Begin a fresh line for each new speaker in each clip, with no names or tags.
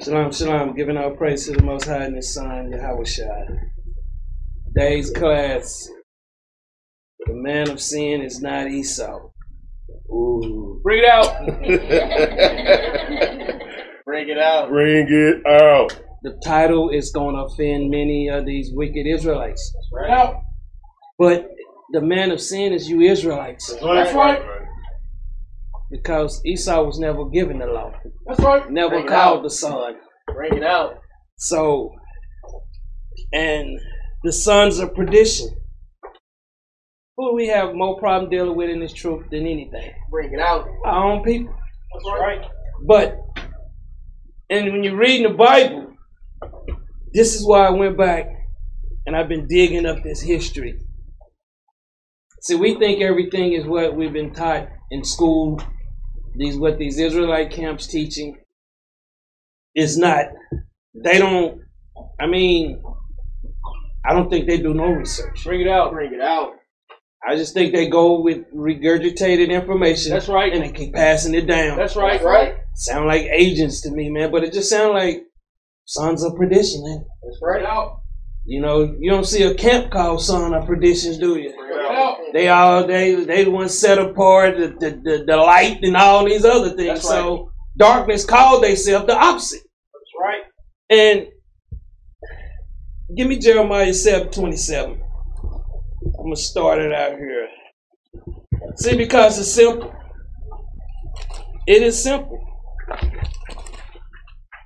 Shalom, shalom, giving all praise to the Most High and His Son, Yahweh Shai. Today's class, the man of sin is not Esau.
Ooh.
Bring it out.
Bring it out.
Bring it out.
The title is going to offend many of these wicked Israelites.
Bring it out.
But the man of sin is you Israelites,
That's right.
because Esau was never given the law,
That's right.
never
Bring it
called
out.
the son.
Bring it out.
So, and the sons of perdition. Who we have more problem dealing with in this truth than anything?
Bring it out.
Our own people.
That's right.
But and when you're reading the Bible, this is why I went back and I've been digging up this history. See, we think everything is what we've been taught in school. These what these Israelite camps teaching is not. They don't. I mean, I don't think they do no research.
Bring it out. Bring it out.
I just think they go with regurgitated information.
That's right.
And they keep passing it down
That's right. That's right.
sound like agents to me, man. But it just sound like sons of perdition, man.
That's right. Bring it out.
You know, you don't see a camp called Son of Perditions, do you?
Bring it out.
They all they they the ones set apart the the, the, the light and all these other things.
That's right.
So darkness called theyself the opposite.
That's right.
And give me Jeremiah 7 27. I'm going to start it out here. See, because it's simple. It is simple.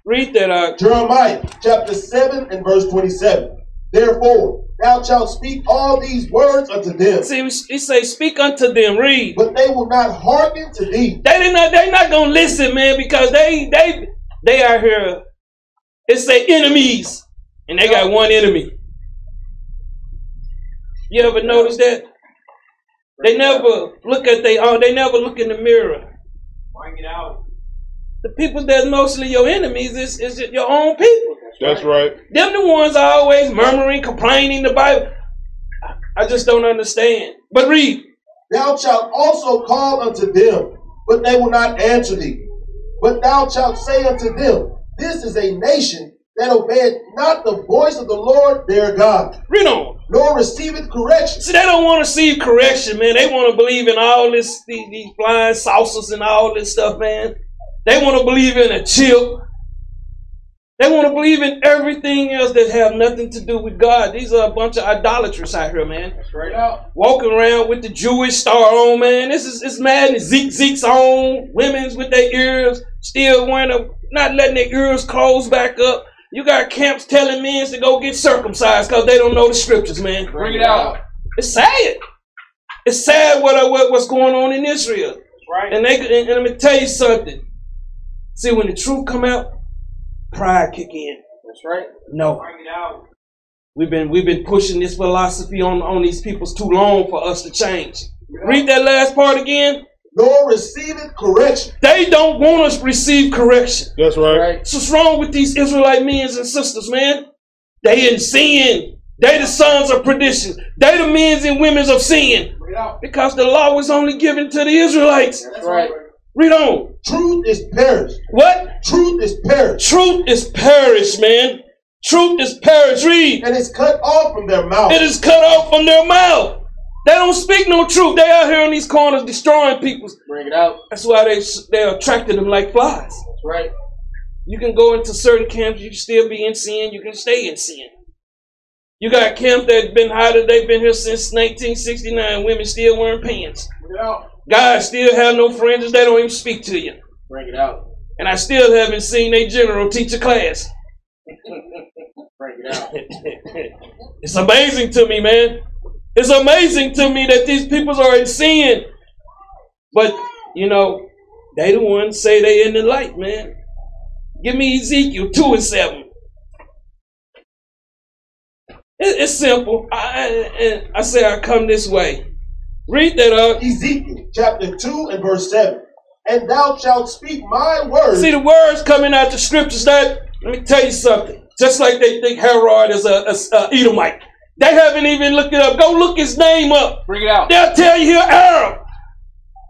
Read that out.
Jeremiah chapter 7 and verse 27. Therefore, thou shalt speak all these words unto them,
See, he say, speak unto them. Read.
but they will not hearken to thee.
They did not. They not gonna listen, man, because they they they are here. It's their enemies, and they got one enemy. You ever notice that? They never look at they own. They never look in the mirror.
Bring it out.
The people that's mostly your enemies is is your own people.
That's right.
Them the ones are always murmuring, complaining. The Bible. I- I just don't understand. But read.
Thou shalt also call unto them, but they will not answer thee. But thou shalt say unto them, This is a nation that obeyeth not the voice of the Lord their God,
Read on.
nor receiveth correction.
See, they don't want to see correction, man. They want to believe in all this, these, these flying saucers and all this stuff, man. They want to believe in a chip. They want to believe in everything else that have nothing to do with God. These are a bunch of idolatrous out here, man.
Bring it out.
Walking around with the Jewish star on, man. This is it's madness. Zeke Zeke's on. Women's with their ears still wearing a, not letting their ears close back up. You got camps telling men to go get circumcised because they don't know the scriptures, man.
Bring it out.
It's sad. It's sad what, uh, what what's going on in Israel.
Right.
And they and, and let me tell you something. See, when the truth come out, pride kick in.
That's right.
No,
Bring it out.
we've been we've been pushing this philosophy on on these peoples too long for us to change. Read that last part again.
Nor receiveth correction.
They don't want us to receive correction.
That's right.
Right.
So what's wrong with these Israelite men and sisters, man? They in sin. They the sons of perdition. They the men and women of sin.
Bring it out.
Because the law was only given to the Israelites.
That's right.
Read on.
Truth is perished.
What?
Truth is perished.
Truth is perished, man. Truth is perished. Read.
And is cut off from their mouth.
It is cut off from their mouth. They don't speak no truth. They out here in these corners destroying people.
Bring it out.
That's why they they're attracted them like flies.
That's right.
You can go into certain camps, you can still be in sin, you can stay in sin. You got camps that's been hotter, they've been here since 1969. Women still wearing pants.
Bring it out.
Guys still have no friends, they don't even speak to you.
Bring it out.
And I still haven't seen a general teach a class.
Bring it out.
it's amazing to me, man. It's amazing to me that these people are in sin. But, you know, they the ones say they in the light, man. Give me Ezekiel 2 and 7. It- it's simple. I, I- and I say I come this way. Read that up.
Ezekiel chapter 2 and verse 7. And thou shalt speak my words.
See the words coming out the scriptures. That let me tell you something. Just like they think Herod is a, a- a Edomite, they haven't even looked it up. Go look his name up.
Bring it out.
They'll tell you he's Arab.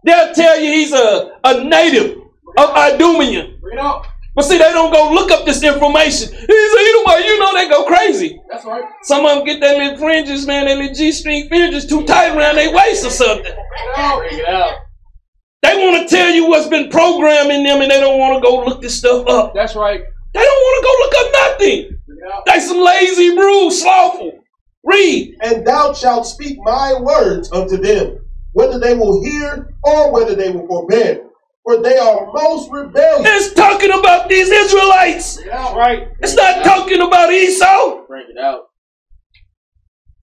They'll tell you he's a, a native of Idumea.
Bring it out.
But see, they don't go look up this information. He's a Edomite. You know they go crazy.
That's right.
Some of them get their little fringes, man, their little G-string fringes too tight around their waist or something.
Bring it out.
They want to tell you what's been programmed in them and they don't want to go look this stuff up.
That's right.
They don't want to go look up nothing.
Bring it out.
They some lazy rules, slothful. Read.
and thou shalt speak my words unto them, whether they will hear or whether they will forbear. For they are most rebellious.
It's talking about these Israelites.
Bring it out. Right.
It's not talking about Esau.
Bring it out.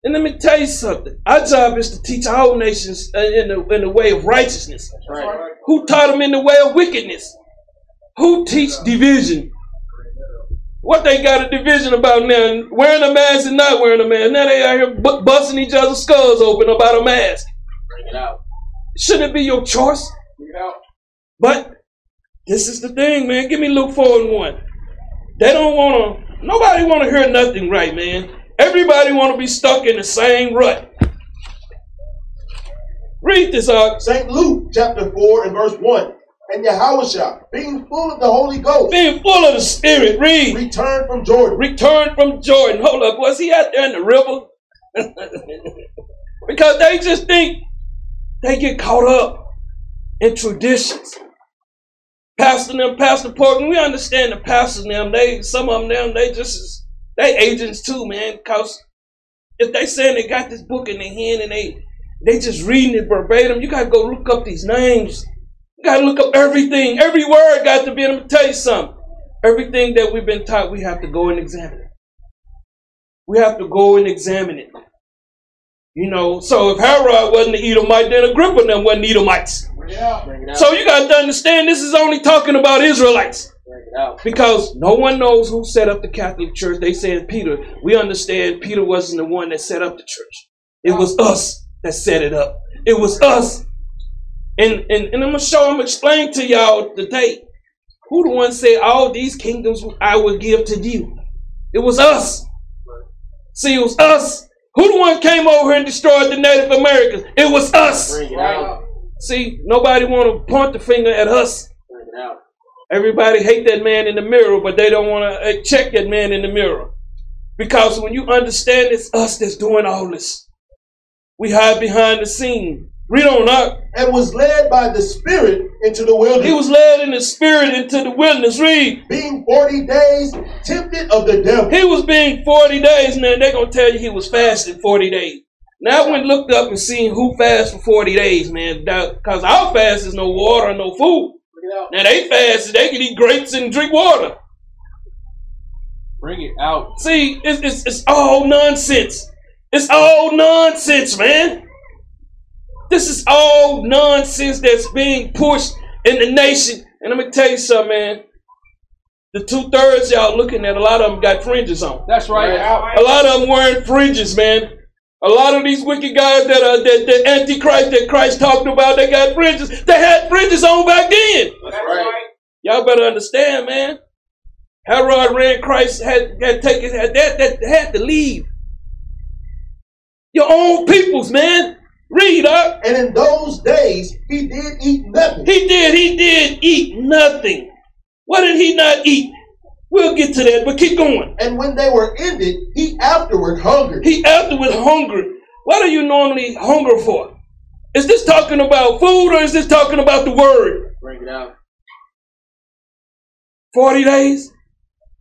And let me tell you something. Our job is to teach all nations uh, in the, in the way of righteousness.
That's right.
Who taught them in the way of wickedness? Who teach division? What they got a division about now? Wearing a mask and not wearing a mask. Now they out here bu- busting each other's skulls open about a mask.
Bring it out.
Shouldn't it be your choice?
Bring it out.
But this is the thing, man. Give me Luke 4 and 1. They don't want to, nobody want to hear nothing right, man. Everybody want to be stuck in the same rut. Read this uh, out.
St. Luke chapter 4 and verse 1. And Yahushua, being full of the Holy Ghost,
Being full of the Spirit. Read.
returned from Jordan.
Returned from Jordan. Hold up. Was he out there in the river? because they just think they get caught up in traditions. Pastor and them, Pastor Portland, we understand the pastors and them. They some of them, them they just is- they agents too, man. Cause if they saying they got this book in their hand and they they just reading it verbatim, you gotta go look up these names. You gotta look up everything. Every word got to be. Let me tell you something. Everything that we've been taught, we have to go and examine it. We have to go and examine it. You know, so if Herod wasn't an Edomite, then Agrippa and them wasn't Edomites.
Bring it out. Bring it out.
So you got to understand this is only talking about Israelites
Bring it out.
because no one knows who set up the Catholic Church. They said Peter. We understand Peter wasn't the one that set up the church. It was us that set it up. It was us. And and, and I'm gonna show. I'm gonna explain to y'all today who the one said all these kingdoms I will give to you. It was us. See, it was us. Who the one came over and destroyed the Native Americans? It was us.
Bring it out.
See, nobody want to point the finger at us.
Bring it out.
Everybody hate that man in the mirror, but they don't want to check that man in the mirror. Because when you understand it's us that's doing all this, we hide behind the scene. Read on up.
and was led by the Spirit into the
He
wilderness,
was led in the spirit into the wilderness. Read.
being forty days tempted of the devil.
He was being 40 days, man. They're going to tell you he was fasting 40 days. Now I went and looked up and seen who fast for 40 days, man. Because our fast is no water, no food.
Bring it out.
Now they fast, they can eat grapes and drink water.
Bring it out.
See, it's, it's, it's all nonsense. It's all nonsense, man. This is all nonsense that's being pushed in the nation. And I'm going to tell you something, man. The two thirds y'all looking at, a lot of them got fringes on.
That's right.
Bring it out.
A lot of them wearing fringes, man. A lot of these wicked guys that are that, that antichrist that Christ talked about, they got fringes. They had fringes on back then.
That's right.
Y'all better understand, man. Herod ran Christ had had taken had that that had to leave. Your own peoples, man. Read up.
And in those days he did eat nothing.
He did, he did eat nothing. What did he not eat? We'll get to that, but keep going.
And when they were ended, he afterward hungered.
He afterward hungered. What do you normally hunger for? Is this talking about food or is this talking about the word?
Bring it out.
40 days?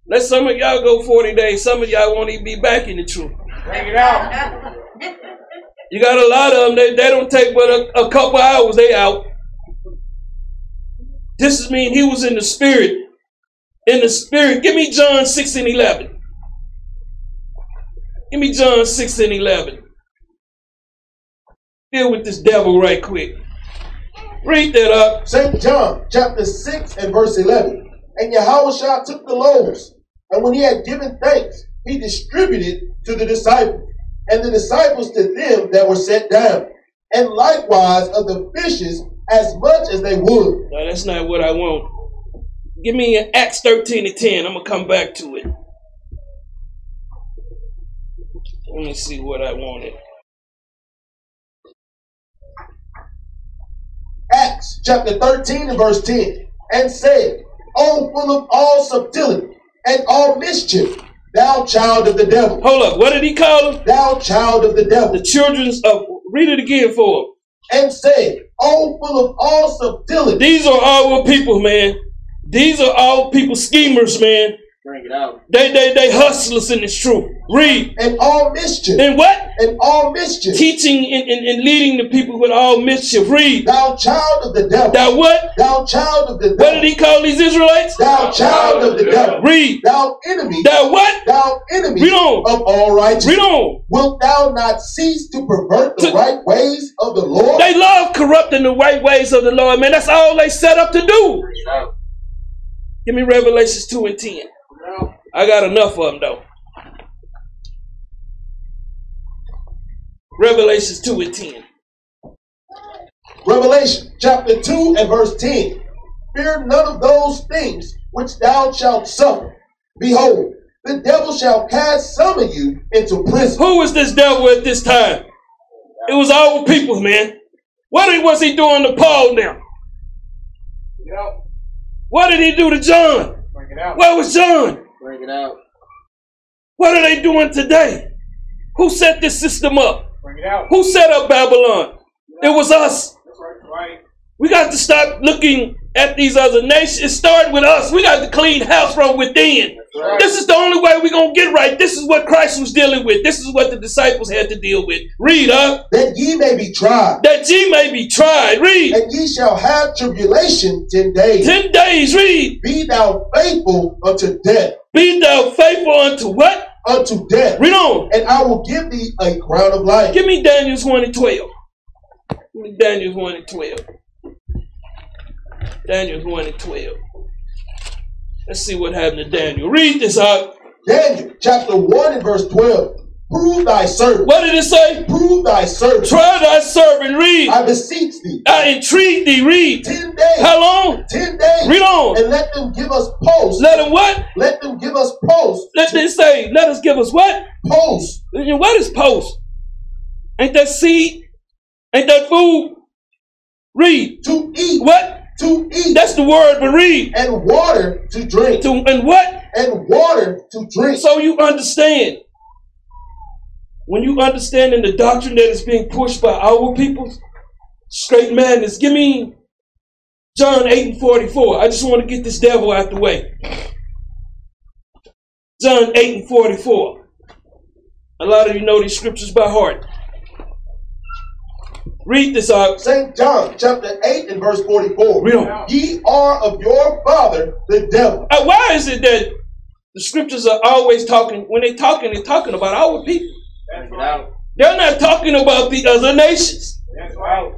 Let some of y'all go 40 days. Some of y'all won't even be back in the truth.
Bring it out.
You got a lot of them. They, they don't take but a, a couple hours. They out. This is mean he was in the spirit. In the spirit. Give me John 6 and 11. Give me John 6 and 11. Deal with this devil right quick. Read that up.
St. John chapter 6 and verse 11. And Yahushua took the loaves, and when he had given thanks, he distributed to the disciples, and the disciples to them that were set down, and likewise of the fishes as much as they would.
No, that's not what I want. Give me an Acts 13 and 10. I'm going to come back to it. Let me see what I wanted.
Acts chapter 13 and verse 10. And said, O full of all subtlety and all mischief, thou child of the devil,
Hold up. What did he call them?
thou child of the devil,
The children's of. Read it again for him.
and said, O full of all subtlety,
These are all our people, man. These are all people schemers, man.
Bring it out.
They they they hustlers in this truth. Read.
and all mischief,
And what?
and all mischief,
Teaching and, and, and leading the people with all mischief. Read.
thou child of the devil,
Thou what?
thou child of the
What did
devil,
he call these Israelites?
thou child of the devil,
Read.
thou enemy,
Thou what?
thou enemy
Read on.
of all righteousness.
Read on.
Wilt thou not cease to pervert the
To-
right ways of the Lord?
They love corrupting the right ways of the Lord, man. That's all they set up to do.
Bring it out.
Give me Revelations 2 and 10.
Bring it out.
I got enough of them though. Revelations 2 and 10.
Revelation chapter 2 and verse 10. Fear none of those things which thou shalt suffer. Behold, the devil shall cast some of you into prison.
Who was this devil at this time? It was our people, man. What he- was he doing to Paul now?
Bring it out.
What did he do to John?
Bring it out.
Where was John?
Bring it out.
What are they doing today? Who set this system up?
Bring it out.
Who set up Babylon? It was us.
That's right. Right.
We got to stop looking at these other nations. It started with us. We got to clean house from within.
right.
This is the only way we're going to get right. This is what Christ was dealing with. This is what the disciples had to deal with. Read up.
That ye may be tried,
That ye may be tried. Read.
and ye shall have tribulation ten days.
Ten days. Read.
Be thou faithful unto death,
Be thou faithful unto what?
unto death,
Read on.
and I will give thee a crown of life.
Give me Daniel's 1 and 12. Give me Daniel's 1 and 12. Daniel's 1 and 12. Let's see what happened to Daniel. Read this out.
Daniel chapter 1 and verse 12. Prove thy servant.
What did it say?
Prove thy servant.
Try Uh, thy servant. Read.
I beseech thee.
I entreat thee. Read.
Ten days.
How long?
Ten days.
Read on.
and let them give us post. Let,
Let him what?
them give us post.
Let them say, let us give us what?
post.
And What is post? Ain't that seed? Ain't that food? Read.
To eat.
What?
To eat.
That's the word, but read.
and water to drink.
to and what?
and water to drink.
So you understand. When you understand in the doctrine that is being pushed by our people, straight madness. Give me John 8 and 44. I just want to get this devil out the way. John 8 and 44. A lot of you know these scriptures by heart. Read this out.
St. John chapter 8 and verse 44.
Read on.
Ye are of your father the devil.
Uh, Why is it that the scriptures are always talking, when they talking, they're talking about our people?
Bring it out.
They're not talking about the other nations.
That's right.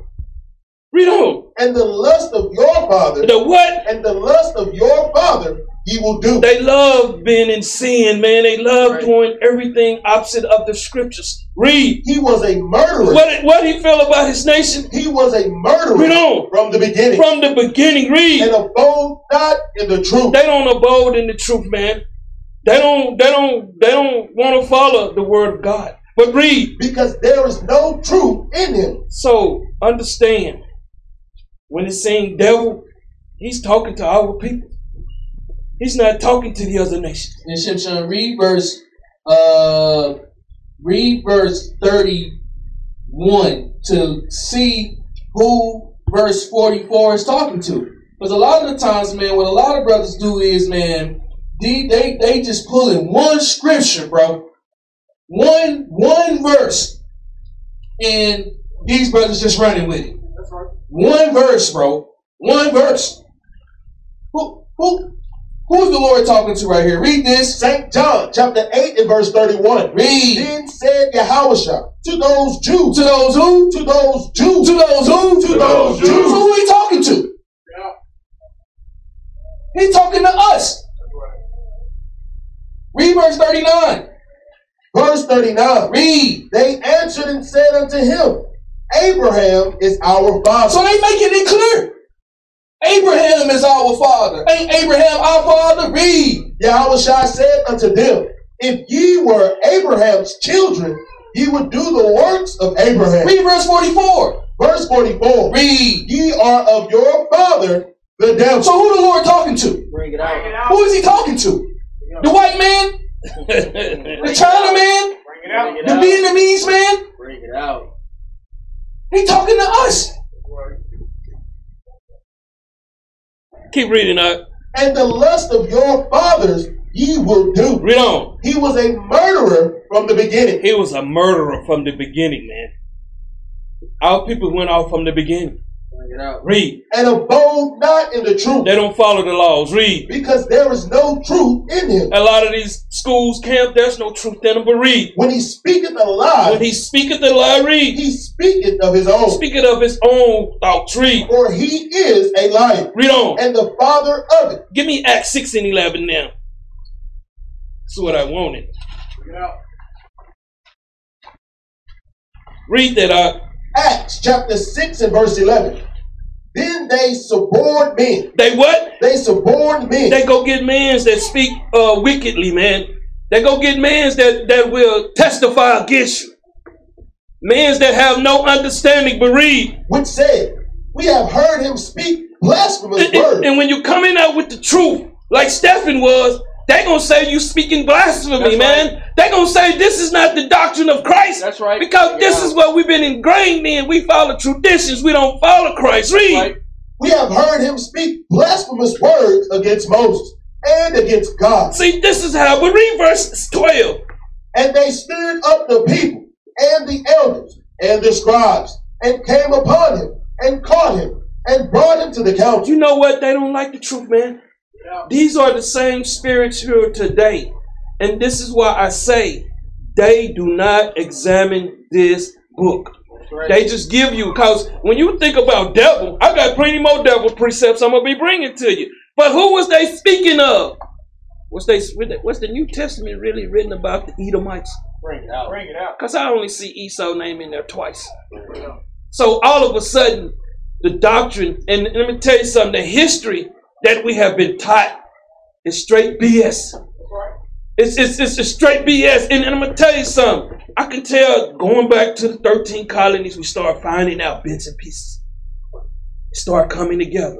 Read on.
And the lust of your father.
The what?
And the lust of your father he will do.
They love being in sin, man. They love
Right.
doing everything opposite of the scriptures. Read.
he was a murderer.
What what he feel about his nation
He was a
Read
murderer
on.
from the beginning.
from the beginning. Read.
and abode not in the truth.
They don't abode in the truth, man. They don't they don't they don't want to follow the word of God. But read.
because there is no truth in him.
So understand when it's saying devil, he's talking to our people. He's not talking to the other nations.
And Shimshon, read verse, uh, read verse thirty-one to see who verse forty-four is talking to. Because a lot of the times, man, what a lot of brothers do is, man, they they, they just pulling one scripture, bro, one one verse, and these brothers just running with it.
That's right.
One verse, bro, one verse. Who who who's the Lord talking to right here? Read this.
St. John chapter 8 and verse 31.
Read
Then said Yahushua to those Jews,
to those who?
to those Jews,
To those who?
to those Jews,
Who he talking to?
Bring it out.
He talking to us. Read verse 39.
verse 39.
Read.
They answered and said unto him, Abraham is our father.
So they making it clear. Abraham is our father. Ain't Abraham our father? Read.
Yahushua said unto them, If ye were Abraham's children, ye would do the works of Abraham.
Read verse 44.
Verse 44.
Read.
Ye are of your father the devil.
So who the Lord talking to?
Bring it out.
Bring it out.
Who is he talking to? The white man? The China man?
Bring it out.
Bring it
The
out.
Vietnamese man?
Bring it out.
He talking to us.
Keep reading uh, up.
And the lust of your fathers ye will do.
Read on.
He was a murderer from the beginning.
He was a murderer from the beginning, man. Our people went off from the beginning.
Bring it out.
Read.
and abode not in the truth,
They don't follow the laws. Read.
because there is no truth in him.
A lot of these schools, camp, there's no truth in them, but read.
When he speaketh a lie,
When
he,
he speaketh the lie, read.
speaketh of his own,
Speaking of his own thoughts, read.
for he is a liar
Read on.
and the father of it.
Give me Acts 6 and 11 now. That's what I wanted.
Bring it out.
Read that uh, up.
Acts chapter 6 and verse 11. Then they suborn men.
They what?
They suborn men.
They go get mans that speak uh, wickedly, man. They go get mans that, that will testify against you. Mans that have no understanding, but read.
which said, We have heard him speak blasphemous
And, and-
words.
and when you coming out with the truth, like Stephen was, they gonna say you speaking blasphemy,
That's
man. They gonna say this is not the doctrine of Christ.
That's right.
Because this
Yeah.
is what we've been ingrained in. We follow traditions. We don't follow Christ. Read.
Right.
We have heard him speak blasphemous words against Moses and against God.
See, this is how. But read verse twelve.
And they stirred up the people and the elders and the scribes and came upon him and caught him and brought him to the council.
You know what? They don't like the truth, man. These are the same spirits here today. And this is why I say they do not examine this book. They just give you, because when you think about devil, I got plenty more devil precepts I'm going to be bringing to you. But who was they speaking of? What's, they, what's the New Testament really written about the Edomites?
Bring it out.
Bring it out.
Because I only see Esau name in there twice. So all of a sudden, the doctrine, and let me tell you something, the history that we have been taught is straight BS. It's, it's, it's a straight BS. And, and I'm going to tell you something. I can tell going back to the 13 colonies, we start finding out bits and pieces. It Start coming together.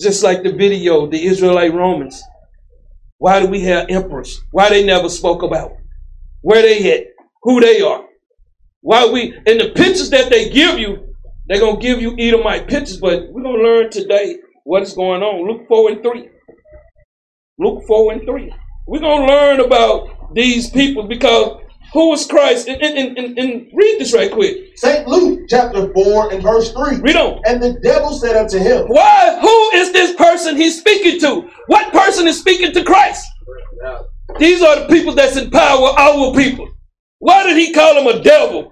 Just like the video, the Israelite Romans. Why do we have emperors? Why they never spoke about? where they at, who they are. Why we and the pictures that they give you, they're gonna give you Edomite pictures, but we're gonna learn today what is going on. Luke four and three. Luke four and three. We're gonna learn about these people because who is Christ? And, and, and- and, and read this right quick.
St. Luke chapter 4 and verse 3.
Read on.
And the devil said unto him,
Why? Who is this person he's speaking to? What person is speaking to Christ?
Bring it out.
These are the people that's in power, our people. Why did he call them a devil?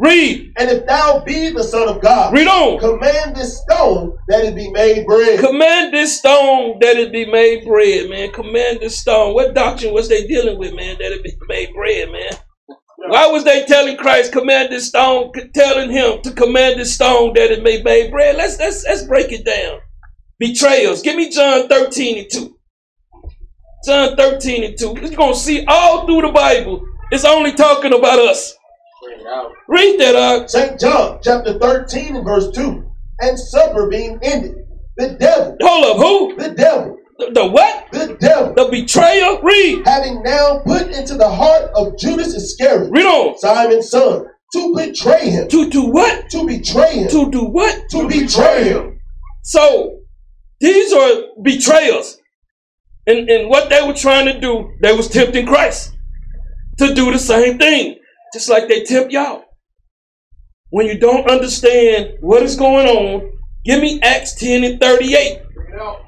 Read.
And if thou be the Son of God,
Read on.
command this stone that it be made bread.
Command this stone that it be made bread, man. Command this stone. What doctrine was they dealing with, man, that it be made bread, man? Why was they telling Christ, command this stone, telling him to command this stone that it may be made bread? Let's, let's, let's break it down. Betrayals. Give me John 13 and 2. John 13 and 2. You're going to see all through the Bible, it's only talking about us.
Bring it out.
Read that uh, out.
St. John chapter 13 and verse 2. And supper being ended, the devil,
Hold up. Who?
the devil,
The, the what?
the devil,
The betrayer? Read.
having now put into the heart of Judas Iscariot,
Read on.
Simon's son, to betray him,
To do what?
to betray him, to,
To do what?
betray him.
So these are betrayers. And, and what they were trying to do, they was tempting Christ to do the same thing, just like they tempt y'all. When you don't understand what is going on, give me Acts 10 and 38.
Bring it out.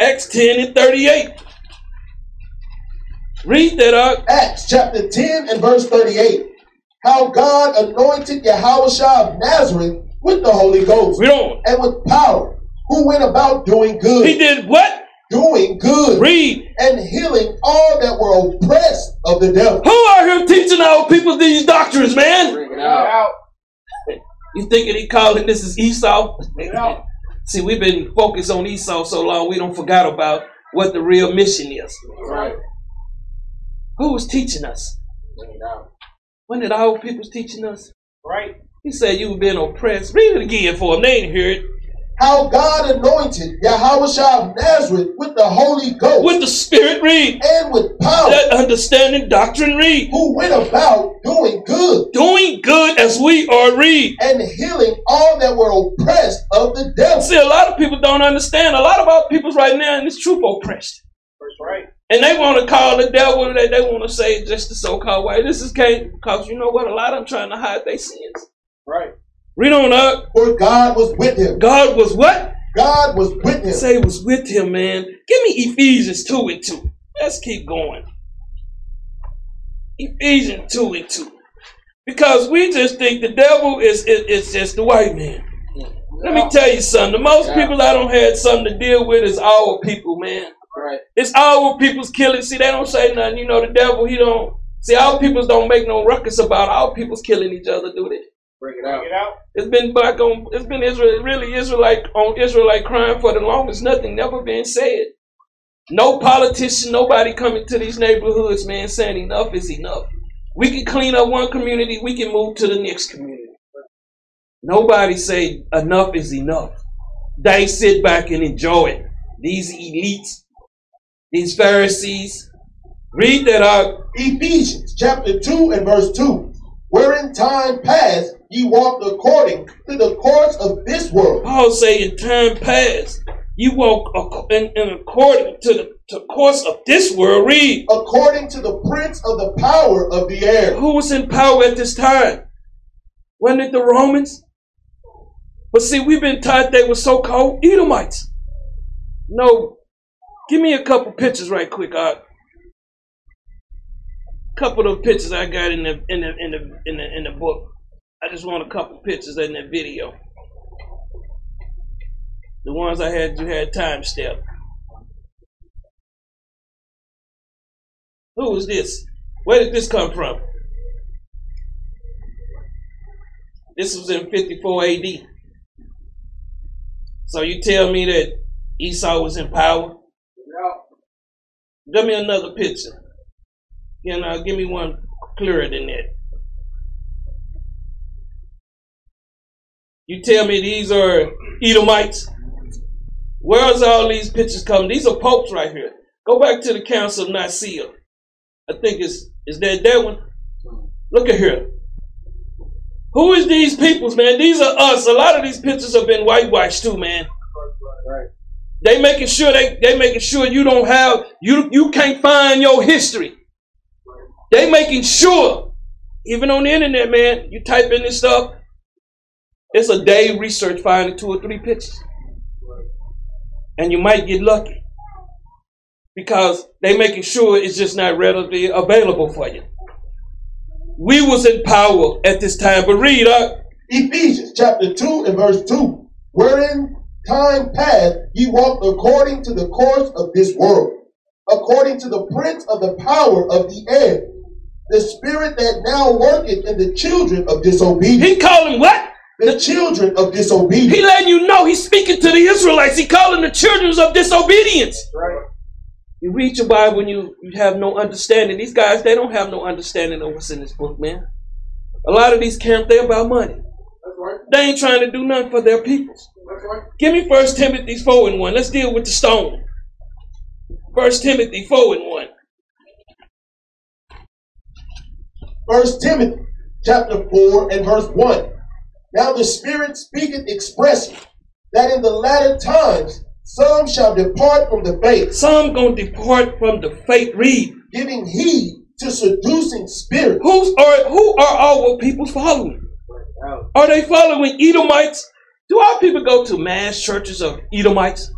Acts 10 and 38. Read that out.
Acts chapter 10 and verse 38. How God anointed Yahushua of Nazareth with the Holy Ghost
Read on.
and with power, who went about doing
He
good,
did what?
doing good,
Read.
and healing all that were oppressed of the devil.
Who are here teaching our people these doctrines, man?
Bring it
Bring it
out.
out.
You thinking he calling this is Esau?
Bring it out.
See, we've been focused on Esau so long, we don't forgot about what the real mission is.
Right.
Who was teaching us?
Bring it out.
When did our people's teaching us?
Right.
He said you've been oppressed. Read it again for them. They didn't hear it.
how God anointed Yahushua of Nazareth with the Holy Ghost
With the Spirit, read.
and with power,
That understanding doctrine, read.
who went about doing good
Doing good as we are, read.
and healing all that were oppressed of the devil.
See, a lot of people don't understand. A lot of our people's right now in this troop oppressed.
That's right.
And they want to call the devil, they, they want to say it's just the so called way. This is can't, because you know what? A lot of them trying to hide their sins.
Right.
Read on up.
For God was with him.
God was what?
God was with him.
Say was with him, man. Give me Ephesians 2 and 2. Let's keep going. Ephesians 2 and 2. Because we just think the devil is, is, is just the white man. Let
Oh.
me tell you something. The most people I don't had something to deal with is our people, man.
Right.
It's our people's killing. See, they don't say nothing. You know, the devil, he don't. See, our peoples don't make no ruckus about our people's killing each other, do they?
Bring it out.
It's been black on. It's been Israel. Really, Israelite on Israelite crime for the longest. Nothing never been said. No politician, nobody coming to these neighborhoods, man, saying enough is enough. We can clean up one community, we can move to the next community. Nobody say enough is enough. They sit back and enjoy it. These elites, these Pharisees. Read that uh, out.
Ephesians chapter 2 and verse 2. Wherein time past ye walked according to the course of this world,
Paul say in time past, you walk ac- in, in according to the to course of this world. Read
according to the prince of the power of the air,
who was in power at this time. Wasn't it the Romans? But see, we've been taught they were so-called Edomites. No, give me a couple pictures right quick. A couple of pictures I got in the in the in the in the, in the book. I just want a couple pictures in that video. The ones I had you had time step. Who is this? Where did this come from? This was in 54 AD. So you tell me that Esau was in power?
Bring it out.
Give me another picture. You know, give me one clearer than that. You tell me these are Edomites. Where's all these pictures coming? These are popes right here. Go back to the Council of Nicaea. I think it's is that that one. Look at here. Who is these peoples, man? These are us. A lot of these pictures have been whitewashed too, man.
Right.
They making sure they they making sure you don't have you you can't find your history. They making sure, even on the internet, man. You type in this stuff, it's a day research finding two or three pictures, and you might get lucky because they making sure it's just not readily available for you. We was in power at this time, but read up.
Ephesians chapter 2 and verse 2, wherein time past ye walked according to the course of this world, according to the prince of the power of the air, the spirit that now worketh in the children of disobedience.
He calling what?
The children of disobedience.
He letting you know he's speaking to the Israelites. He calling the children of disobedience.
Right.
You read your Bible and you, you have no understanding. These guys, they don't have no understanding of what's in this book, man. A lot of these camp, they about money.
That's right.
They ain't trying to do nothing for their peoples.
That's right.
Give me First Timothy 4 and 1. Let's deal with the stone. First Timothy 4 and 1.
First Timothy chapter 4 and verse 1. Now the Spirit speaketh expressly that in the latter times some shall depart from the faith,
Some gonna depart from the faith. Read.
giving heed to seducing spirits
Who's are who are our people following?
Bring it out.
Are they following Edomites? Do our people go to mass churches of Edomites?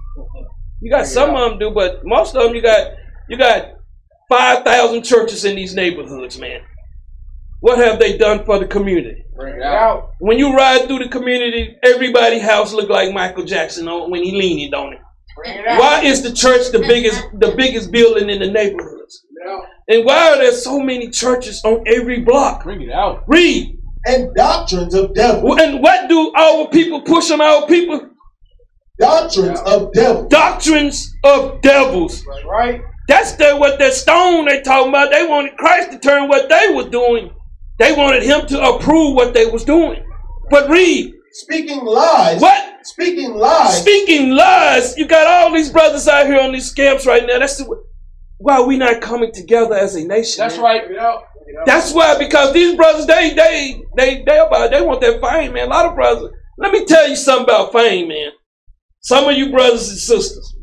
You got some of them do, but most of them you got you got five thousand churches in these neighborhoods, man. What have they done for the community?
Bring it out.
When you ride through the community, everybody house look like Michael Jackson on when he leaned on it.
Bring it out.
Why is the church the biggest the biggest building in the neighborhoods?
Bring it out.
And why are there so many churches on every block?
Bring it out.
Read.
and doctrines of devil.
And what do our people push on our people?
Doctrines of devil.
Doctrines of devils.
That's right.
That's the, what that stone they talking about. They wanted Christ to turn what they was doing. They wanted him to approve what they was doing. But read,
speaking lies.
What?
Speaking lies.
Speaking lies, you got all these brothers out here on these camps right now. That's the, why we not coming together as a nation.
That's
man.
right.
Get out. Get out.
That's why because these brothers they they they they about they want that fame, man. A lot of brothers. Let me tell you something about fame, man. Some of you brothers and sisters,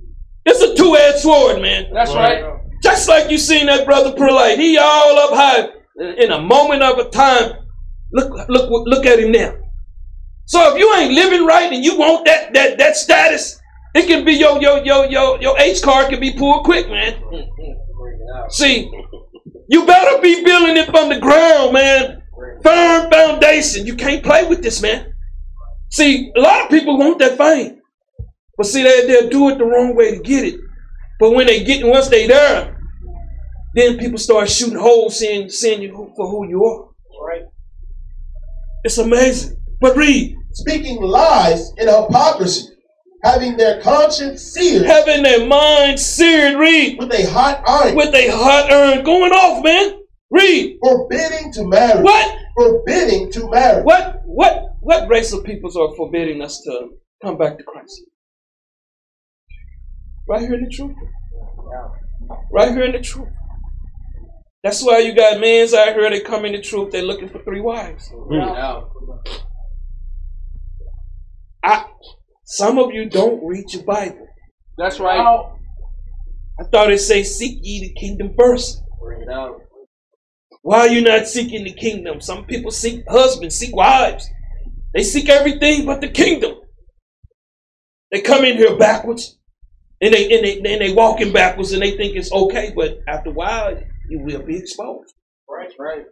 it's a two-edged sword, man.
That's right.
Just like you seen that brother Perlite, he all up high uh, in a moment of a time. Look look look at him now. So if you ain't living right and you want that that that status, it can be your your your your your H card can be pulled quick, man.
Mm, Bring it out.
See, you better be building it from the ground, man. Firm foundation. You can't play with this, man. See, a lot of people want that fame. But see, they, they'll do it the wrong way to get it. But when they get once they there, then people start shooting holes, seeing, seeing you who- for who you are.
Right.
It's amazing. But read,
speaking lies and hypocrisy, having their conscience seared
having their mind seared, read,
with a hot iron,
with a hot iron going off, man. Read.
forbidding to marry,
What?
forbidding to marry.
What what what race of peoples are forbidding us to come back to Christ? Right here in the truth. Right here in the truth. That's why you got men's out here that come in the truth, they're looking for three wives.
Get out.
I some of you don't read your Bible.
That's right.
Out.
I thought it say seek ye the kingdom first.
Bring it out.
Why are you not seeking the kingdom? Some people seek husbands, seek wives. They seek everything but the kingdom. They come in here backwards, and they and they and they walking backwards, and they think it's okay. But after a while, you will be exposed.
Right. Right.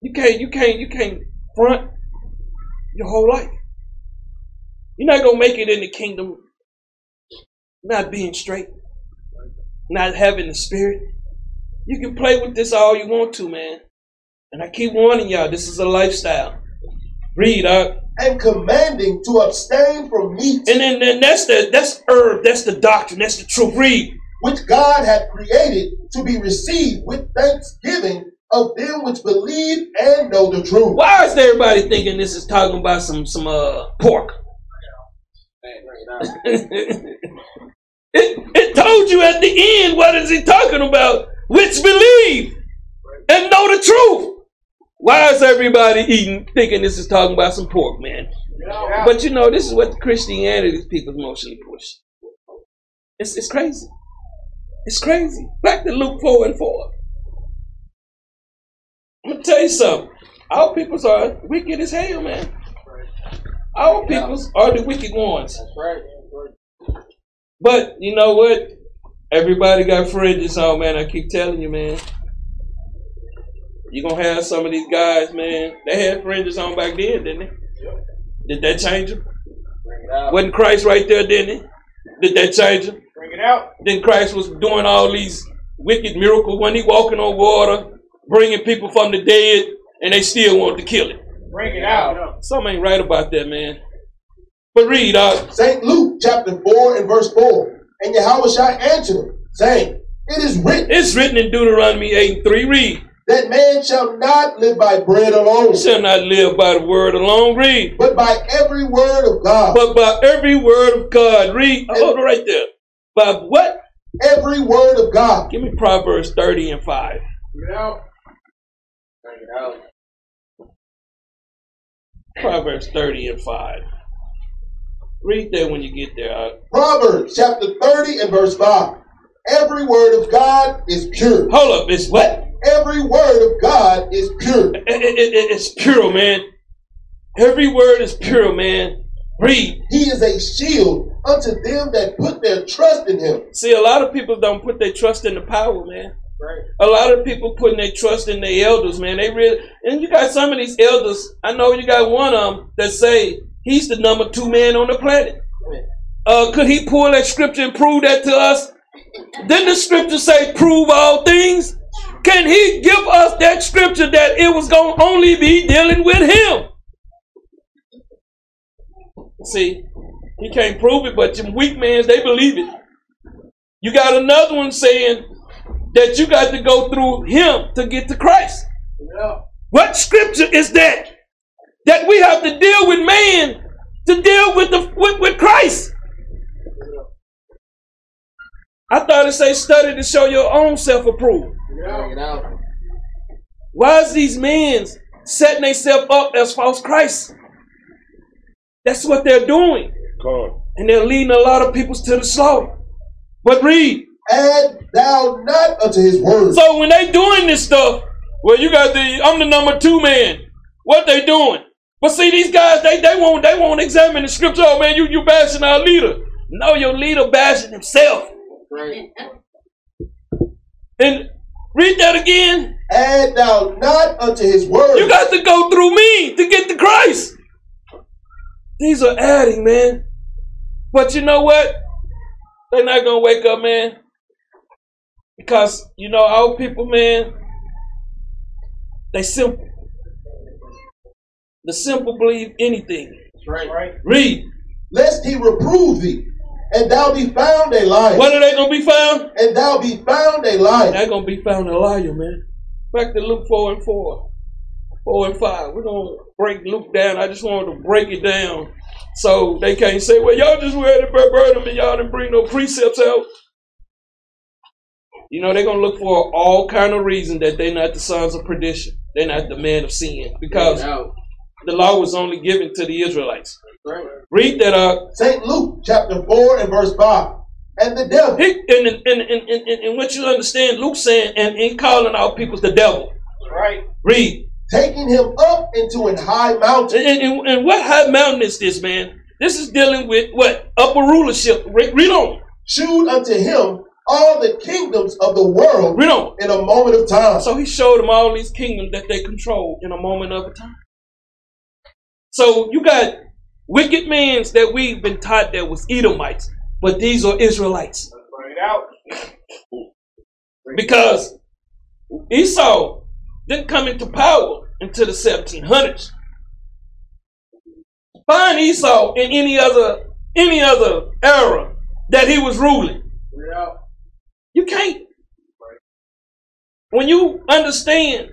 You can't you can't you can't front your whole life. You're not gonna make it in the kingdom. Not being straight, not having the spirit. You can play with this all you want to, man. And I keep warning y'all, this is a lifestyle. Read up.
And commanding to abstain from meat
And then then that's the that's herb, that's the doctrine, that's the truth. Read.
which God hath created to be received with thanksgiving of them which believe and know the truth.
Why is everybody thinking this is talking about some some uh pork?
Man, bring it out.
it it told you at the end what is he talking about? Which believe and know the truth. Why is everybody eating thinking this is talking about some pork, man?
Get out.
But you know, this is what Christianity people mostly push. It's it's crazy. It's crazy. Back to Luke four and four. I'm gonna tell you something. Our peoples are wicked as hell, man. Our peoples are the wicked ones.
That's right. Bring
But you know what? Everybody got fringes on, man. I keep telling you, man. You're gonna have some of these guys, man. They had fringes on back then, didn't they? Did that change them?
it out.
Wasn't Christ right there, didn't he? Did that change him?
Bring it out.
Then Christ was doing all these wicked miracles when he walking on water, bringing people from the dead, and they still wanted to kill him.
Bring it out.
Something ain't right about that, man. But read, uh,
St. Luke chapter 4 and verse 4. And Yahushua answered him, saying, It is written
it's written in Deuteronomy 8 and 3. Read,
that man shall not live by bread alone,
shall not live by the word alone. Read,
but by every word of God.
but by every word of God. Read, hold it right there. By what?
every word of God.
Give me Proverbs 30 and 5.
Bring it out. Bring it out.
Proverbs 30 and 5. Read that when you get there. uh,
Proverbs chapter 30 and verse 5. Every word of God is pure.
Hold up, it's what?
Every word of God is pure.
It- it- it- it's pure, man. Every word is pure, man. Read.
He is a shield unto them that put their trust in him.
See, a lot of people don't put their trust in the power, man.
Bring it.
A lot of people putting their trust in their elders, man. They really, and you got some of these elders. I know you got one of them that say he's the number two man on the planet. Uh, could he pull that scripture and prove that to us? Didn't the scripture say prove all things? Can he give us that scripture that it was going to only be dealing with him? See, he can't prove it, but them weak mans, they believe it. You got another one saying that you got to go through him to get to Christ.
Bring it out.
What scripture is that? That we have to deal with man to deal with the with, with Christ. I thought it say study to show your own self approved.
Bring it out.
Why is these men setting themselves up as false Christ? That's what they're doing.
God.
And they're leading a lot of people to the slaughter. But read.
Add thou not unto his word.
So when they doing this stuff, well, you got the I'm the number two man. What they doing? But see, these guys they they won't they won't examine the scripture. Oh man, you you bashing our leader? No, your leader bashing himself.
Bring it.
And read that again.
Add thou not unto his word.
You got to go through me to get to Christ. These are adding, man. But you know what? They're not gonna wake up, man. Because you know our people, man, they simple. The simple believe anything.
That's right.
Read.
Lest he reprove thee, and thou be found a liar.
What are they gonna be found?
And thou be found a liar.
They're gonna be found a liar, man. Back to Luke four and four. Four and five. We're gonna break Luke down. I just wanted to break it down. So they can't say, well, y'all just read it verbatim and y'all didn't bring no precepts out. You know, they're gonna look for all kind of reason that they're not the sons of perdition. They're not the man of sin.
Bring
Because
it out.
the law was only given to the Israelites.
Bring it.
Read that up.
St. Luke chapter 4 and verse 5. And the devil,
He, and, and, and, and, and, and what you understand, Luke saying, and, and calling our peoples the devil.
That's right.
Read.
taking him up into an high mountain,
And, and, and what high mountain is this, man? This is dealing with what? Upper rulership. Read, read on.
shewed unto him all the kingdoms of the world
Read on.
in a moment of time.
So he showed them all these kingdoms that they control in a moment of a time. So you got wicked men that we've been taught that was Edomites, but these are Israelites.
Bring it out.
Because Esau didn't come into power until the 1700s. Find Esau in any other any other era that he was ruling.
Bring it out.
You can't. When you understand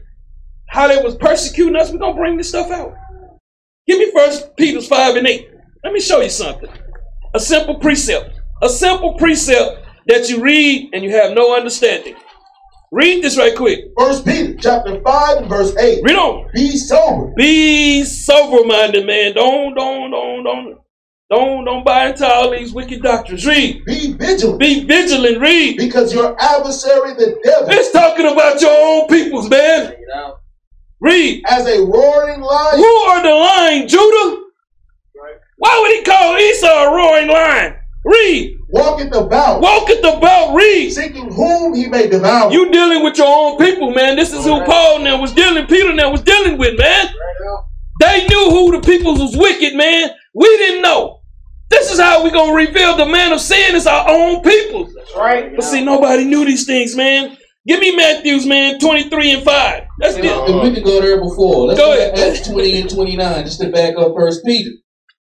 how they was persecuting us, we're gonna bring this stuff out. Give me first Peter's five and eight. Let me show you something. A simple precept. A simple precept that you read and you have no understanding. Read this right quick.
First Peter chapter 5 and verse 8.
Read on.
Be sober,
Be sober minded, man. Don't, don't, don't, don't, don't, don't buy into all these wicked doctrines. Read.
be vigilant,
Be vigilant. Read.
because your adversary the devil,
It's talking about your own peoples, man.
Bring it out.
Read.
as a roaring
Who
lion,
are the lion, Judah?
Right.
Why would he call Esau a roaring lion? Read.
walketh about,
Walketh about. Read.
seeking whom he may devour.
You dealing with your own people, man. This is who
Alright.
Paul now was dealing, Peter now was dealing with, man.
Bring it out.
They knew who the people was wicked, man. We didn't know. This is how we gonna reveal the man of sin is our own people.
That's right.
But see, nobody knew these things, man. Give me Matthews, man, 23 and 5. That's
And,
it.
and we can go there before. Let's
Go
go, at
ahead.
Acts 20 and 29 just to back up First Peter.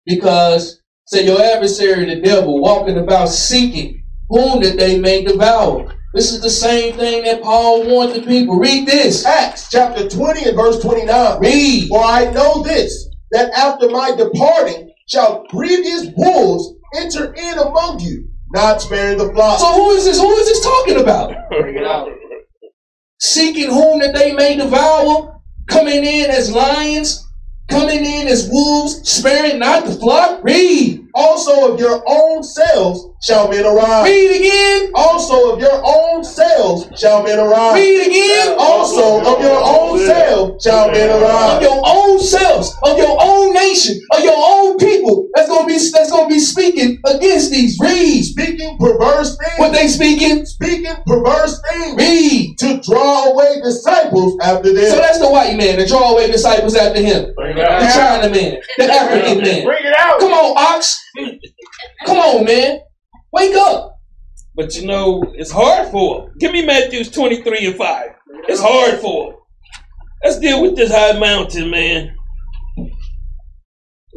Because, say, your adversary, the devil, walking about seeking whom that they may devour. This is the same thing that Paul warned the people. Read this.
Acts chapter 20 and verse 29.
Read.
For I know this, that after my departing shall grievous wolves enter in among you, not sparing the flock.
So who is this? Who is this talking about?
Bring it out.
Seeking whom that they may devour, coming in as lions, coming in as wolves, sparing not the flock. Read.
also of your own selves shall men arise.
Read again.
Also of your own selves shall men arise.
Read again.
Also of your own selves shall men
of
arise.
your own selves, of your own nation, of your own people. That's gonna be that's gonna be speaking against these. Read
Speaking perverse things,
what they speaking.
speaking perverse things
Read.
to draw away disciples after them.
So that's the white man, the draw away disciples after him,
Bring
it
the
out.
China man, the African man.
Bring it out.
Come on, Ox. Come on, man. Wake up.
But you know, it's hard for them. Give me Matthews 23 and 5. It's hard for them. Let's deal with this high mountain, man.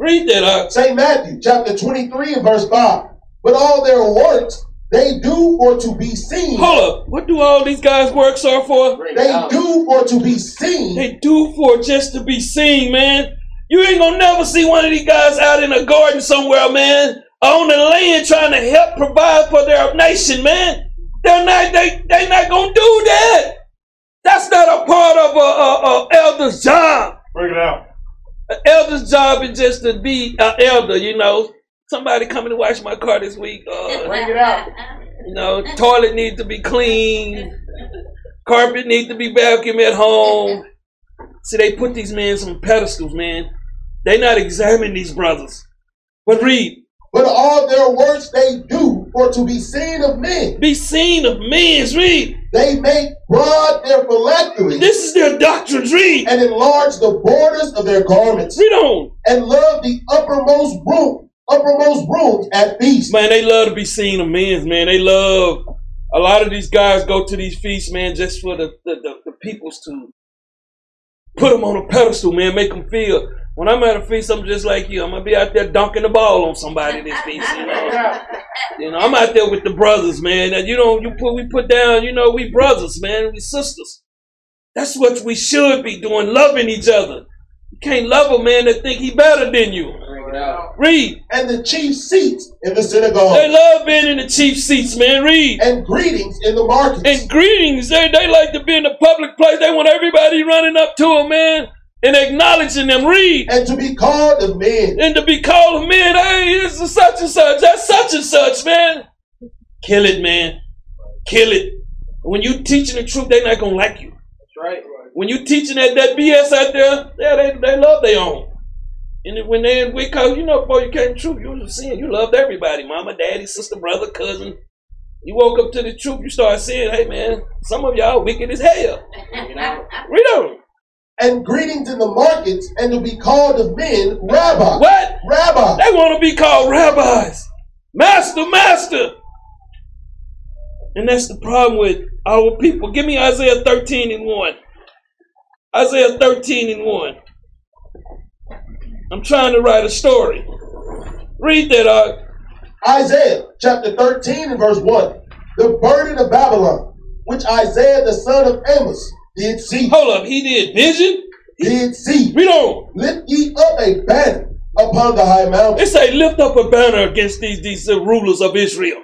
Read that up.
St. Matthew chapter 23 and verse 5. But all their works they do for to be seen.
Hold up. What do all these guys' works are for?
Bring it
They
out.
do for to be seen.
They do for just to be seen, man. You ain't gonna never see one of these guys out in a garden somewhere, man, on the land trying to help provide for their nation, man. They're not they they not gonna do that. That's not a part of a, a, a elder's job.
Bring it out.
An elder's job is just to be an elder, you know. Somebody coming to wash my car this week. Uh,
Bring it out.
you know, toilet needs to be clean. Carpet needs to be vacuumed at home. See, they put these men some pedestals, man. They not examining these brothers. But read,
But all their works they do for to be seen of men.
be seen of men's read.
They make broad their phylacteries
This is their doctrines. Read,
and enlarge the borders of their garments,
read on.
and love the uppermost room, uppermost rooms at feasts.
Man, they love to be seen of men's, man. They love a lot of these guys go to these feasts, man, just for the the, the, the peoples to put them on a pedestal, man, make them feel. When I'm at a feast, I'm just like you. I'm gonna be out there dunking the ball on somebody this feast. You
Bring it
know,
out.
you know I'm out there with the brothers, man. And you know, you put we put down. You know, we brothers, man. We sisters. That's what we should be doing, loving each other. You can't love a man that think he better than you.
Bring it out.
Read.
and the chief seats in the synagogue,
They love being in the chief seats, man. Read.
and greetings in the markets,
and greetings. They, they like to be in the public place. They want everybody running up to them, man, and acknowledging them. Read.
and to be called of men.
And to be called men, hey, this is such and such. That's such and such, man. Kill it, man. Kill it. When you teaching the truth, they not gonna like you.
That's right.
When you teaching that, that BS out there, yeah, they, they love their own. And then when they in Waco, you know, before you came true, you was seeing you loved everybody, mama, daddy, sister, brother, cousin. You woke up to the truth, you start seeing, hey man, some of y'all wicked as hell.
Bring it out.
Read on.
and greetings in the markets, and to be called of men, Rabbi,
What?
Rabbi.
They want to be called rabbis. Master, master. And that's the problem with our people. Give me Isaiah 13 and 1. Isaiah 13 and 1. I'm trying to write a story. Read that, uh,
Isaiah chapter 13 and verse 1. The burden of Babylon, which Isaiah the son of Amos did see,
hold up. He did vision.
did see.
Read on.
Lift ye up a banner upon the high mountain,
It say, lift up a banner against these, these uh, rulers of Israel.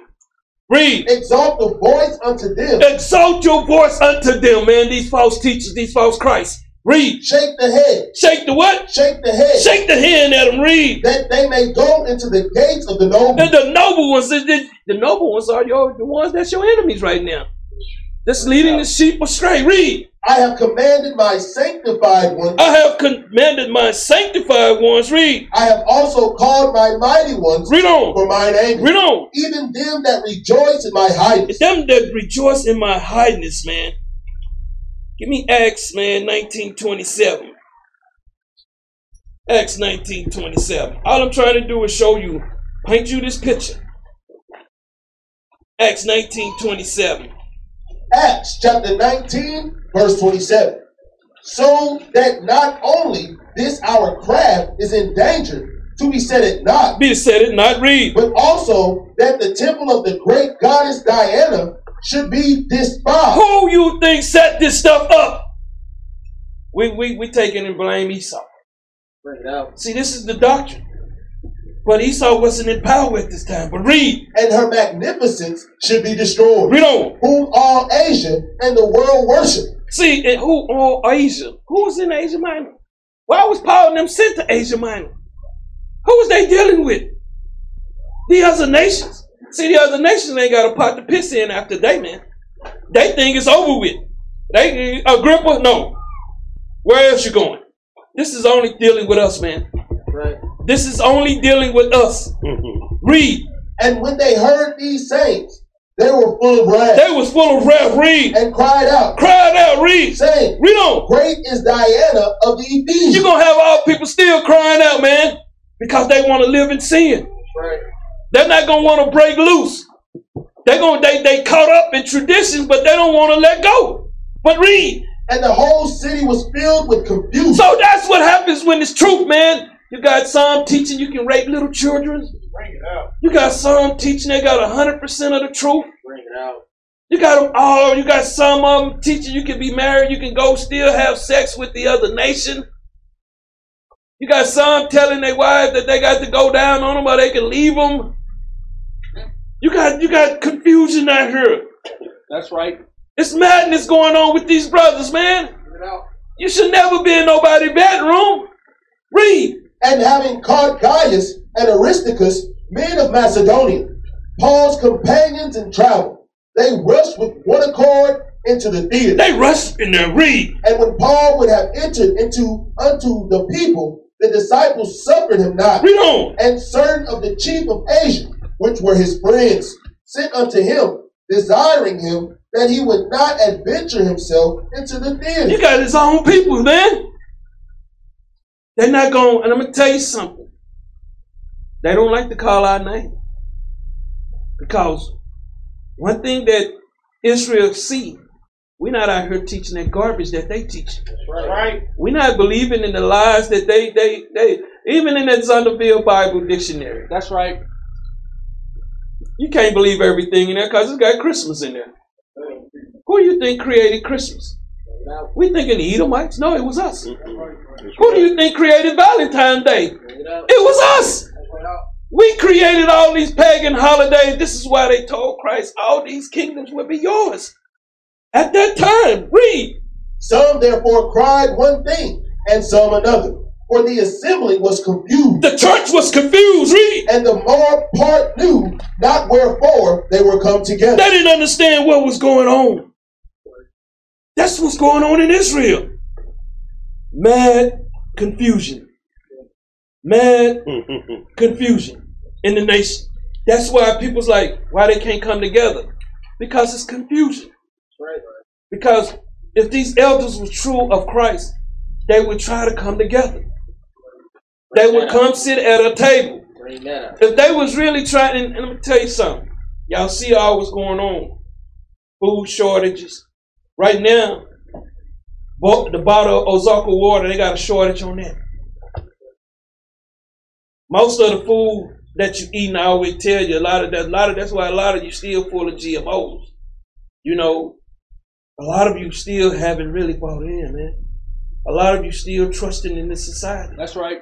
Read.
exalt the voice unto them,
Exalt your voice unto them, man. These false teachers, these false Christs. Read.
shake the head,
Shake the what?
shake the head,
Shake the hand at them. Read.
that they may go into the gates of the noble.
The, the noble ones, the, the, the noble ones are your the ones that's your enemies right now. That's leading the sheep astray. Read.
I have commanded my sanctified one.
I have commanded my sanctified ones. Read.
I have also called my mighty ones
Read on.
for mine anger,
Read on.
even them that rejoice in my height.
It's them that rejoice in my highness, man. Give me Acts, man, 1927. Acts 1927. All I'm trying to do is show you, paint you this picture. Acts 1927.
Acts chapter 19, verse 27. So that not only this our craft is in danger to be set at naught,
Be it said it, not read.
but also that the temple of the great goddess Diana should be despised.
Who you think set this stuff up? We we we taking and blame Esau.
Bring it out.
See, this is the doctrine. But Esau wasn't in power at this time. But read,
And her magnificence should be destroyed,
read on.
whom all Asia and the world worship.
See, and who all Asia? Who was in Asia Minor? Why was Paul and them sent to Asia Minor? Who was they dealing with? The other nations. See, the other nations ain't got a pot to piss in after they man. They think it's over with. They uh, Agrippa, no. Where else you going? This is only dealing with us, man.
Right.
This is only dealing with us. Read.
And when they heard these sayings, they were full of wrath
They was full of wrath. Read.
and cried out,
Cried out. Read.
saying,
Read on.
Great is Diana of the
You're
Ephesians.
gonna have all people still crying out, man, because they want to live in sin.
Right.
They're not gonna want to break loose. They gonna they they caught up in traditions, but they don't want to let go. But read.
And the whole city was filled with confusion.
So that's what happens when it's truth, man. You got some teaching you can rape little children.
Bring it out.
You got some teaching they got hundred percent of the truth.
Bring it out.
You got them all. You got some of them teaching you can be married. You can go still have sex with the other nation. You got some telling their wives that they got to go down on them or they can leave them. You got you got confusion out here.
That's right.
It's madness going on with these brothers, man.
Get out.
You should never be in nobody's bedroom. Read.
and having caught Gaius and Aristarchus, men of Macedonia, Paul's companions in travel, they rushed with one accord into the theater.
They rush in there. Read.
And when Paul would have entered into unto the people, the disciples suffered him not.
Read on.
And certain of the chief of Asia, which were his friends, sent unto him, desiring him that he would not adventure himself into the
You
theater.
got his own people, man. They're not going, and I'm going to tell you something. They don't like to call our name. Because one thing that Israel see, we're not out here teaching that garbage that they teach.
Right. Right.
We're not believing in the lies that they, they, they, even in that Zonderville Bible Dictionary.
That's right.
You can't believe everything in there because it's got Christmas in there. Who do you think created Christmas? We thinking the Edomites? No, it was us. Who do you think created Valentine's Day? It was us.
Get out.
We created all these pagan holidays. This is why they told Christ all these kingdoms will be yours. At that time, read.
Some therefore cried one thing, and some another. For the assembly was confused.
The church was confused. Read.
and the more part knew not wherefore they were come together.
They didn't understand what was going on. That's what's going on in Israel. Mad confusion. Mad confusion in the nation. That's why people's like, why they can't come together? Because it's confusion.
Right.
Because if these elders were true of Christ, they would try to come together. They would come sit at a table.
Bring that up.
If they was really trying, and, and let me tell you something, y'all see all what's going on, food shortages. Right now, bo- the bottle of Ozarka water, they got a shortage on that. Most of the food that you eating, I always tell you, a lot of that, a lot of that's why a lot of you still full of GMOs. You know, a lot of you still haven't really bought in, man. A lot of you still trusting in this society.
That's right.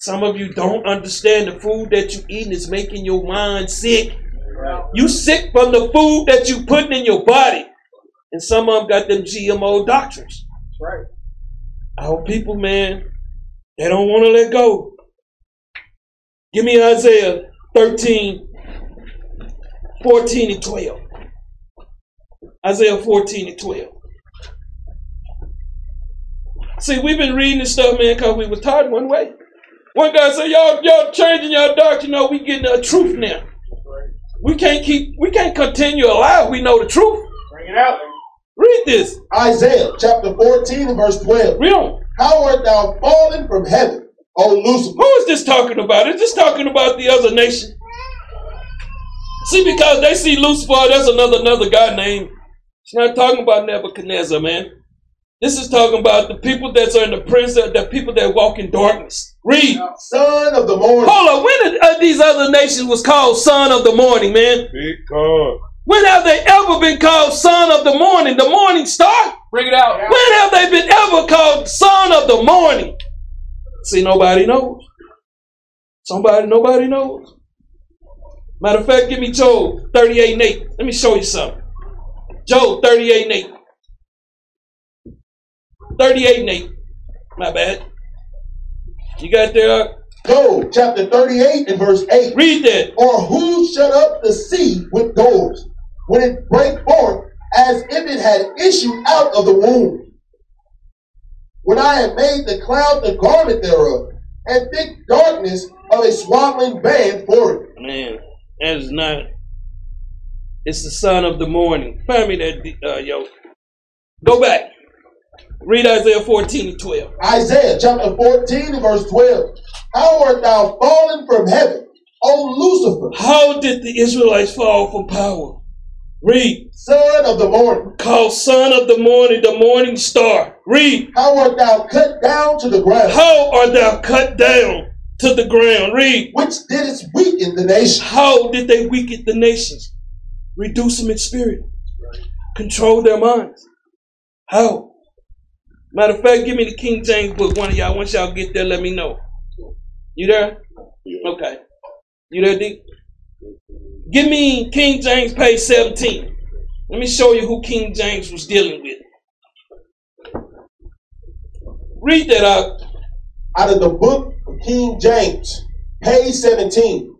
Some of you don't understand the food that you eating is making your mind sick.
Get out.
You sick from the food that you putting in your body. And some of them got them GMO doctrines.
That's right.
Our people, man, they don't want to let go. Give me Isaiah 13, 14 and 12. Isaiah 14 and 12. See, we've been reading this stuff, man, because we were taught one way. One guy said, Y'all, y'all changing y'all doctrine, no, we getting the truth now.
Right.
We can't keep we can't continue alive. We know the truth.
Bring it out.
Read this.
Isaiah chapter 14 and verse 12.
Read on.
How art thou fallen from heaven, O Lucifer?
Who is this talking about? It's just talking about the other nation. See, because they see Lucifer, that's another another guy name. It's not talking about Nebuchadnezzar, man. This is talking about the people that are in the prince, the the people that walk in darkness. Read.
Son of the morning,
Hold on. When did uh, these other nations was called son of the morning, man?
Because
When have they ever been called son of the morning? The morning star?
Bring it out.
When have they been ever called son of the morning? See, nobody knows. Somebody, nobody knows. Matter of fact, give me Job 38 and 8. Let me show you something. Job 38 and 8. 38 and 8. My bad. You got there?
Job chapter 38 and verse 8.
Read that.
Or who shut up the sea with doors, when it break forth as if it had issued out of the womb? When I have made the cloud the garment thereof, and thick darkness of a swaddling band for it.
Man, that is not. It's the son of the morning. Find me that, uh, yo. Go back. Read Isaiah 14 and 12.
Isaiah chapter 14 and verse 12. How art thou fallen from heaven, O Lucifer,
How did the Israelites fall from power? Read.
son of the morning?
Called son of the morning, the morning star. Read.
How art thou cut down to the ground,
How art thou cut down to the ground? Read.
which didst weaken the nation?
How did they weaken the nations? Reduce them in spirit. Control their minds. How? Matter of fact, give me the King James book, one of y'all. Once y'all get there, let me know. You there? Okay. You there, D? Give me King James, page 17. Let me show you who King James was dealing with. Read that out.
out of the book of King James, page 17.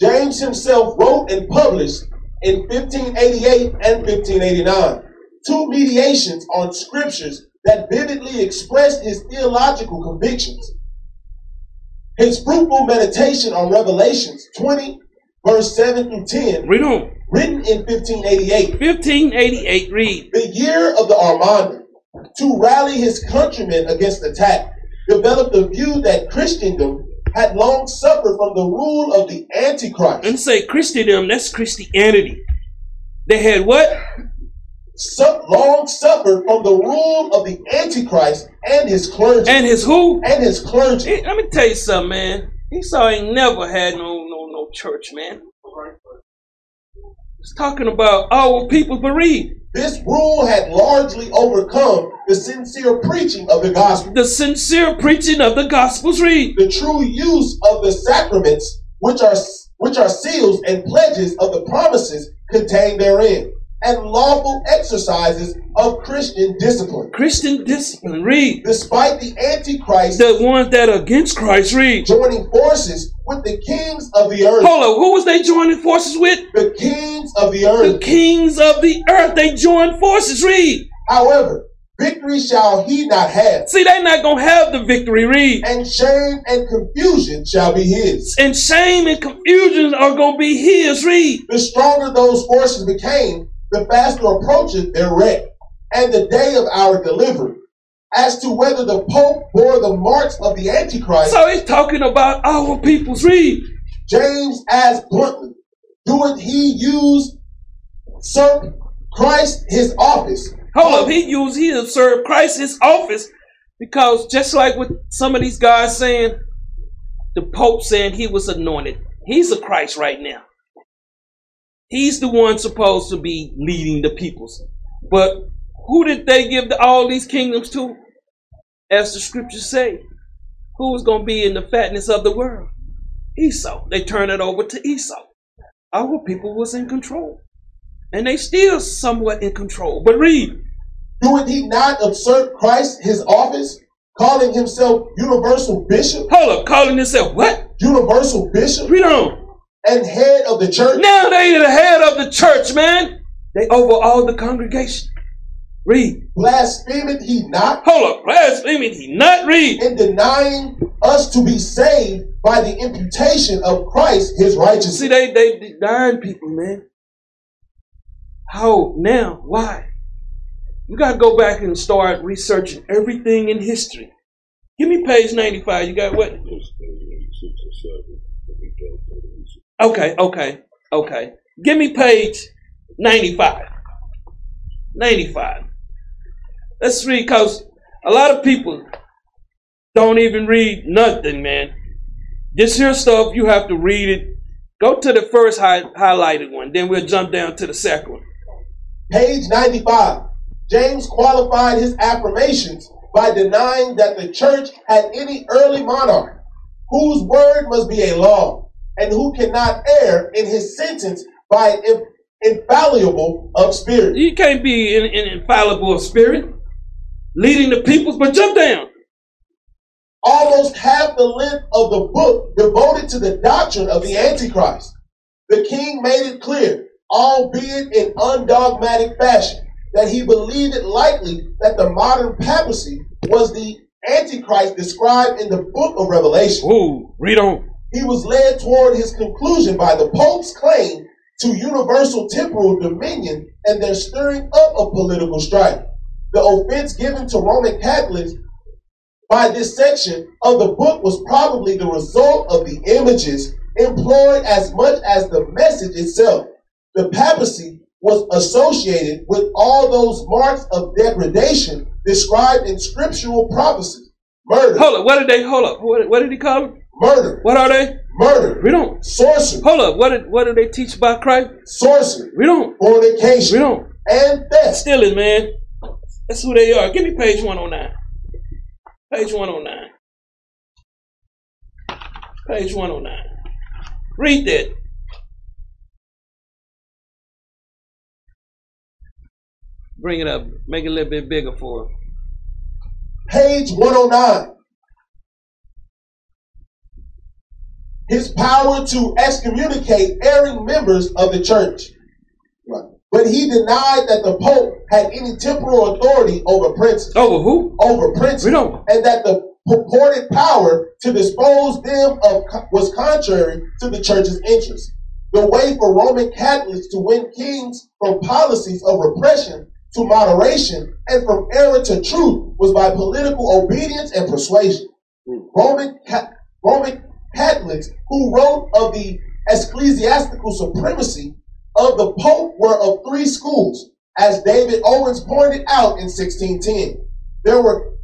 James himself wrote and published in 1588 and 1589 two mediations on scriptures that vividly expressed his theological convictions. His fruitful meditation on Revelations 20, verse 7 through 10,
Read on.
written in 1588,
1588, read.
the year of the Armada, to rally his countrymen against attack, developed the view that Christendom had long suffered from the rule of the Antichrist,
And say Christendom, that's Christianity. They had what?
Su- long suffered from the rule of the Antichrist and his clergy,
And his who?
and his clergy.
Hey, let me tell you something, man. Esau ain't never had no no no church, man. It's talking about our people bereaved.
This rule had largely overcome the sincere preaching of the gospel,
The sincere preaching of the gospels read.
the true use of the sacraments, which are which are seals and pledges of the promises contained therein, and lawful exercises of Christian discipline.
Christian discipline read.
Despite the Antichrist
The ones that are against Christ read.
joining forces with the kings of the earth,
Hold up, who was they joining forces with?
the kings of the
The
earth.
kings of the earth. They joined forces read.
However, victory shall he not have,
See, they not gonna have the victory read.
and shame and confusion shall be his.
And shame and confusion are gonna be his read.
The stronger those forces became, the faster approached their wreck and the day of our delivery. As to whether the Pope bore the marks of the Antichrist,
So it's talking about our people's read.
James asked bluntly, Doeth he use serp Christ his office?
Hold up, he used he observed Christ's office because just like with some of these guys saying, the Pope saying he was anointed, he's a Christ right now. He's the one supposed to be leading the peoples. But who did they give the, all these kingdoms to? As the scriptures say, who was going to be in the fatness of the world? Esau. They turned it over to Esau. Our people was in control. And they still somewhat in control. But read.
Doeth he not usurp Christ his office, calling himself universal bishop,
Hold up, calling himself what?
universal bishop,
Read on.
and head of the church?
Now they the head of the church, man. They over all the congregation. Read.
Blasphemeth he not
Hold up, blaspheming he not read.
in denying us to be saved by the imputation of Christ his righteousness?
See, they they denying people, man. How now? Why? You gotta go back and start researching everything in history. Give me page ninety-five. You got what? Okay, okay, okay. Give me page 95. 95. Let's read, because a lot of people don't even read nothing, man. This here stuff, you have to read it. Go to the first high, highlighted one, then we'll jump down to the second one.
Page 95. James qualified his affirmations by denying that the church had any early monarch whose word must be a law and who cannot err in his sentence by an inf- infallible of spirit.
You can't be in, in infallible of spirit, leading the peoples, but jump down.
Almost half the length of the book devoted to the doctrine of the Antichrist. The king made it clear, albeit in undogmatic fashion, that he believed it likely that the modern papacy was the Antichrist described in the book of Revelation.
Ooh, read on.
He was led toward his conclusion by the Pope's claim to universal temporal dominion and their stirring up of political strife. The offense given to Roman Catholics by this section of the book was probably the result of the images employed as much as the message itself. The papacy was associated with all those marks of degradation described in scriptural prophecies murder,
Hold up, what did they, hold up, what, what did he call them?
murder,
What are they?
murder,
Read on.
sorcery.
Hold up, what did, what did they teach about Christ?
sorcery,
We don't.
fornication,
We don't.
and theft.
Stealing, man. That's who they are. Give me page 109. Page 109. Page 109. Read that. Bring it up. Make it a little bit bigger for us.
Page 109. His power to excommunicate erring members of the church. But he denied that the Pope had any temporal authority over princes,
Over who?
over princes,
We don't.
and that the purported power to dispose them of was contrary to the church's interests. The way for Roman Catholics to win kings from policies of repression to moderation and from error to truth was by political obedience and persuasion. Roman, Ca- Roman Catholics who wrote of the ecclesiastical supremacy of the Pope were of three schools, as David Owens pointed out in 1610. There were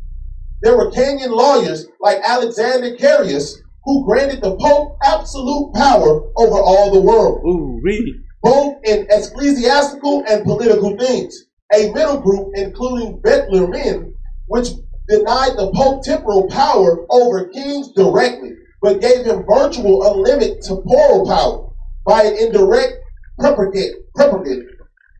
there were Kenyan lawyers like Alexander Carius who granted the Pope absolute power over all the world
Ooh, read.
both in ecclesiastical and political things. A middle group, including Betler men, which denied the Pope temporal power over kings directly, but gave him virtual unlimited temporal power by an indirect propagate, propagate.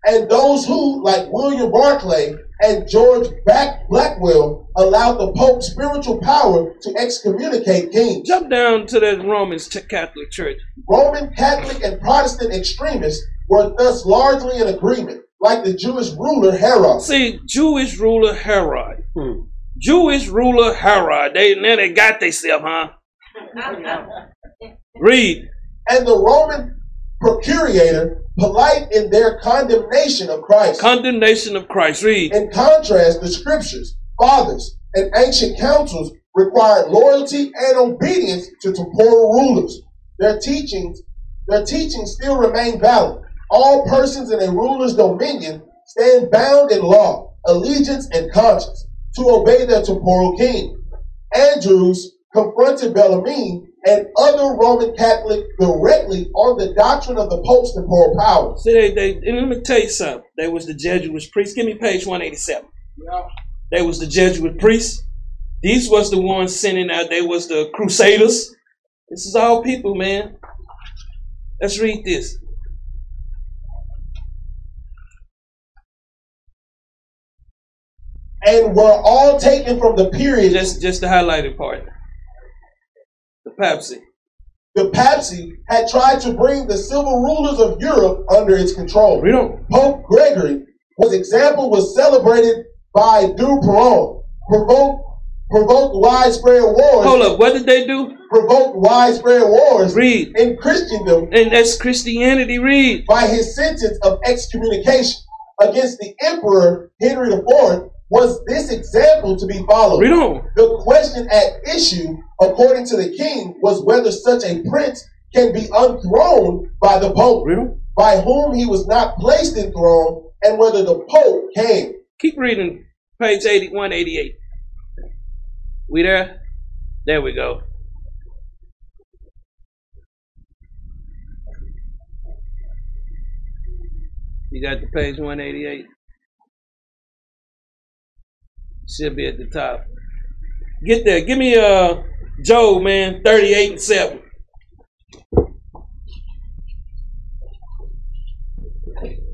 And those who, like William Barclay and George Back Blackwell, allowed the Pope spiritual power to excommunicate kings.
Jump down to that Romans t- Catholic Church.
Roman Catholic and Protestant extremists were thus largely in agreement, like the Jewish ruler Herod.
See, Jewish ruler Herod.
Hmm.
Jewish ruler Herod. They now they got themselves, huh? Read.
And the Roman procurator, polite in their condemnation of Christ.
Condemnation of Christ. Read.
In contrast, the scriptures, fathers, and ancient councils required loyalty and obedience to temporal rulers. Their teachings, their teachings still remain valid. All persons in a ruler's dominion stand bound in law, allegiance, and conscience to obey their temporal king. Andrews confronted Bellarmine and other Roman Catholic directly on the doctrine of the Pope's temporal powers.
See, they, they, and let me tell you something. They was the Jesuit priests. Give me page 187.
Yeah.
They was the Jesuit priests. These was the ones sending out. They was the Crusaders. This is all people, man. Let's read this.
And were all taken from the period
Just, just the highlighted part. The Pepsi.
the papacy had tried to bring the civil rulers of Europe under its control.
Read on.
Pope Gregory, whose example was celebrated by Du Peron, provoked, provoked widespread wars.
Hold up. What did they do?
Provoked widespread wars
Read.
in Christendom
And that's Christianity. Read.
by his sentence of excommunication against the Emperor Henry IV. Was this example to be followed?
Read on.
The question at issue, according to the king, was whether such a prince can be unthroned by the Pope,
Read on.
by whom he was not placed in throne, and whether the Pope came.
Keep reading. Page 80, 188. We there? There we go. You got the page 188? Should be at the top. Get there. Give me uh Joe, man, 38 and 7.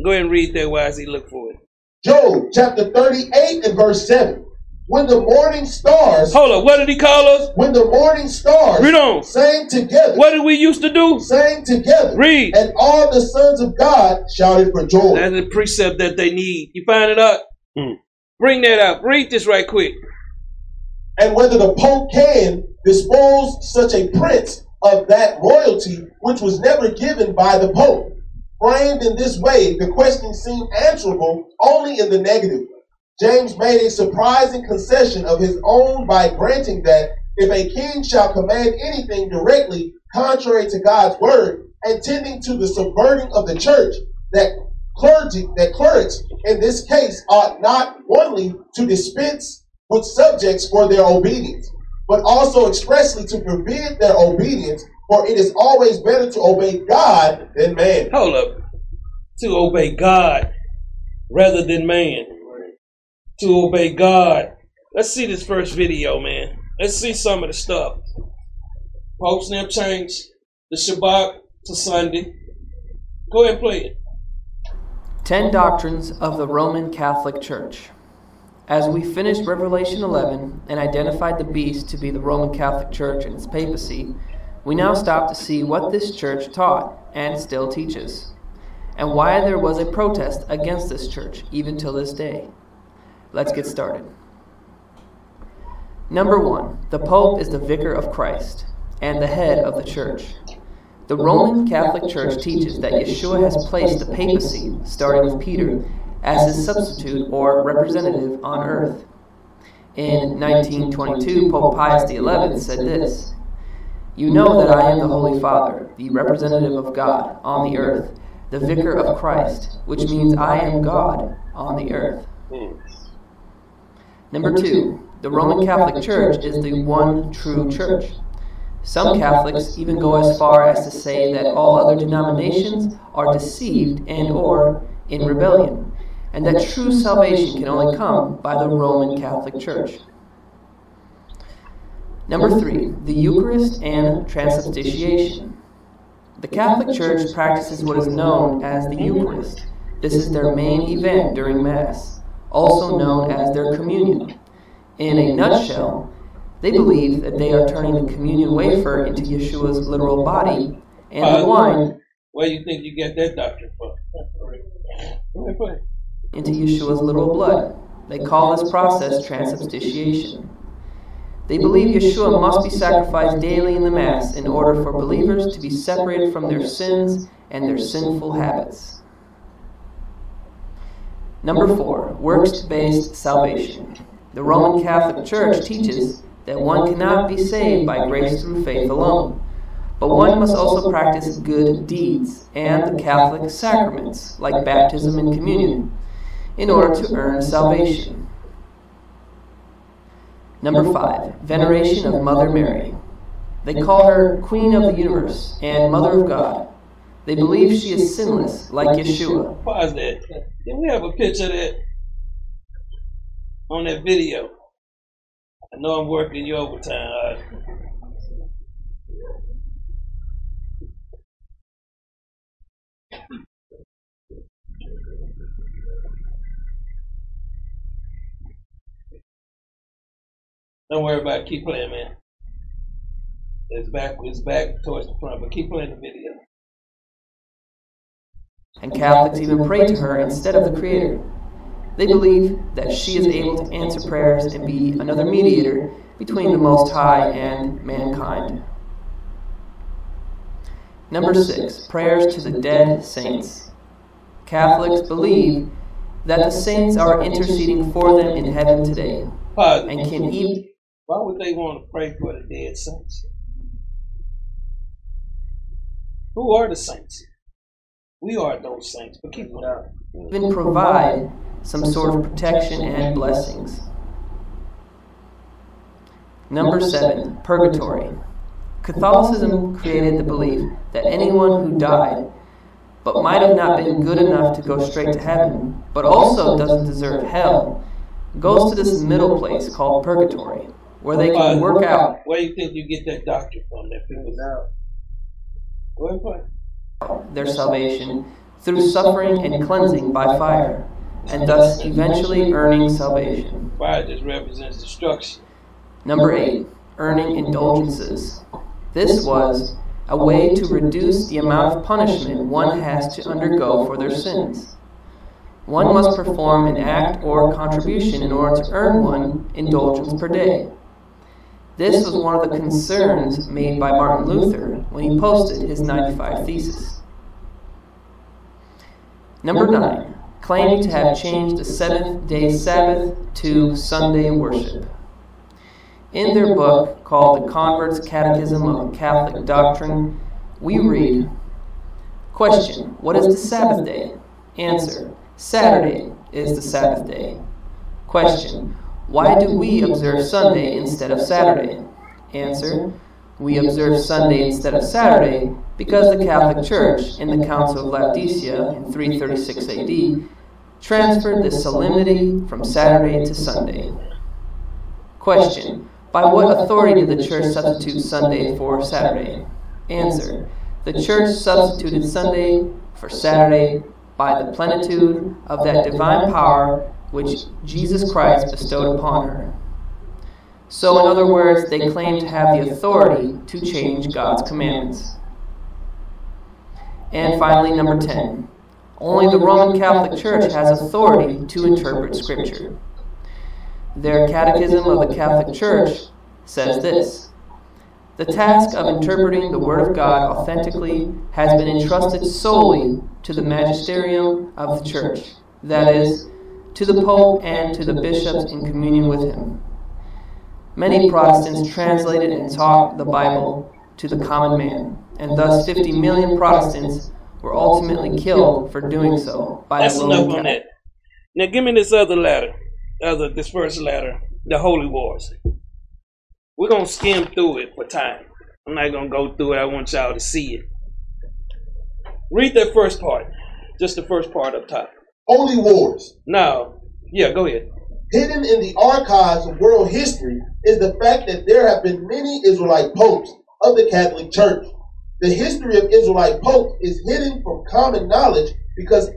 Go ahead and read that while he look for it.
Job chapter 38 and verse 7. When the morning stars,
Hold up, what did he call us?
when the morning stars
Read on.
sang together,
What did we used to do?
sang together,
Read.
and all the sons of God shouted for joy.
That's a precept that they need. You find it up?
Hmm.
Bring that up. Read this right quick.
and whether the Pope can dispose such a prince of that royalty which was never given by the Pope. Framed in this way, the question seemed answerable only in the negative. James made a surprising concession of his own by granting that if a king shall command anything directly contrary to God's word and tending to the subverting of the church, that clergy, that clerics in this case ought not only to dispense with subjects for their obedience, but also expressly to forbid their obedience, for it is always better to obey God than man.
Hold up. To obey God rather than man. to obey God. Let's see this first video, man. Let's see some of the stuff. Folks, now change the Shabbat to Sunday. Go ahead and play it.
Ten Doctrines of the Roman Catholic Church. As we finished Revelation 11 and identified the beast to be the Roman Catholic Church and its papacy, we now stop to see what this church taught and still teaches, and why there was a protest against this church even till this day. Let's get started. Number one, the Pope is the vicar of Christ and the head of the church. The Roman Catholic Church teaches that Yeshua has placed the papacy, starting with Peter, as his substitute or representative on earth. In 1922, Pope Pius XI said this You know that I am the Holy Father, the representative of God on the earth, the vicar of Christ, which means I am God on the earth. Number two, the Roman Catholic Church is the one true church. Some Catholics even go as far as to say that all other denominations are deceived and or in rebellion, and that true salvation can only come by the Roman Catholic Church. Number three, the Eucharist and Transubstantiation. The Catholic Church practices what is known as the Eucharist. This is their main event during Mass, also known as their communion. In a nutshell, they believe that they are turning the communion wafer into Yeshua's literal body and the wine
Where you think you get that doctrine from? Go ahead, play. it.
into Yeshua's literal blood. They call this process transubstantiation. They believe Yeshua must be sacrificed daily in the Mass in order for believers to be separated from their sins and their sinful habits. Number four, works based salvation. The Roman Catholic Church teaches that one cannot be saved by grace through faith alone, but one must also practice good deeds and the Catholic sacraments, like baptism and communion, in order to earn salvation. Number five, veneration of Mother Mary. They call her Queen of the Universe and Mother of God. They believe she is sinless, like Yeshua.
Pause that. Did we have a picture of that on that video? I know I'm working you overtime. all right. Don't worry about it. Keep playing, man. It's back. It's back towards the front, but keep playing the video.
and Catholics even pray to her instead of the Creator. They believe that she is able to answer prayers and be another mediator between the Most High and mankind. Number six, prayers to the dead saints. Catholics believe that the saints are interceding for them in heaven today
Pause.
and can even
Why would they want to pray for the dead saints? Who are the saints? We are those saints, but keep going.
even provide some sort of protection and blessings. Number seven, purgatory. Catholicism created the belief that anyone who died but might have not been good enough to go straight to heaven, but also doesn't deserve hell, goes to this middle place called purgatory, where they can work out
Where do you think you get that doctrine from? That people now. Go ahead, play.
their salvation through suffering and cleansing by fire, and thus eventually earning salvation.
Fire just represents destruction.
Number eight, earning indulgences. This was a way to reduce the amount of punishment one has to undergo for their sins. One must perform an act or contribution in order to earn one indulgence per day. This was one of the concerns made by Martin Luther when he posted his 95 Thesis. Number nine, claiming to have changed the seventh day Sabbath to Sunday worship. In their book called The Convert's Catechism of Catholic Doctrine, we read Question What is the Sabbath day? Answer Saturday is the Sabbath day. Question Why do we observe Sunday instead of Saturday? Answer We observe Sunday instead of Saturday because the Catholic Church, in the Council of Laodicea in 336 AD, transferred the solemnity from Saturday to Sunday. Question. By what authority did the church substitute Sunday for Saturday? Answer. The church substituted Sunday for Saturday by the plenitude of that divine power which Jesus Christ bestowed upon her. So, in other words, they claim to have the authority to change God's commandments. And finally, number 10. Only the Roman Catholic Church has authority to interpret Scripture. Their Catechism of the Catholic Church says this The task of interpreting the Word of God authentically has been entrusted solely to the magisterium of the Church, that is, to the Pope and to the bishops in communion with him. Many Protestants translated and taught the Bible to the common man, and thus 50 million Protestants were ultimately killed for doing so by
That's
the
enough
Roman
on
Catholic
that. Now give me this other letter, other this first letter, the Holy Wars. We're gonna skim through it for time. I'm not gonna go through it. I want y'all to see it. Read that first part, just the first part up top.
Holy wars.
Now, yeah, go ahead.
Hidden in the archives of world history is the fact that there have been many Israelite popes of the Catholic Church. The history of Israelite popes is hidden from common knowledge because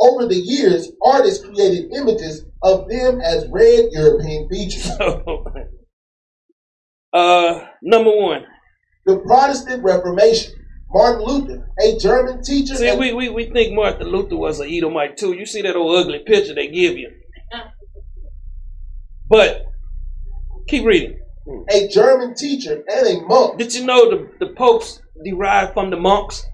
over the years, artists created images of them as red European features.
uh, number one.
The Protestant Reformation. Martin Luther, a German teacher.
See,
and-
we, we, we think Martin Luther was an Edomite too. You see that old ugly picture they give you. But keep reading.
a German teacher and a monk
Did you know the, the popes derived from the monks?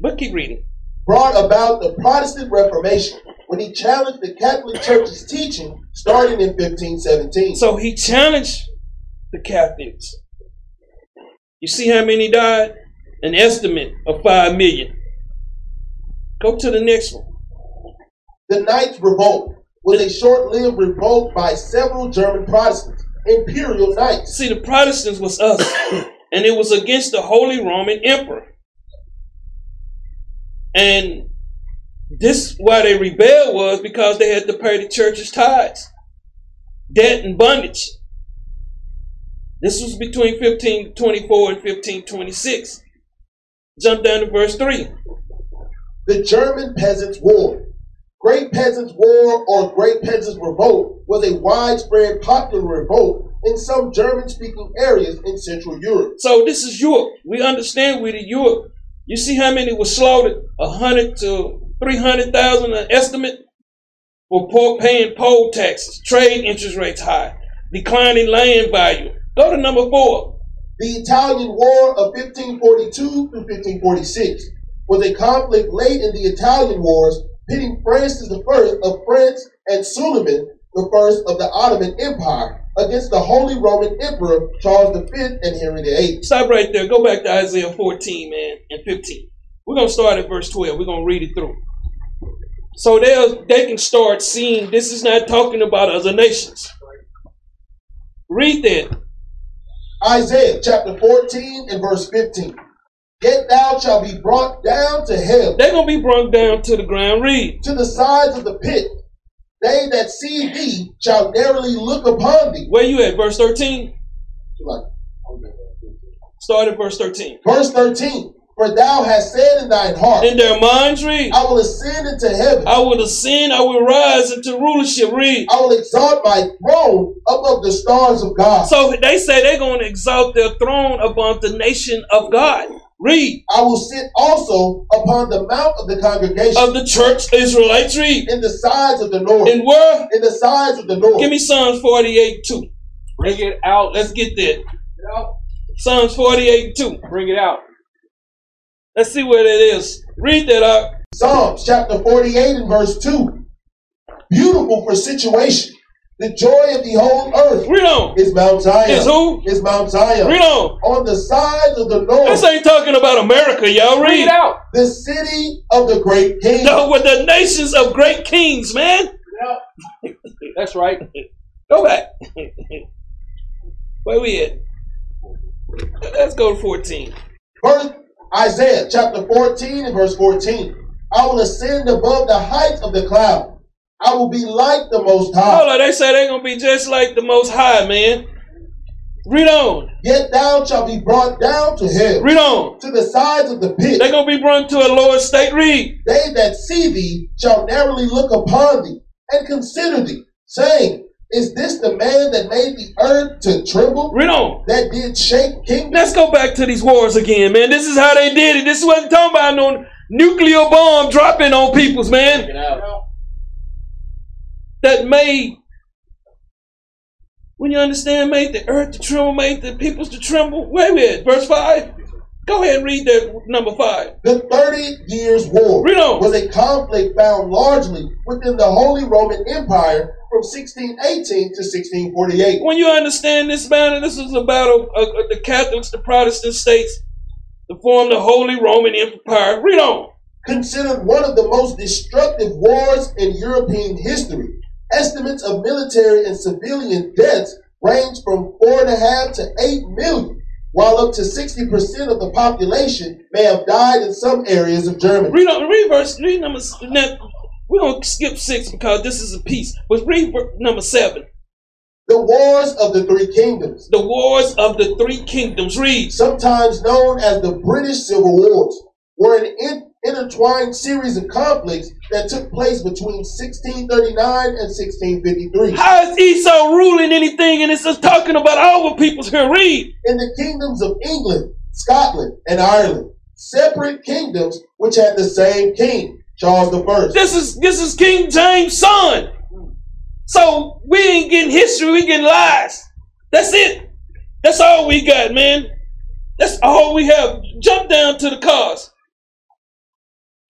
But keep reading.
brought about the Protestant Reformation when he challenged the Catholic Church's teaching starting in 1517.
So he challenged the Catholics. You see how many died? An estimate of 5 million. Go to the next one.
the Knights' Revolt was a short lived revolt by several German Protestants, imperial knights.
See, the Protestants was us, and it was against the Holy Roman Emperor. And this why they rebelled was because they had to pay the church's tithes, debt, and bondage. This was between 1524 and 1526. Jump down to verse 3.
The German Peasants' War. Great Peasants' War or Great Peasants' Revolt was a widespread popular revolt in some German speaking areas in Central Europe.
So this is Europe. We understand we're the Europe. You see how many were slaughtered? A hundred to three hundred thousand, an estimate, for poor paying poll taxes, trade interest rates high, declining land value. Go to number four.
The Italian War of 1542 through 1546 was a conflict late in the Italian Wars pitting Francis I of France and Suleiman I of the Ottoman Empire against the Holy Roman Emperor Charles V and Henry VIII.
Stop right there. Go back to Isaiah 14, man, and 15. We're gonna start at verse 12. We're gonna read it through. So they they can start seeing this is not talking about other nations. Read that.
Isaiah chapter 14 and verse 15. Yet thou shalt be brought down to hell,
They're gonna be brought down to the ground. Read.
to the sides of the pit. They that see thee shall narrowly look upon thee.
Where you at? Verse 13?
Like, okay.
Start at verse 13.
Verse 13. For thou hast said in thine heart,
In their minds, read.
I will ascend into heaven.
I will ascend, I will rise into rulership, read.
I will exalt my throne above the stars of God.
So they say they're going to exalt their throne upon the nation of God. Read.
I will sit also upon the mount of the congregation
Of the church, Israelites, read.
in the sides of the north.
And where?
In the sides of the north.
Give me Psalms 48 2.
Bring it out.
Let's get there.
Bring it out.
Psalms 48 2.
Bring it out.
Let's see where that is. Read that up.
Psalms chapter 48 and verse 2. Beautiful for situation. The joy of the whole earth
Read on.
is Mount Zion.
Is who?
Is Mount Zion.
Read on.
On the sides of the north,
This ain't talking about America, y'all.
Bring
Read.
it out.
the city of the great king.
No, with the nations of great kings, man.
That's right.
Go back. Where we at? Let's go to 14.
Verse Isaiah chapter 14 and verse 14. I will ascend above the heights of the cloud. I will be like the Most High.
Hold on, they say they're gonna be just like the Most High, man. Read on,
Yet thou shalt be brought down to hell,
read on.
to the sides of the pit.
They're gonna be brought to a lower state. Read.
They that see thee shall narrowly look upon thee and consider thee, saying, Is this the man that made the earth to tremble,
Read on.
that did shake kingdoms?
Let's go back to these wars again, man. This is how they did it. This wasn't talking about no nuclear bomb dropping on peoples, man.
Get out.
that made when you understand made the earth to tremble, made the peoples to tremble. Wait a minute, verse five. Go ahead and read that number five.
The Thirty Years' War
Read on.
was a conflict found largely within the Holy Roman Empire from 1618 to 1648.
When you understand this battle, this is a battle of, of the Catholics, the Protestant states, to form the Holy Roman Empire. Read on.
Considered one of the most destructive wars in European history, estimates of military and civilian deaths range from four and a half to eight million, while up to 60% of the population may have died in some areas of Germany.
Read on. Read verse. Read number. s- Now, we're gonna skip six because this is a piece. But read ver- number seven.
The Wars of the Three Kingdoms,
The wars of the three kingdoms. Read.
sometimes known as the British Civil Wars, were an in- intertwined series of conflicts that took place between 1639 and 1653.
How is Esau ruling anything and it's just talking about our peoples here? Read.
in the kingdoms of England, Scotland, and Ireland, separate kingdoms which had the same king, Charles I.
This is this is King James' son. So we ain't getting history, we getting lies. That's it. That's all we got, man. That's all we have. Jump down to the cause.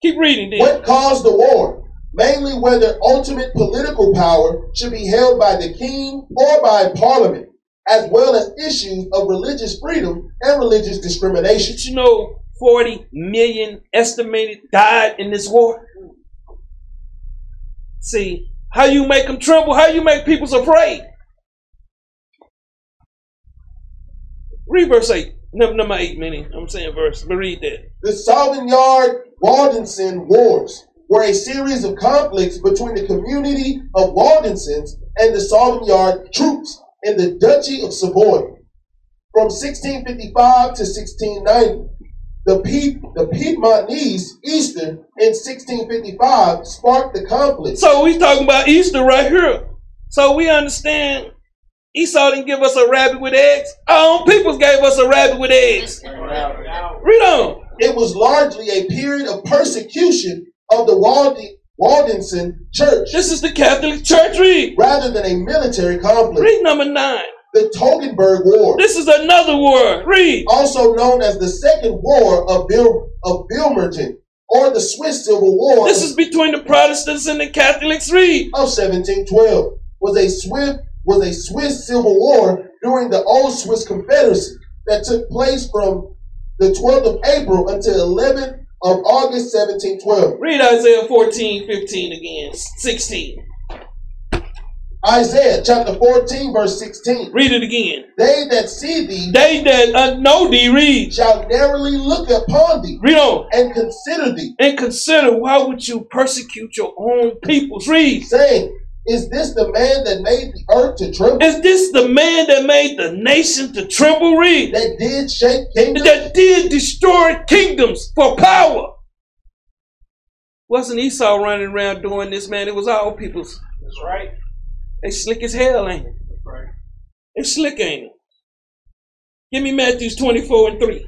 Keep reading, then.
What caused the war? Mainly whether ultimate political power should be held by the king or by parliament, as well as issues of religious freedom and religious discrimination.
Did you know 40 million estimated died in this war? See, how you make them tremble, how you make people's afraid. Read verse 8, number, number 8, many. I'm saying verse, but read that.
The Sauvignard Waldensen Wars were a series of conflicts between the community of Waldensens and the Sauvignard troops in the Duchy of Savoy. From 1655 to 1690, the, Pied- the Piedmontese Easter in 1655 sparked the conflict.
So we talking about Easter right here. So we understand Esau didn't give us a rabbit with eggs. Our own peoples gave us a rabbit with eggs. Read on.
It was largely a period of persecution of the Walden- Waldensen Church
This is the Catholic Church. Read.
rather than a military conflict.
Read number 9.
The Toggenburg War.
This is another word. Read.
also known as the Second War of Bil- of Bilmerton, or the Swiss Civil War
This is between the Protestants and the Catholics. Read.
of 1712, was a swift was a Swiss Civil War during the Old Swiss Confederacy that took place from the 12th of April until 11th of August 1712.
Read Isaiah 14, 15 again, 16.
Isaiah chapter 14 verse 16.
Read it again.
They that see thee
They that uh, know thee, read.
shall narrowly look upon thee
Read on.
and consider thee
And consider why would you persecute your own peoples? Read.
saying, Is this the man that made the earth to tremble?
Is this the man that made the nation to tremble? Read.
that did shake kingdoms?
That did destroy kingdoms for power. Wasn't Esau running around doing this, man? It was our peoples.
That's right.
They slick as hell, ain't it?
Right.
They slick, ain't it? Give me Matthews 24 and 3.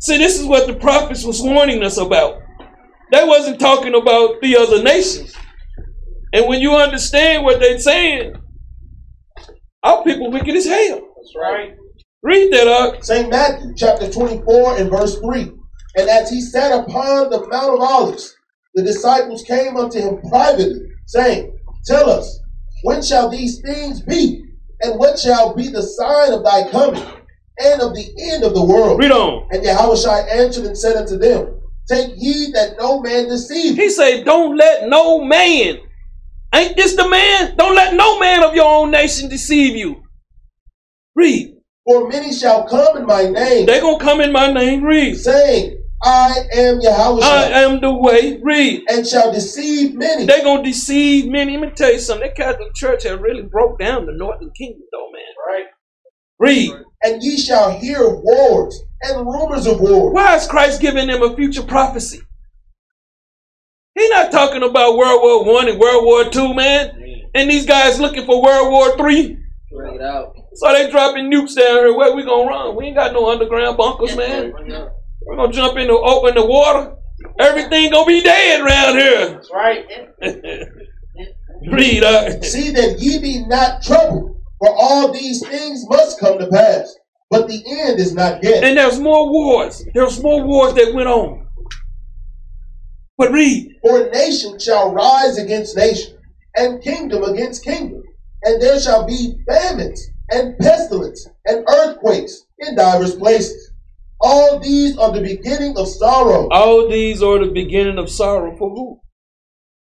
See, this is what the prophets was warning us about. They wasn't talking about the other nations. And when you understand what they're saying, our people wicked as hell.
That's right.
Read that uh, up.
St. Matthew chapter 24 and verse 3. And as he sat upon the Mount of Olives, the disciples came unto him privately, saying, Tell us, when shall these things be? And what shall be the sign of thy coming and of the end of the world?
Read on.
And Yahushua answered and said unto them, Take heed that no man deceive you.
He said, Don't let no man, ain't this the man? Don't let no man of your own nation deceive you. Read.
For many shall come in my name,
They gonna come in my name, read.
saying, I am Yahweh
I
Shai,
am the way. Read.
and shall deceive many.
They gonna deceive many. Let me tell you something. That Catholic Church had really broke down the Northern Kingdom, though, man.
Right.
Read.
And ye shall hear of wars and rumors of wars.
Why is Christ giving them a future prophecy? He's not talking about World War One and World War Two, man. And these guys looking for World War Three.
Bring it out.
So they dropping nukes down here. Where we gonna run? We ain't got no underground bunkers, man. We're gonna jump into open the water. Everything gonna be dead around here.
That's right.
Read. Uh,
See that ye be not troubled, for all these things must come to pass. But the end is not yet.
and there's more wars. There's more wars that went on. But read.
For nation shall rise against nation, and kingdom against kingdom. And there shall be famines, and pestilence, and earthquakes in divers places. All these are the beginning of sorrow.
All these are the beginning of sorrow for who?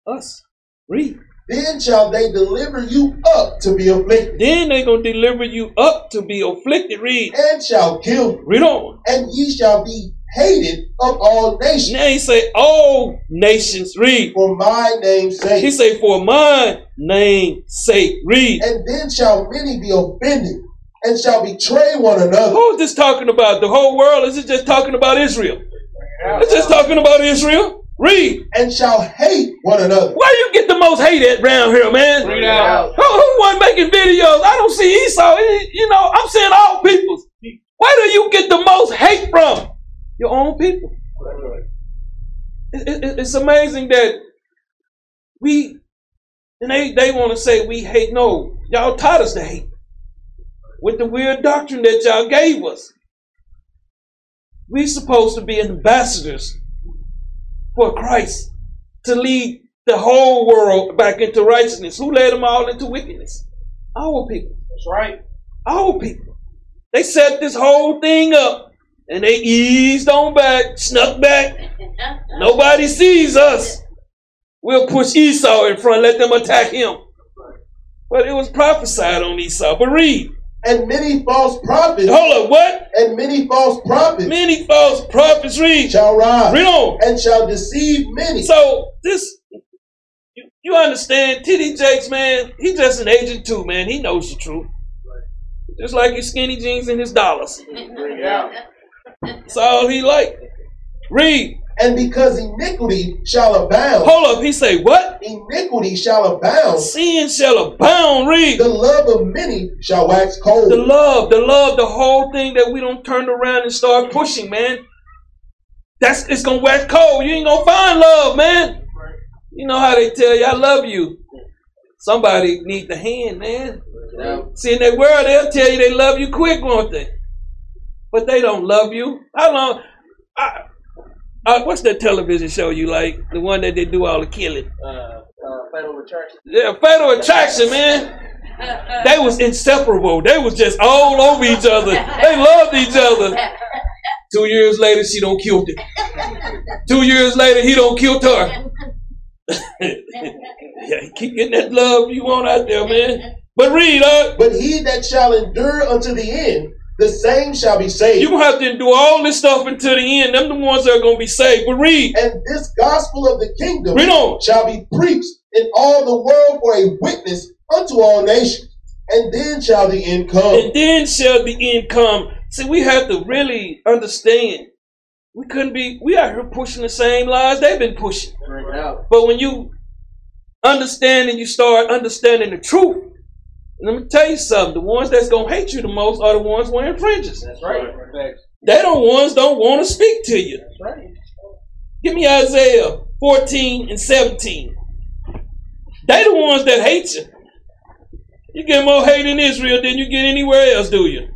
Us. Read.
Then shall they deliver you up to be afflicted,
Then they gonna deliver you up to be afflicted. Read.
and shall kill you,
Read on.
and ye shall be hated of all nations
Now he say, all nations. Read.
for my name's
He
sake.
say, for my name's sake. Read.
And then shall many be offended, and shall betray one another,
Who's this talking about? The whole world? Is it just talking about Israel? It's just talking about Israel. Read.
and shall hate one another.
Why you get the most hate at round here, man?
Read out.
Who, who wasn't making videos? I don't see Esau. He- You know, I'm saying all peoples. Where do you get the most hate from? Your own people. It- it- it- it's amazing that we, and they, they want to say we hate. No, y'all taught us to hate with the weird doctrine that y'all gave us. we supposed to be ambassadors for Christ to lead the whole world back into righteousness. Who led them all into wickedness? Our people.
That's right.
Our people. They set this whole thing up and they eased on back, snuck back. Nobody sees us. We'll push Esau in front, let them attack him. But it was prophesied on Esau. But read.
And many false prophets,
Hold up, what?
and many false prophets
Many false prophets read.
shall rise,
Read on.
and shall deceive many.
So this, you, you understand, Titty Jakes, man, he just an agent too, man. He knows the truth. Just like his skinny jeans and his dollars.
Bring it out.
That's all he like. Read.
And because iniquity shall abound,
Hold up. He say, what?
iniquity shall abound,
Sin shall abound. Read.
the love of many shall wax
The
cold.
love, the love, the whole thing that we don't turn around and start pushing, man. That's it's gonna wax cold. You ain't gonna find love, man. You know how they tell you, I love you. Somebody need the hand, man. See, in that world, they'll tell you they love you quick, won't they? But they don't love you. How long? I, I, what's that television show you like? The one that they do all the killing?
Uh, uh, fatal retraction.
Yeah, Fatal Attraction, man. They was inseparable. They was just all over each other. They loved each other. Two years later, she don't killed him. Two years later, he don't killed her. yeah, keep getting that love you want out there, man. But read, uh,
But he that shall endure unto the end, the same shall be
You
saved.
gonna have to do all this stuff until the end. Them the ones that are gonna be saved. But read,
And this gospel of the kingdom
read on.
shall be preached in all the world for a witness unto all nations, and then shall the end come.
And then shall the end come. See, we have to really understand. We couldn't be. We out here pushing the same lies they've been pushing.
Bring it out.
But when you understand and you start understanding the truth, let me tell you something. The ones that's gonna hate you the most are the ones wearing fringes.
That's right. Thanks.
They don't ones don't want to speak to you.
That's right.
Give me Isaiah 14 and 17. They the ones that hate you. You get more hate in Israel than you get anywhere else, do you?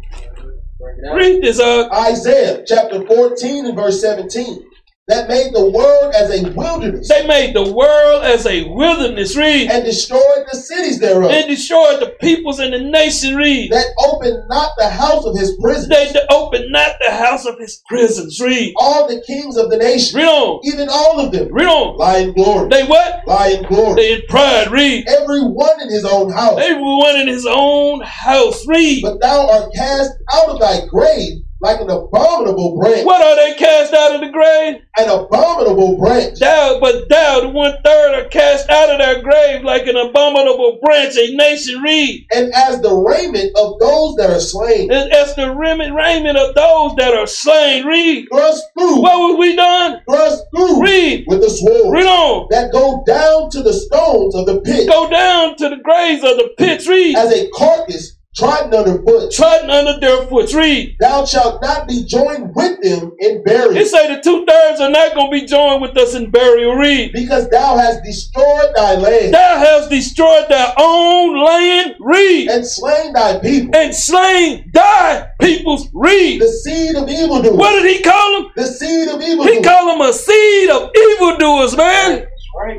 Read this up.
Isaiah chapter 14 and verse 17, that made the world as a wilderness
They made the world as a wilderness, read,
and destroyed the cities thereof,
and destroyed the peoples and the nation, read.
that opened not the house of his
They
prisoners,
d- opened not the house of his prisons, read.
all the kings of the nation,
Read on,
even all of them,
read on.
lie in glory,
They what?
lie in glory,
They in pride, read.
every one in his own house.
They were one in his own house, read.
But thou art cast out of thy grave like an abominable branch,
What are they cast out of the grave?
an abominable branch.
Thou, but thou, the one third are cast out of their grave like an abominable branch, a nation reed.
And as the raiment of those that are slain,
And as the raiment raiment of those that are slain, read.
thrust through,
What was we done?
thrust through
Read.
with the sword
Read on.
that go down to the stones of the pit
Go down to the graves of the pits, read.
as a carcass trodden underfoot.
Trodden under their foot, read.
Thou shalt not be joined with them in burial,
It say the two thirds are not going to be joined with us in burial, read.
because thou hast destroyed thy land
Thou hast destroyed thy own land, read.
and slain thy people,
and slain thy people's reed.
the seed of evildoers,
What did he call them?
the seed of
He
evildoers.
called them a seed of evildoers, man.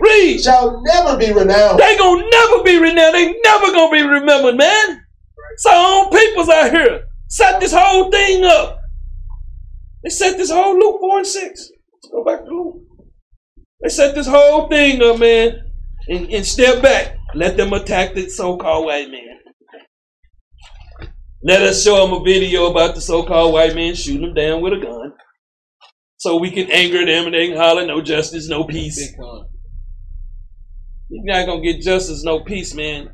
Reed.
Shall never be renowned.
They gonna never be renowned. They never gonna be remembered, man. So own peoples out here set this whole thing up. They set this whole Luke four and six. Let's go back to Luke. They set this whole thing up, man, and, and step back. Let them attack the so-called white man. Let us show them a video about the so-called white man shooting them down with a gun, so we can anger them and they can holler, "No justice, no peace."
Big con.
You're not gonna get justice, no peace, man.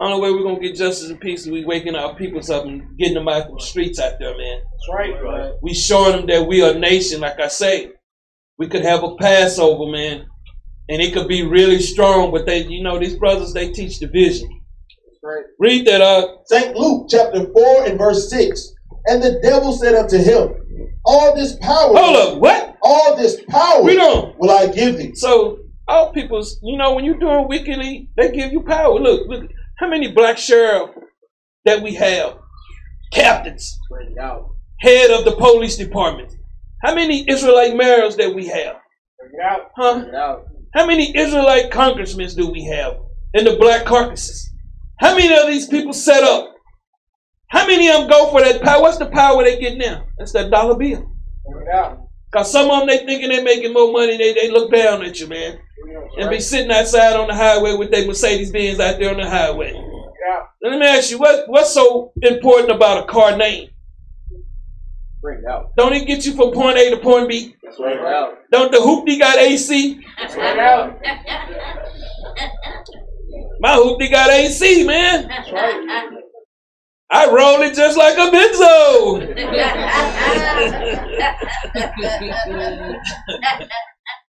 Only way we're gonna get justice and peace is we waking our peoples up and getting them out of the streets out there, man.
That's right, bro.
We showing them that we are a nation, like I say. We could have a Passover, man, and it could be really strong. But they, you know, these brothers they teach division.
right.
Read that up.
St. Luke chapter 4 and verse 6. And the devil said unto him, All this power,
Hold up, what?
all this power
Read on.
will I give thee,
So all peoples, you know, when you're doing wickedly, they give you power. Look, look, how many black sheriff that we have, captains,
Spread it out.
head of the police department. How many Israelite mayors that we have?
Bring it out.
Huh?
Bring it out.
How many Israelite congressmen do we have in the black caucuses? How many of these people set up? How many of them go for that power? What's the power they get now? That's that dollar bill.
Bring it out.
Cause some of them they thinking they making more money, they they look down at you, man,
Bring it out.
and be sitting outside on the highway with their Mercedes Benz out there on the highway.
Bring it out.
Let me ask you, what what's so important about a car name?
Bring it out.
Don't it get you from point A to point B?
That's
Bring it
right.
out.
Don't the hoopty got AC?
Bring it out.
My hoopty got AC, man.
That's right.
I roll it just like a benzo.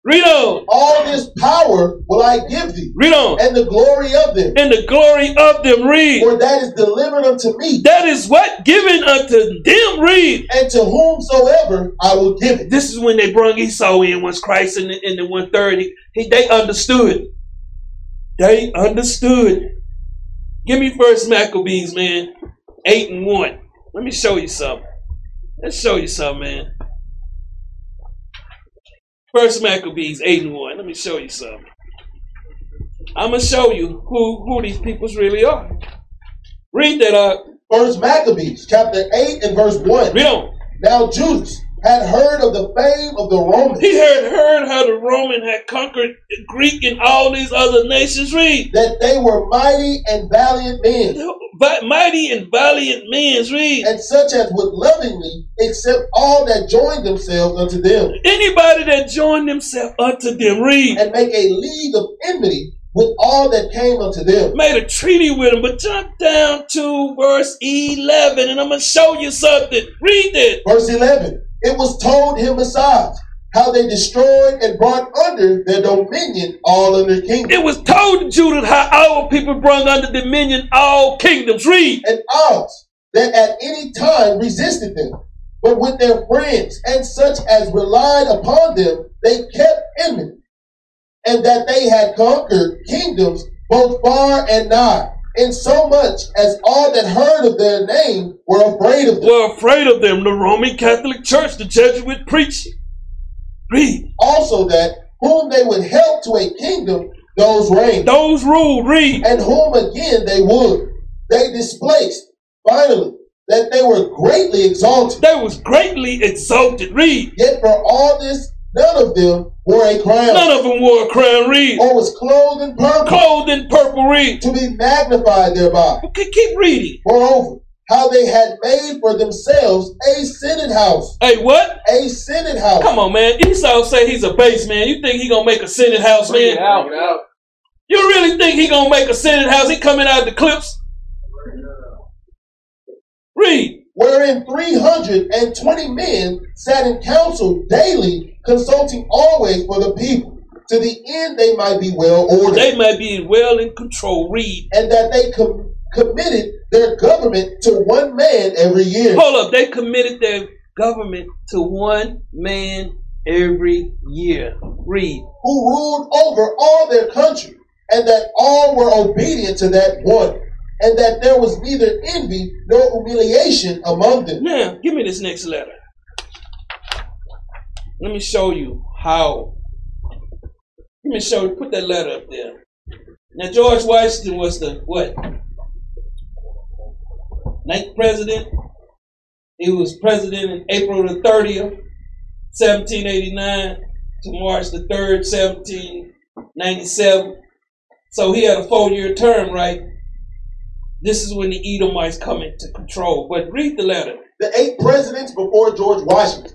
Read on.
all this power will I give thee,
Read on.
and the glory of them,
In the glory of them, read.
for that is delivered unto me,
That is what given unto them, read.
and to whomsoever I will give it.
This is when they brought Esau in, once Christ in the, in the one third. He, he- they understood. They understood. Give me first Maccabees, man. Eight and one. Let me show you something. Let's show you something, man. First Maccabees, eight and one. Let me show you something. I'm gonna show you who who these peoples really are. Read that up.
First Maccabees chapter 8 and verse 1.
Read on.
Now Judas had heard of the fame of the Romans,
He had heard how the Roman had conquered Greek and all these other nations. Read.
that they were mighty and valiant men,
Vi- Mighty and valiant men. Read.
and such as would lovingly accept all that joined themselves unto them.
Anybody that joined themselves unto them. Read.
and make a league of enmity with all that came unto them.
Made a treaty with them. But jump down to verse 11 and I'm going to show you something. Read that.
Verse 11 It was told him besides how they destroyed and brought under their dominion all under kingdoms,
It was told to Judah how our people brought under dominion all kingdoms. Read.
and odds that at any time resisted them. But with their friends and such as relied upon them, they kept enmity, and that they had conquered kingdoms both far and nigh, insomuch as all that heard of their name were afraid of them.
Were afraid of them. The Roman Catholic Church, the Jesuit preaching. Read.
also that whom they would help to a kingdom, those reigned,
Those ruled. Read.
and whom again they would. They displaced, finally, that they were greatly exalted.
They was greatly exalted. Read.
Yet for all this, none of them wore a crown,
None of them wore a crown. Read.
or was clothed in purple,
Clothed in purple. Read.
to be magnified thereby.
Okay, keep reading.
Moreover, how they had made for themselves a senate house,
Hey, what?
a senate house.
Come on, man. Esau say he's a base man. You think he gonna make a Senate house,
Bring it
man?
out. Bring it out.
You really think he gonna make a Senate house? He coming out of the clips. Read.
wherein 320 men sat in council daily, consulting always for the people, to the end they might be well ordered,
They might be well in control. Read.
and that they com- committed their government to one man every year.
Hold up. They committed their government to one man every year. Read.
who ruled over all their country, and that all were obedient to that one, and that there was neither envy nor humiliation among them.
Now, give me this next letter. Let me show you how. Let me show you. Put that letter up there. Now, George Washington was the what? Ninth president. He was president in April the 30th, 1789 to March the 3rd, 1797. So he had a four year term, right? This is when the Edomites come into control. But read the letter.
The eight presidents before George Washington,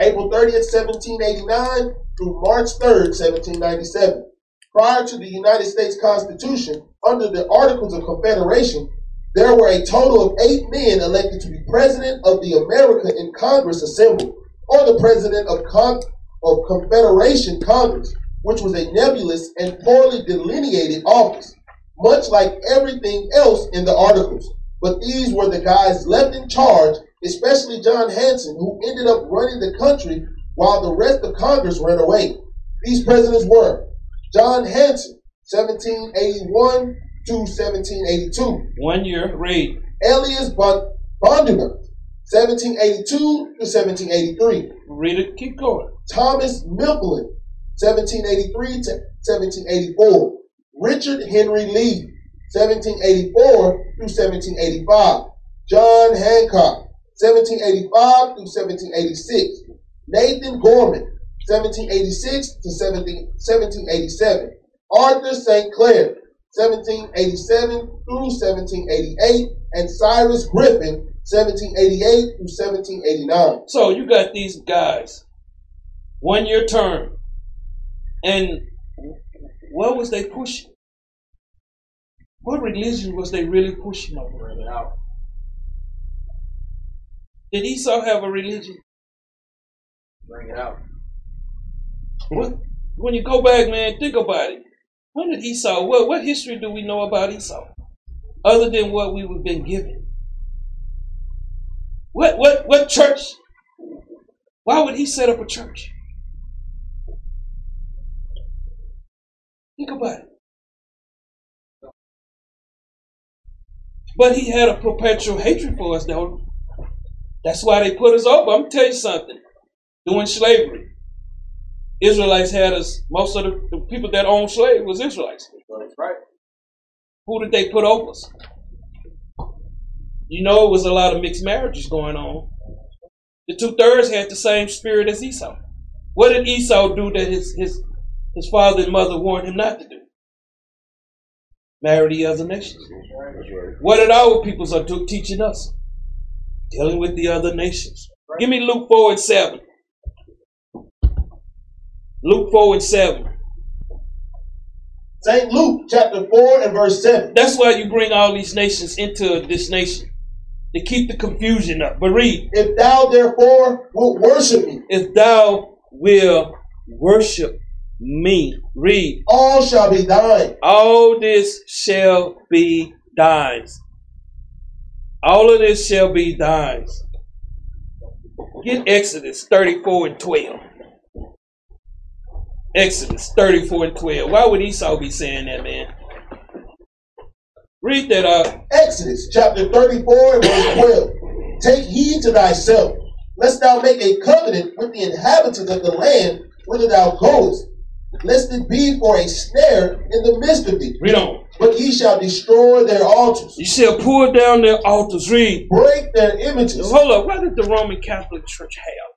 April 30th, 1789 through March 3rd, 1797. Prior to the United States Constitution, under the Articles of Confederation, there were a total of eight men elected to be president of the America in Congress assembled, or the president of, Con- of Confederation Congress, which was a nebulous and poorly delineated office, much like everything else in the Articles. But these were the guys left in charge, especially John Hanson, who ended up running the country while the rest of Congress ran away. These presidents were John Hanson, 1781 to 1782.
One year, read.
Elias Bond- Bondurant, 1782 to 1783.
Read it, keep going.
Thomas Mifflin, 1783 to 1784. Richard Henry Lee, 1784 through 1785. John Hancock, 1785 through 1786. Nathan Gorman, 1786 to 17- 1787. Arthur St. Clair, 1787 through 1788. And Cyrus Griffin, 1788 through 1789.
So you got these guys, one year term, and what was they pushing? What religion was they really pushing? my brother?
Bring it out.
Did Esau have a religion?
Bring it out.
What, when you go back, man, think about it. When did Esau? What what history do we know about Esau, other than what we've been given? What what what church? Why would he set up a church? Think about it. But he had a perpetual hatred for us, though. That's why they put us over. I'm tell you something. Doing slavery. Israelites had us. Most of the, the people that owned slaves was Israelites.
That's right.
Who did they put over us? You know, it was a lot of mixed marriages going on. The two thirds had the same spirit as Esau. What did Esau do that his his his father and mother warned him not to do? Marry the other nations. What did our peoples are do- teaching us? Dealing with the other nations. Give me Luke four and seven. Luke 4 and 7.
St. Luke chapter 4 and verse 7.
That's why you bring all these nations into this nation to keep the confusion up. But read,
If thou therefore wilt worship me,
if thou will worship me, read,
all shall be thine.
all this shall be thine. All of this shall be thine. Get Exodus 34 and 12. Exodus 34 and 12. Why would Esau be saying that, man? Read that out.
Exodus chapter 34 and verse 12. Take heed to thyself, lest thou make a covenant with the inhabitants of the land whither thou goest, lest it be for a snare in the midst of thee.
Read on.
But ye shall destroy their altars,
You shall pull down their altars. Read.
break their images,
Hold up. What did the Roman Catholic Church have?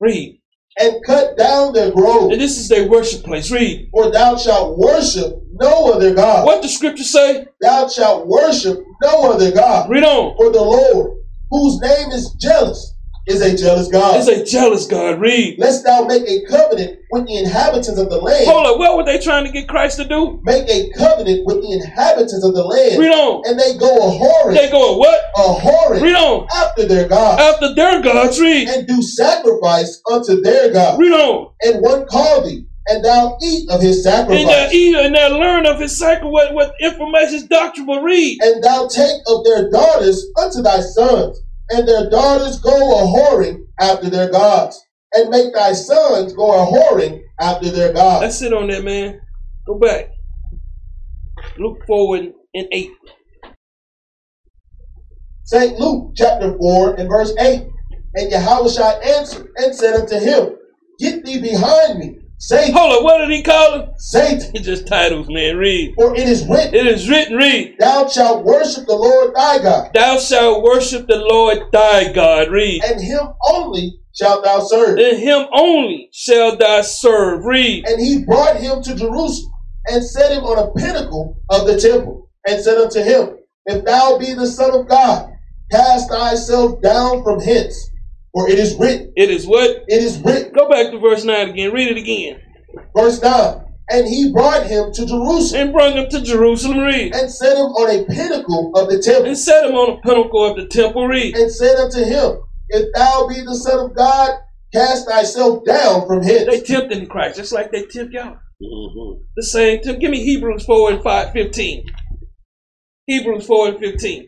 Read.
and cut down their
And
groves.
this is their worship place. Read.
For thou shalt worship no other God.
What the scripture say?
Thou shalt worship no other God.
Read on.
For the Lord, whose name is jealous, is a jealous God.
It's a jealous God. Read.
Lest thou make a covenant with the inhabitants of the land.
Hold up. What were they trying to get Christ to do?
Make a covenant with the inhabitants of the land.
Read on.
And they go a whoring,
They going what?
a whoring
Read on.
after their God.
After their gods. Read.
And do sacrifice unto their God.
Read on.
And one call thee, and thou eat of
And
his
thou
sacrifice.
eat and thou learn of his cycle what, what information is doctrinal. Read.
And thou take of their daughters unto thy sons, and their daughters go a whoring after their gods, and make thy sons go a whoring after their gods.
Let's sit on that, man. Go back. Look forward in 8.
St. Luke chapter 4 and verse 8. And Yahushua answered and said unto him, Get thee behind me, Satan,
Hold up. What did he call him?
Satan,
He just titles, man. Read.
for it is written,
It is written. Read.
Thou shalt worship the Lord thy God,
Thou shalt worship the Lord thy God. Read.
and him only shalt thou serve.
And him only shall thou serve. Read.
And he brought him to Jerusalem, and set him on a pinnacle of the temple, and said unto him, If thou be the Son of God, cast thyself down from hence, for it is written,
It is what?
it is written.
Go back to verse 9 again. Read it again.
Verse 9. And he brought him to Jerusalem.
And bring him to Jerusalem. Read.
and set him on a pinnacle of the temple,
And set him on the pinnacle of the temple. Read.
and said unto him, If thou be the Son of God, cast thyself down from
They
hence.
tempted Christ just like they tempt y'all.
Mm-hmm.
The same tempt. Give me Hebrews 4 and 5, 15. Hebrews 4 and 15.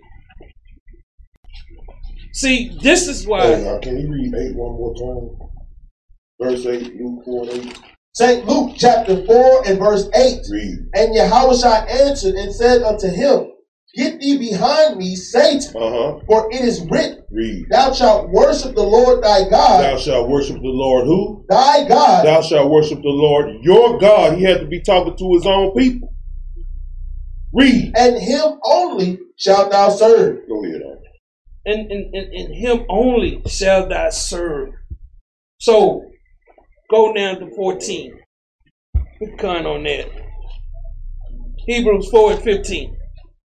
See, this is
Hey,
why.
now, can you read 8 one more time? Verse 8, Luke 4 and 8.
St. Luke chapter 4 and verse 8.
Read.
And Yahushua answered and said unto him, Get thee behind me, Satan,
Uh huh.
for it is written,
Read.
Thou shalt worship the Lord thy God,
Thou shalt worship the Lord who?
thy God,
Thou shalt worship the Lord your God. He had to be talking to his own people. Read.
and him only shalt thou serve.
Go ahead. Al.
And, and, and, and him only shall thou serve. So, go down to 14. Good con on that. Hebrews 4 and 15.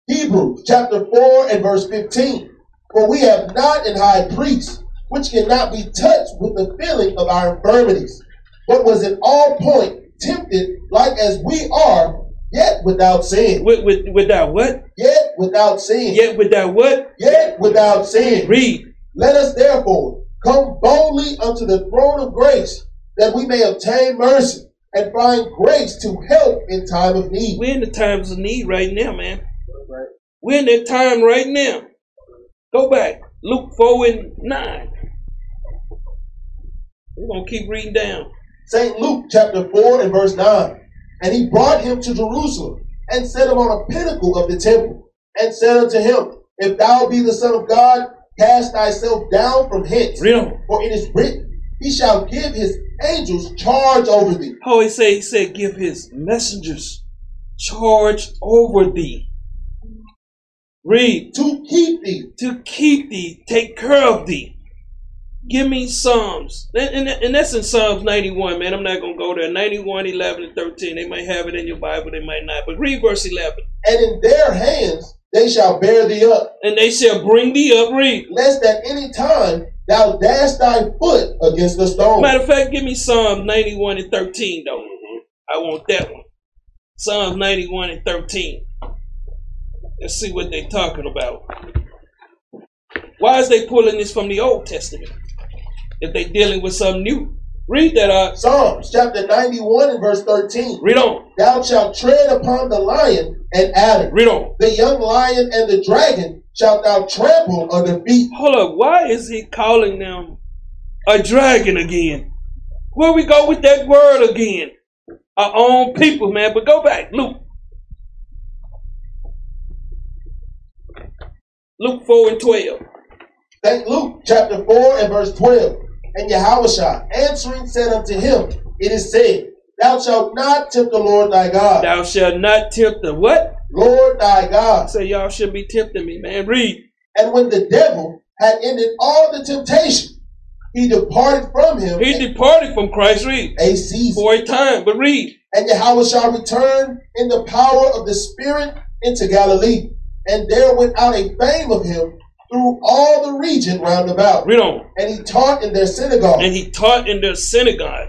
Hebrews chapter 4 and verse 15. For we have not an high priest which cannot be touched with the feeling of our infirmities, but was in all point tempted like as we are, yet without sin.
With, with, without what?
Yet without sin.
Yet without what?
Yet without sin.
Read.
Let us therefore come boldly unto the throne of grace that we may obtain mercy and find grace to help in time of need.
We're in the times of need right now, man. We're in that time right now. Go back. Luke 4 and 9. We're going to keep reading down.
St. Luke chapter 4 and verse 9. And he brought him to Jerusalem and set him on a pinnacle of the temple and said unto him, If thou be the Son of God, cast thyself down from hence.
Read on.
For it is written, He shall give his angels charge over thee,
How he said, he said, give his messengers charge over thee. Read.
to keep thee.
To keep thee, take care of thee. Give me Psalms. And, and- and that's in Psalms 91, man. I'm not going to go there. 91, 11, and 13. They might have it in your Bible, they might not. But read verse 11.
And in their hands they shall bear thee up,
and they shall bring thee up. Read.
lest at any time thou dash thy foot against the stone.
Matter of fact, give me Psalm 91 and 13, though. I want that one. Psalm 91 and 13. Let's see what they're talking about. Why is they pulling this from the Old Testament? If they dealing with something new. Read that out.
Psalms chapter 91 and verse 13.
Read on.
Thou shalt tread upon the lion and adder.
Read on.
The young lion and the dragon shalt thou trample under feet.
Hold up. Why is he calling them a dragon again? Where we go with that word again? Our own people, man. But go back. Luke. Luke 4 and 12.
Thank Luke chapter 4 and verse 12. And Yahushua answering said unto him, It is said, Thou shalt not tempt the Lord thy God.
Thou shalt not tempt the what?
Lord thy God.
So y'all should be tempting me, man. Read.
And when the devil had ended all the temptation, He departed from him
He departed from Christ, read,
a season.
for a time, but read.
And Yahweh shall return in the power of the Spirit into Galilee. And there went out a fame of him through all the region round about.
Read on.
And he taught in their synagogue.
And he taught in their synagogue.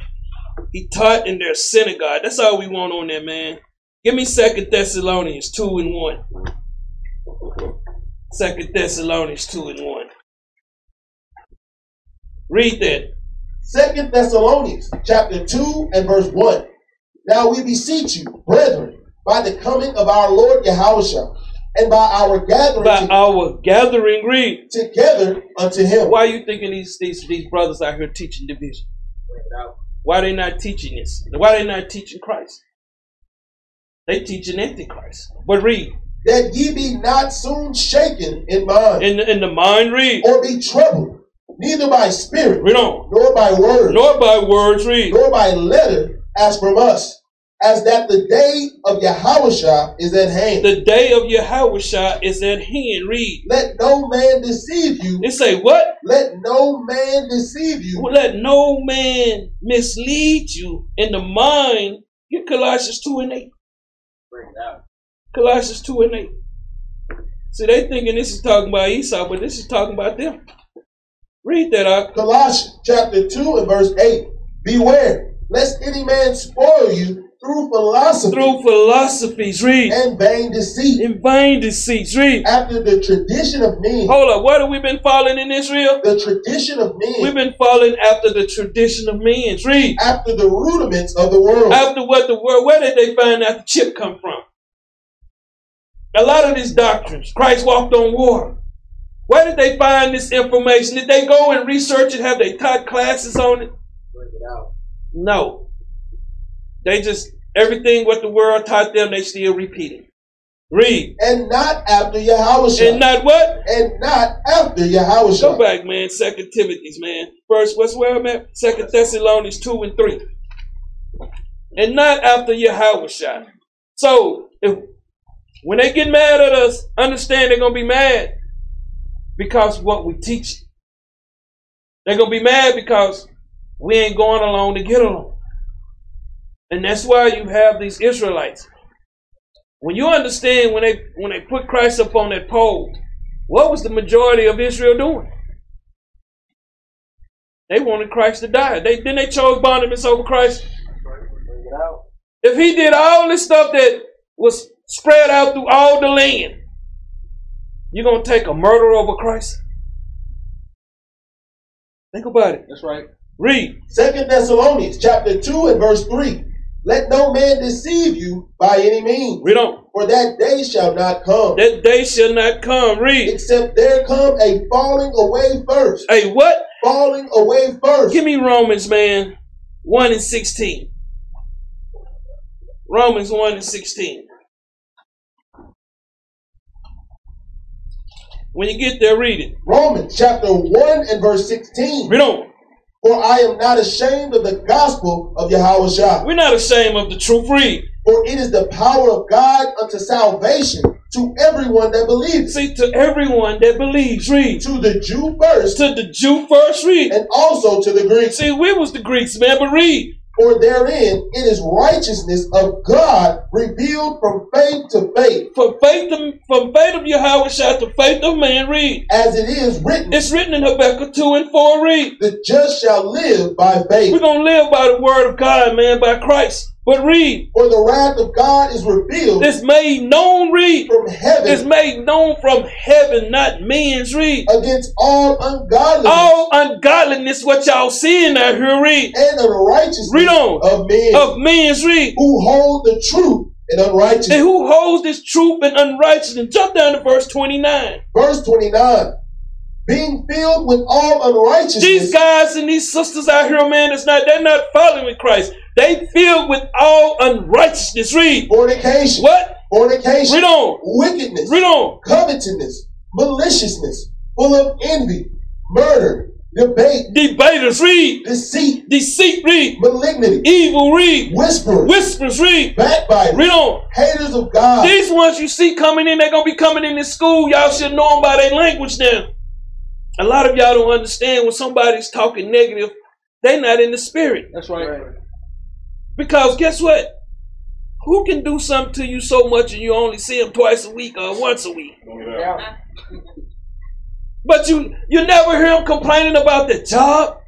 He taught in their synagogue. That's all we want on there, man. Give me Second Thessalonians 2 and 1. Second Thessalonians 2 and 1. Read that.
Second Thessalonians chapter 2 and verse 1. Now we beseech you, brethren, by the coming of our Lord Yahushua, and by our gathering
By
to-
our gathering, read.
together unto him.
Why you thinking these, these these brothers out here teaching division? Why they not teaching this? Why they not teaching Christ? They teaching Antichrist. But read.
That ye be not soon shaken in mind,
In the, in the mind, read.
or be troubled, neither by spirit,
Read on.
nor by word,
Nor by words, read.
nor by letter, as from us, as that the day of Yahushua is at hand.
The day of Yahweh is at hand, read.
Let no man deceive you.
They say, What?
Let no man deceive you.
Let no man mislead you in the mind. You Colossians 2 and 8.
Bring it out.
Colossians 2 and 8. See, they thinking this is talking about Esau, but this is talking about them. Read that out.
Colossians chapter 2 and verse 8. Beware, lest any man spoil you through philosophy
Through philosophies, read.
and vain deceit,
In vain deceits, read.
after the tradition of men.
Hold up, what have we been following in Israel?
The tradition of
We've
men,
been following after the tradition of men. Read.
after the rudiments of the world.
After what the world, where did they find out the chip come from? A lot of these doctrines, Christ walked on water. Where did they find this information? Did they go and research it? Have they taught classes on it?
Bring it out.
No. They just, everything what the world taught them, they still repeat it. Read.
And not after Yahweh.
And not what?
and not after Yahweh.
Go back, man. Second Timothy's, man. First, what's where I'm at? Second Thessalonians two and three, and not after Yahweh shot. So if when they get mad at us, understand they're gonna be mad because what we teach. They're gonna be mad because we ain't going along to get along, and that's why you have these Israelites. When you understand when they when they put Christ up on that pole, what was the majority of Israel doing? They wanted Christ to die. They then they chose Barnabas over Christ.
Bring it out.
If he did all this stuff that was spread out through all the land, you're gonna take a murderer over Christ? Think about it.
That's right.
Read.
Second Thessalonians chapter 2 and verse 3. Let no man deceive you by any means,
Read on.
for that day shall not come,
That day shall not come. Read.
except there come a falling away first.
Hey, what?
Falling away first.
Give me Romans, man. 1 and 16. Romans 1 and 16. When you get there, read it.
Romans chapter 1 and verse 16.
Read on.
For I am not ashamed of the gospel of Yahweh,
We're not ashamed of the truth. Read.
for it is the power of God unto salvation to everyone that believes.
See, to everyone that believes, read.
To the Jew first,
To the Jew first, read.
and also to the Greek.
See, we was the Greeks, man, but read.
For therein it is righteousness of God revealed from faith to faith,
From faith of, from faith of Yahweh shall to faith of man, read.
as it is written,
It's written in Habakkuk 2 and 4, read.
the just shall live by faith.
We're gonna live by the word of God, man, by Christ. But read,
For the wrath of God is revealed
it's made known, read.
from
It's
heaven
made known from heaven, not men's, read.
against all ungodliness
All ungodliness, what y'all seeing out here, read.
and unrighteousness
Read on.
of men
Of men's, read.
who hold the truth in
And
unrighteousness.
who holds this truth and unrighteousness? Jump down to verse 29.
Verse 29. Being filled with all
These
unrighteousness
guys and these sisters out here, man, it's not, they're not following Christ. They filled with all unrighteousness, read.
fornication,
What?
fornication,
Read on.
wickedness,
Read on.
covetousness, maliciousness, full of envy, murder, debate,
Debaters, read.
deceit,
Deceit, read.
malignity,
Evil, read.
whisperers,
Whispers, read.
backbiters,
Read on.
haters of God,
These ones you see coming in, they're going to be coming in this school. Y'all should know them by their language now. A lot of y'all don't understand when somebody's talking negative, they're not in the spirit.
That's right.
Because guess what? Who can do something to you so much and you only see them twice a week or once a week? But you you never hear them complaining about their job.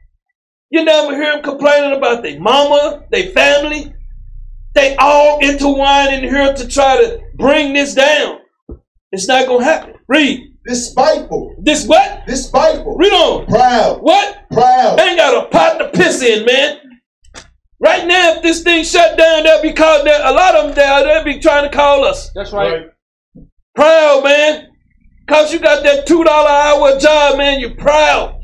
You never hear them complaining about their mama, their family. They all intertwine in here to try to bring this down. It's not gonna happen. Read
Despiteful,
this what?
despiteful,
Read on.
proud,
What?
proud,
Ain't got a pot to piss in, man. Right now, if this thing shut down, they'll be called. There, a lot of them down there be trying to call us.
That's right.
Proud, man. Cause you got that two dollar hour job, man. You proud.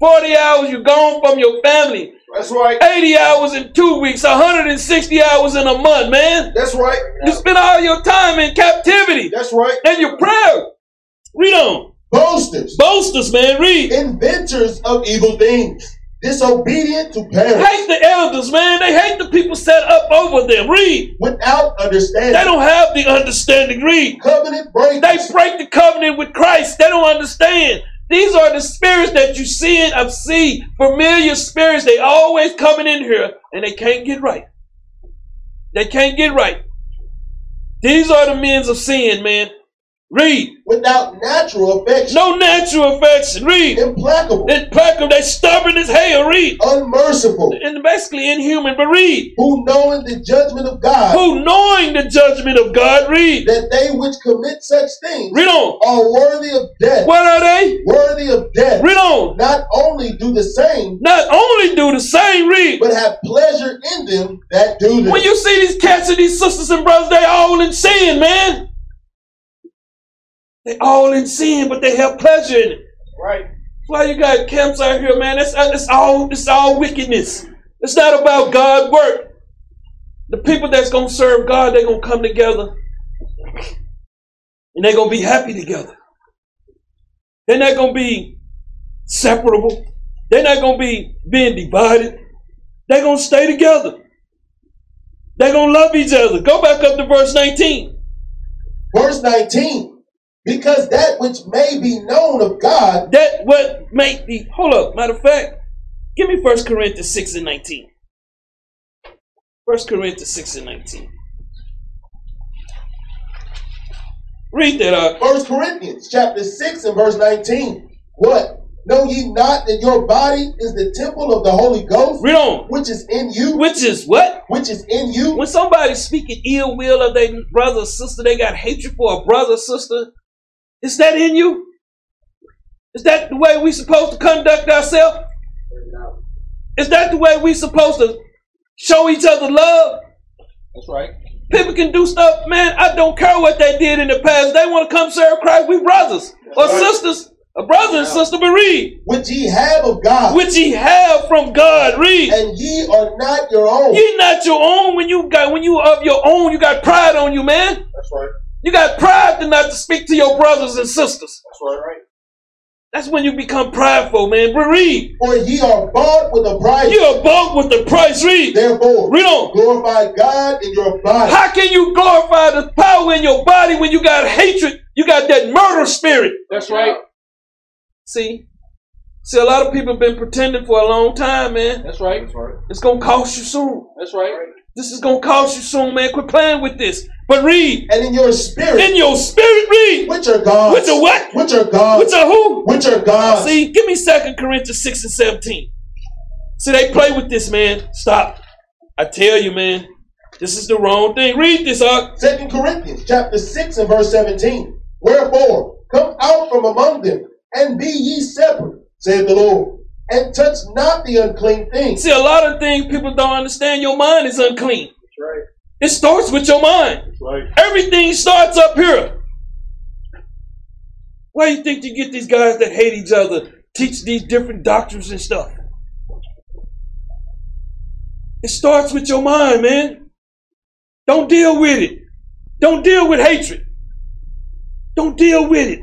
Forty hours you gone from your family.
That's right.
Eighty hours in two weeks. hundred and sixty hours in a month, man.
That's right.
You spend all your time in captivity,
That's right.
and you're proud. Read on.
Boasters,
Boasters, man. Read.
inventors of evil things, disobedient to parents,
Hate the elders, man. They hate the people set up over them. Read.
without
They
understanding,
don't have the understanding. Read.
covenant
They
breakers,
break the covenant with Christ. They don't understand. These are the spirits that you see and I've seen. Familiar spirits. They always coming in here and they can't get right. They can't get right. These are the men's of sin, man. Read.
without natural affection,
No natural affection. Read.
implacable,
Implacable. They stubborn as hell. Read.
unmerciful,
And basically inhuman, but read.
who knowing the judgment of God,
Who knowing the judgment of God, read.
that they which commit such things
Read on.
are worthy of death,
What are they?
worthy of death.
Read on.
Not only do the same,
Not only do the same read,
but have pleasure in them that do them.
When you see these cats and these sisters and brothers, they all in sin, man. They all in sin, but they have pleasure in it.
Right.
That's why you got camps out here, man. That's that's all it's all wickedness. It's not about God work. The people that's gonna serve God, they're gonna come together. And they're gonna be happy together. They're not gonna be separable. They're not gonna be being divided. They're gonna stay together. They're gonna love each other. Go back up to verse 19.
Verse 19, because that which may be known of God,
That what make the hold up. Matter of fact, give me First Corinthians six and nineteen. First Corinthians six and nineteen. Read that out.
1 Corinthians chapter 6 and verse 19, what? Know ye not that your body is the temple of the Holy Ghost,
Read on.
which is in you,
Which is what?
which is in you?
When somebody's speaking ill will of their brother or sister, they got hatred for a brother or sister. Is that in you? Is that the way we supposed to conduct ourselves?
Bring it out.
Is that the way we supposed to show each other love?
That's right.
People can do stuff, man. I don't care what they did in the past. They want to come serve Christ. We brothers or sisters, a brother and sister. But read,
Which ye have of God,
which ye have from God. Read,
and ye are not your own.
ye not your own. When you got, when you of your own, you got pride on you, man.
That's right.
You got pride to not to speak to your brothers and sisters.
That's right.
That's when you become prideful, man. But read,
For ye are bought with a price.
you are bought with the price. Read,
Therefore,
read on.
glorify God in your body.
How can you glorify the power in your body when you got hatred? You got that murder spirit.
That's right.
See? See, a lot of people been pretending for a long time, man.
That's right.
It's gonna cost you soon.
That's right.
This is gonna cost you soon, man. Quit playing with this. But read.
And in your spirit,
In your spirit, read.
which are God's.
Which are what?
Which are God's.
Which are who?
Which are God's.
See, give me 2 Corinthians 6 and 17. See, they play with this, man. Stop. I tell you, man. This is the wrong thing. Read this, Ark.
Second Corinthians chapter 6 and verse 17. Wherefore, come out from among them, and be ye separate, saith the Lord, and touch not the unclean thing.
See, a lot of things people don't understand. Your mind is unclean.
That's right.
It starts with your mind.
Right.
Everything starts up here. Why do you think you get these guys that hate each other, teach these different doctrines and stuff? It starts with your mind, man. Don't deal with it. Don't deal with hatred. Don't deal with it.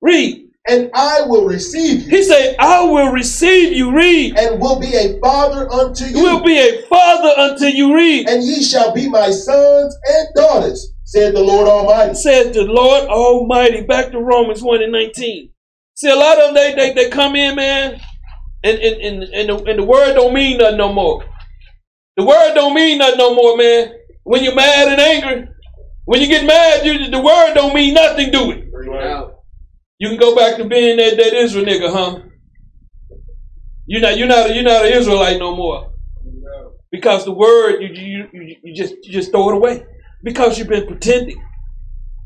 Read.
And I will receive you,
He said, I will receive you. Read.
and will be a father unto you,
Will be a father unto you. Read.
and ye shall be my sons and daughters, saith the Lord Almighty.
says the Lord Almighty. Back to Romans 1 and 19. See, a lot of them, they, they, they come in, man, and, and, and, and, the, and the word don't mean nothing no more. The word don't mean nothing no more, man. When you're mad and angry, when you get mad, you, the word don't mean nothing, do it.
Bring it out.
You can go back to being that, that Israel nigga, huh? You're not, you're, not, you're not an Israelite no more.
Bring it out.
Because the word, you, you, you, you, just, you just throw it away. Because you've been pretending.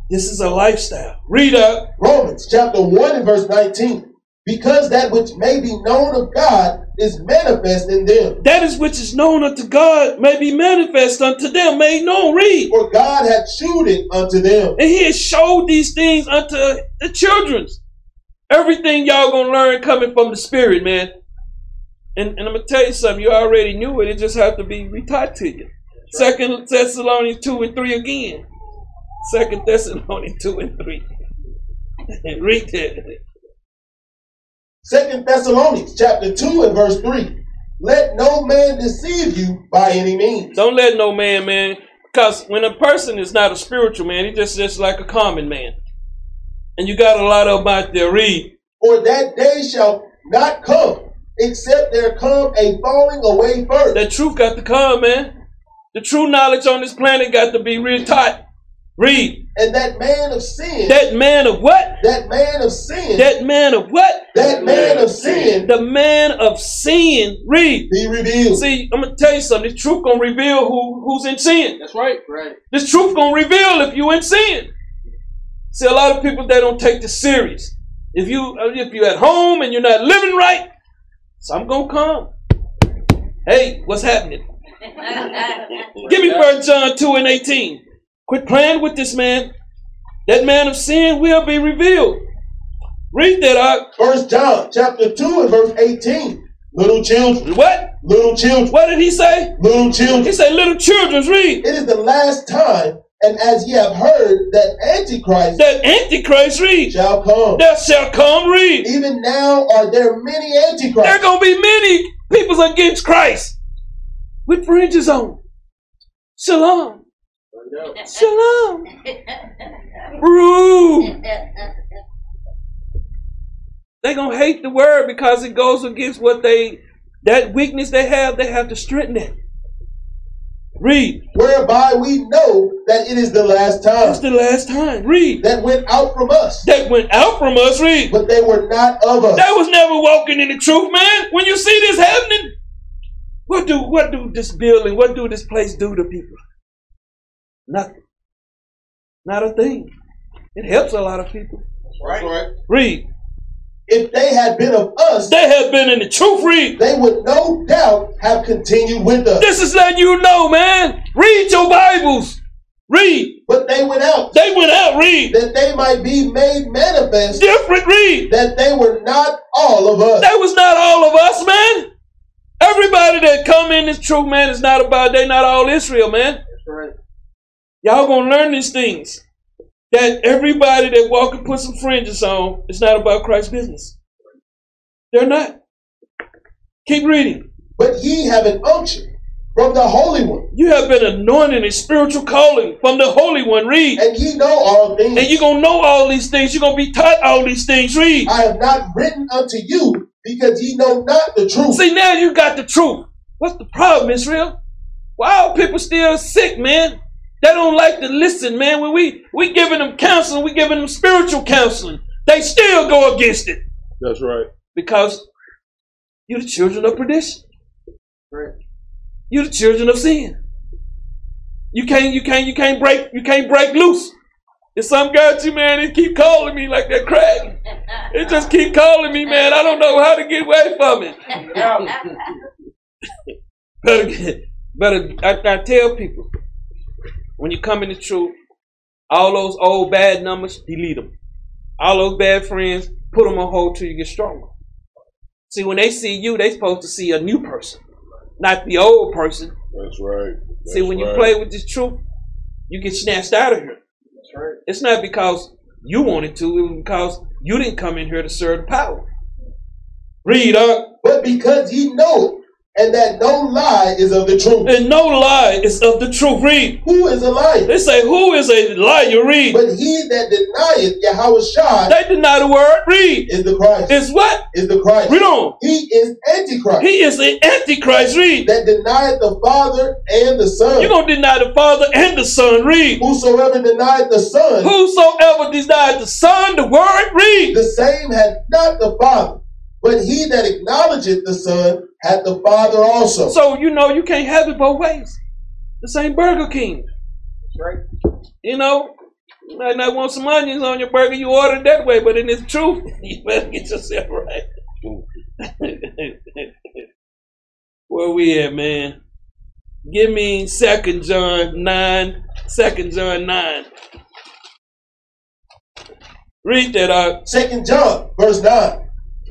This is a lifestyle. Read up.
Romans chapter 1 and verse 19. Because that which may be known of God is manifest in them.
That is which is known unto God may be manifest unto them, made known. Read.
For God hath shewed it unto them.
And he has showed these things unto the children's. Everything y'all gonna learn coming from the spirit, man. And, and I'm gonna tell you something, you already knew it, it just have to be retaught to you. Second Thessalonians two and three again. Second Thessalonians two and three. Read that.
Second Thessalonians chapter 2 and verse 3. Let no man deceive you by any means.
Don't let no man, man, because when a person is not a spiritual man, he just just like a common man. And you got a lot of them out there. Read.
For that day shall not come, except there come a falling away first.
That truth got to come, man. The true knowledge on this planet got to be retaught. Read.
and that man of sin, that,
That man of what?
man of sin, that,
That man of what?
man of sin
The man of sin. Read.
be revealed.
See, I'm gonna tell you something. This truth gonna reveal who who's in sin.
That's right. Right.
This truth gonna reveal if you in sin. See, a lot of people they don't take this serious. If you uh, if you at home and you're not living right, some gonna come. Hey, what's happening? Give me First John two and eighteen. Quit playing with this man. That man of sin will be revealed. Read that uh, out.
First John chapter 2 and verse 18. Little children,
What?
little children,
What did he say?
little
He
children.
said, "Little children, read."
It is the last time, and as ye have heard, that Antichrist
That Antichrist, read.
shall come.
That shall come, read.
Even now are there many
There
antichrists.
gonna be many peoples against Christ with fringes on. Shalom,
Bring it out.
shalom, rule. They gonna hate the word because it goes against what they that weakness they have. They have to strengthen it. Read.
Whereby we know that it is the last
That's
time
the last time. Read.
that went out from us,
That went out from us. Read.
but they were not of us.
They was never walking in the truth, man. When you see this happening, what do what do this building, what do this place do to people? Nothing. Not a thing. It helps a lot of people.
Right.
Read.
If they had been of us,
They have been in the truth. Read.
they would no doubt have continued with us.
This is letting you know, man. Read your Bibles. Read.
But they went out
They went out. Read.
that they might be made manifest
Different. Read.
that they were not all of us.
That was not all of us, man. Everybody that come in this truth, man, is not about. They not all Israel, man.
That's right.
Y'all gonna learn these things. That everybody that walk and put some fringes on, it's not about Christ's business. They're not. Keep reading.
But ye have an unction from the Holy One,
You have been anointed in spiritual calling from the Holy One. Read.
and ye know all things.
And you're gonna know all these things. You're gonna be taught all these things. Read.
I have not written unto you because ye know not the truth.
See, now you got the truth. What's the problem, Israel? Why are people still sick, man? They don't like to listen, man. When we we giving them counseling, we giving them spiritual counseling. They still go against it.
That's right.
because you're the children of perdition.
Right.
You're the children of sin. You can't, you can't, you can't break, you can't break loose. There's some guy too, man, he keep calling me like that crack. It just keep calling me, man. I don't know how to get away from it.
Bring it out.
Better, get, better. I, I tell people when you come in the truth, all those old bad numbers, delete them. All those bad friends, put them on hold till you get stronger. See, when they see you, they supposed to see a new person, not the old person.
That's right. That's
see, when you
right.
play with this truth, you get snatched out of here.
That's right.
It's not because you wanted to; it was because you didn't come in here to serve the power. Read up.
But because ye know and that no lie is of the truth.
And no lie is of the truth. Read.
Who is a liar?
They say, Who is a liar? Read.
But he that denieth Yahweh Shai
They deny the word. Read.
is the Christ.
Is what?
Is the Christ.
Read on.
He is Antichrist
He is the Antichrist. Read.
that denieth the Father and the
You're
Son.
going to deny the Father and the Son. Read.
Whosoever denieth the Son,
Whosoever denies the Son, the word. Read.
the same hath not the Father. But he that acknowledgeth the Son hath the Father also.
So, you know, you can't have it both ways. This ain't Burger King.
right.
You know, you might not want some onions on your burger, you order it that way, but in its truth, you better get yourself right. Where we at, man? Give me Second John 9, 2 John 9. Read that out.
Second John, verse 9.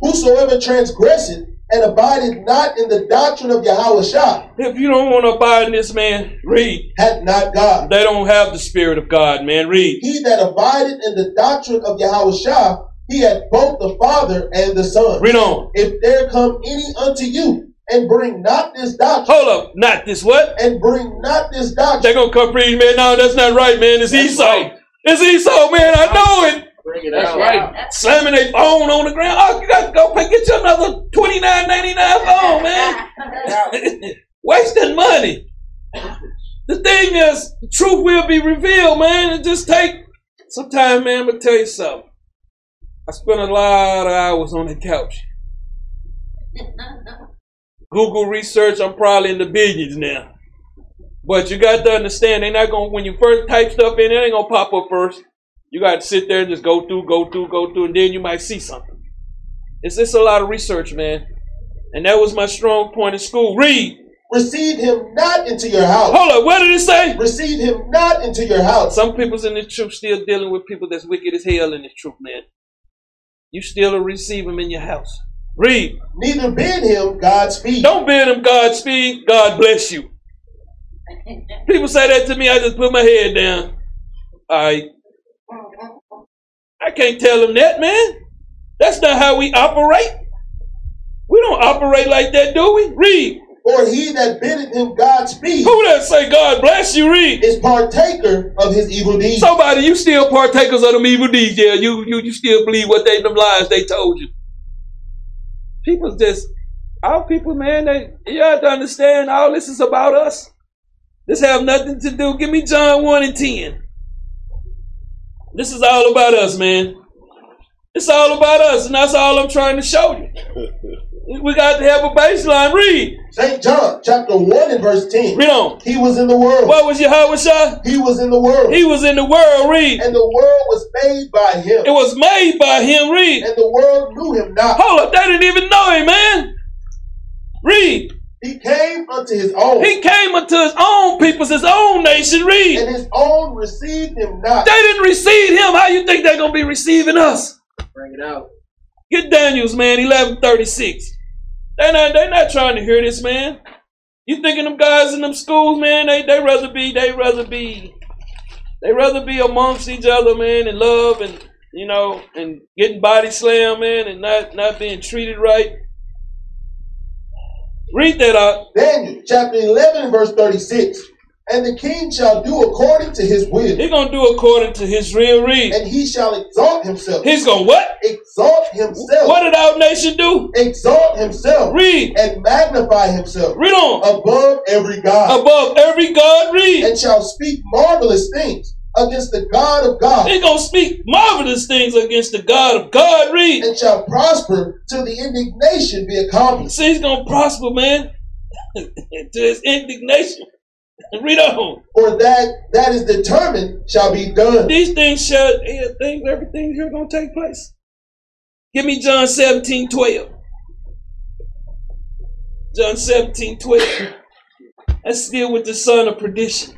Whosoever transgresseth and abideth not in the doctrine of Yahweh Shai
If you don't want to abide in this, man, read.
hath not God.
They don't have the Spirit of God, man. Read.
He that abideth in the doctrine of Yahweh Shai, he hath both the Father and the Son.
Read on.
If there come any unto you and bring not this doctrine,
Hold up. Not this what?
and bring not this
They're
doctrine,
gonna come preach, man. No, that's not right, man. It's Esau. It's Esau, man. I know it.
Bring it
That's
out.
right.
Slamming their phone on the ground. Oh, you gotta go pay, get you another twenty nine ninety nine phone, man. Wasting money. The thing is, the truth will be revealed, man. It just take sometime, man. I'm gonna tell you something. I spent a lot of hours on the couch. Google research, I'm probably in the billions now. But you got to understand, they're not going to, when you first type stuff in, it ain't going to pop up first. You got to sit there and just go through, go through, go through, and then you might see something. It's just a lot of research, man. And that was my strong point in school. Read.
receive him not into your house.
Hold up, what did it say?
Receive him not into your house.
Some people's in the truth still dealing with people that's wicked as hell in the truth, man. You still receive them in your house. Read.
Neither bid him Godspeed.
Don't bid them Godspeed. God bless you. People say that to me. I just put my head down. I I can't tell them that, man. That's not how we operate. We don't operate like that, do we? Read.
For he that biddeth him Godspeed
Who that say God bless you? Read.
is partaker of his evil deeds.
Somebody, you still partakers of them evil deeds. Yeah, you you you still believe what they them lies they told you. People just our people, man. They you have to understand. All this is about us. This have nothing to do. Give me John one and ten. This is all about us, man. It's all about us, and that's all I'm trying to show you. We got to have a baseline. Read,
St. John chapter 1 and verse 10.
read on.
He was in the world.
What was Yahweh Shah?
He was in the world.
He was in the world. Read.
and the world was made by him.
It was made by him. Read.
and the world knew him not.
Hold up, they didn't even know him, man. Read.
He came unto his own.
He came unto his own peoples, his own nation. Read.
and his own received him not.
They didn't receive him. How you think they're gonna be receiving us?
Bring it out.
Get Daniel's man, eleven thirty six. They're not they're not trying to hear this, man. You thinking them guys in them schools, man, they they rather be they rather be they rather be amongst each other, man, and love and you know, and getting body slammed, man, and not not being treated right. Read that out.
Daniel chapter 11 and verse 36. And the king shall do according to his will.
He's gonna do according to his real read.
And he shall exalt himself.
He's gonna what?
exalt himself.
What did our nation do?
exalt himself.
Read.
and magnify himself
Read on.
above every god.
Above every God, read.
and shall speak marvelous things against the God of God.
He's gonna speak marvelous things against the God of God, read.
and shall prosper till the indignation be accomplished.
See, he's gonna prosper, man. to his indignation. Read on.
For that that is determined shall be done.
These things shall yeah, things, everything here gonna take place. Give me John 17, 12. John 17, 12. That's still with the son of perdition.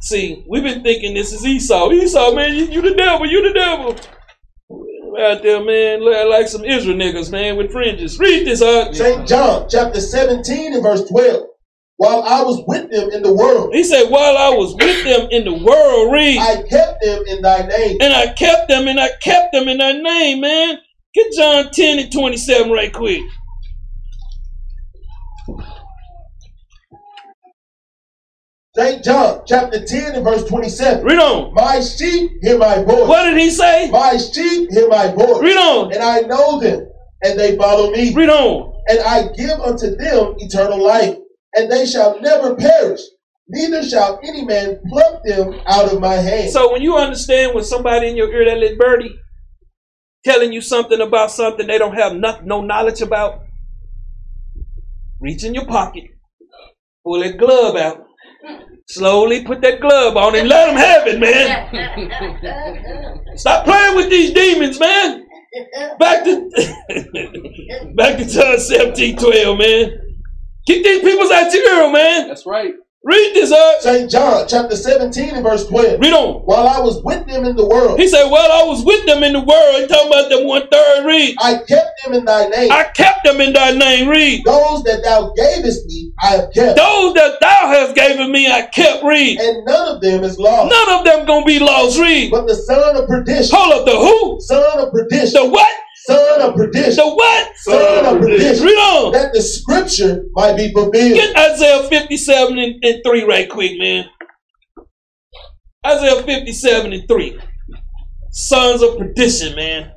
See, we've been thinking this is Esau. Esau, man, you, you the devil, you the devil. We Out there, man, look like some Israel niggas, man, with fringes. Read this out.
St. John chapter 17 and verse 12. While I was with them in the world,
He said, While I was with them in the world, read.
I kept them in thy name.
And I kept them and I kept them in thy name, man. Get John 10 and 27 right quick.
St. John chapter 10 and verse 27.
Read on.
My sheep hear my voice.
What did he say?
My sheep hear my voice.
Read on.
And I know them, and they follow me.
Read on.
And I give unto them eternal life, and they shall never perish, neither shall any man pluck them out of my hand.
So when you understand when somebody in your ear that little birdie telling you something about something they don't have no, no knowledge about, reach in your pocket, pull that glove out, slowly put that glove on and let them have it, man. Stop playing with these demons, man. Back to back to John 17, 12, man. Keep these peoples out your ear, man.
That's right.
Read this up.
St. John chapter 17 and verse 12.
Read on.
While I was with them in the world,
He said, Well, I was with them in the world. He talking about them one third read.
I kept them in thy name.
I kept them in thy name. Read.
Those that thou gavest me, I have kept,
Those that thou hast given me, I kept. Read.
and none of them is lost,
None of them gonna be lost. Read.
but the son of perdition,
Hold up the who?
son of perdition,
The what?
son of perdition,
The what?
son of
Read
perdition,
on.
that the scripture might be fulfilled.
Get Isaiah 57 and, and 3 right quick, man. Isaiah 57 and 3. Sons of perdition, man.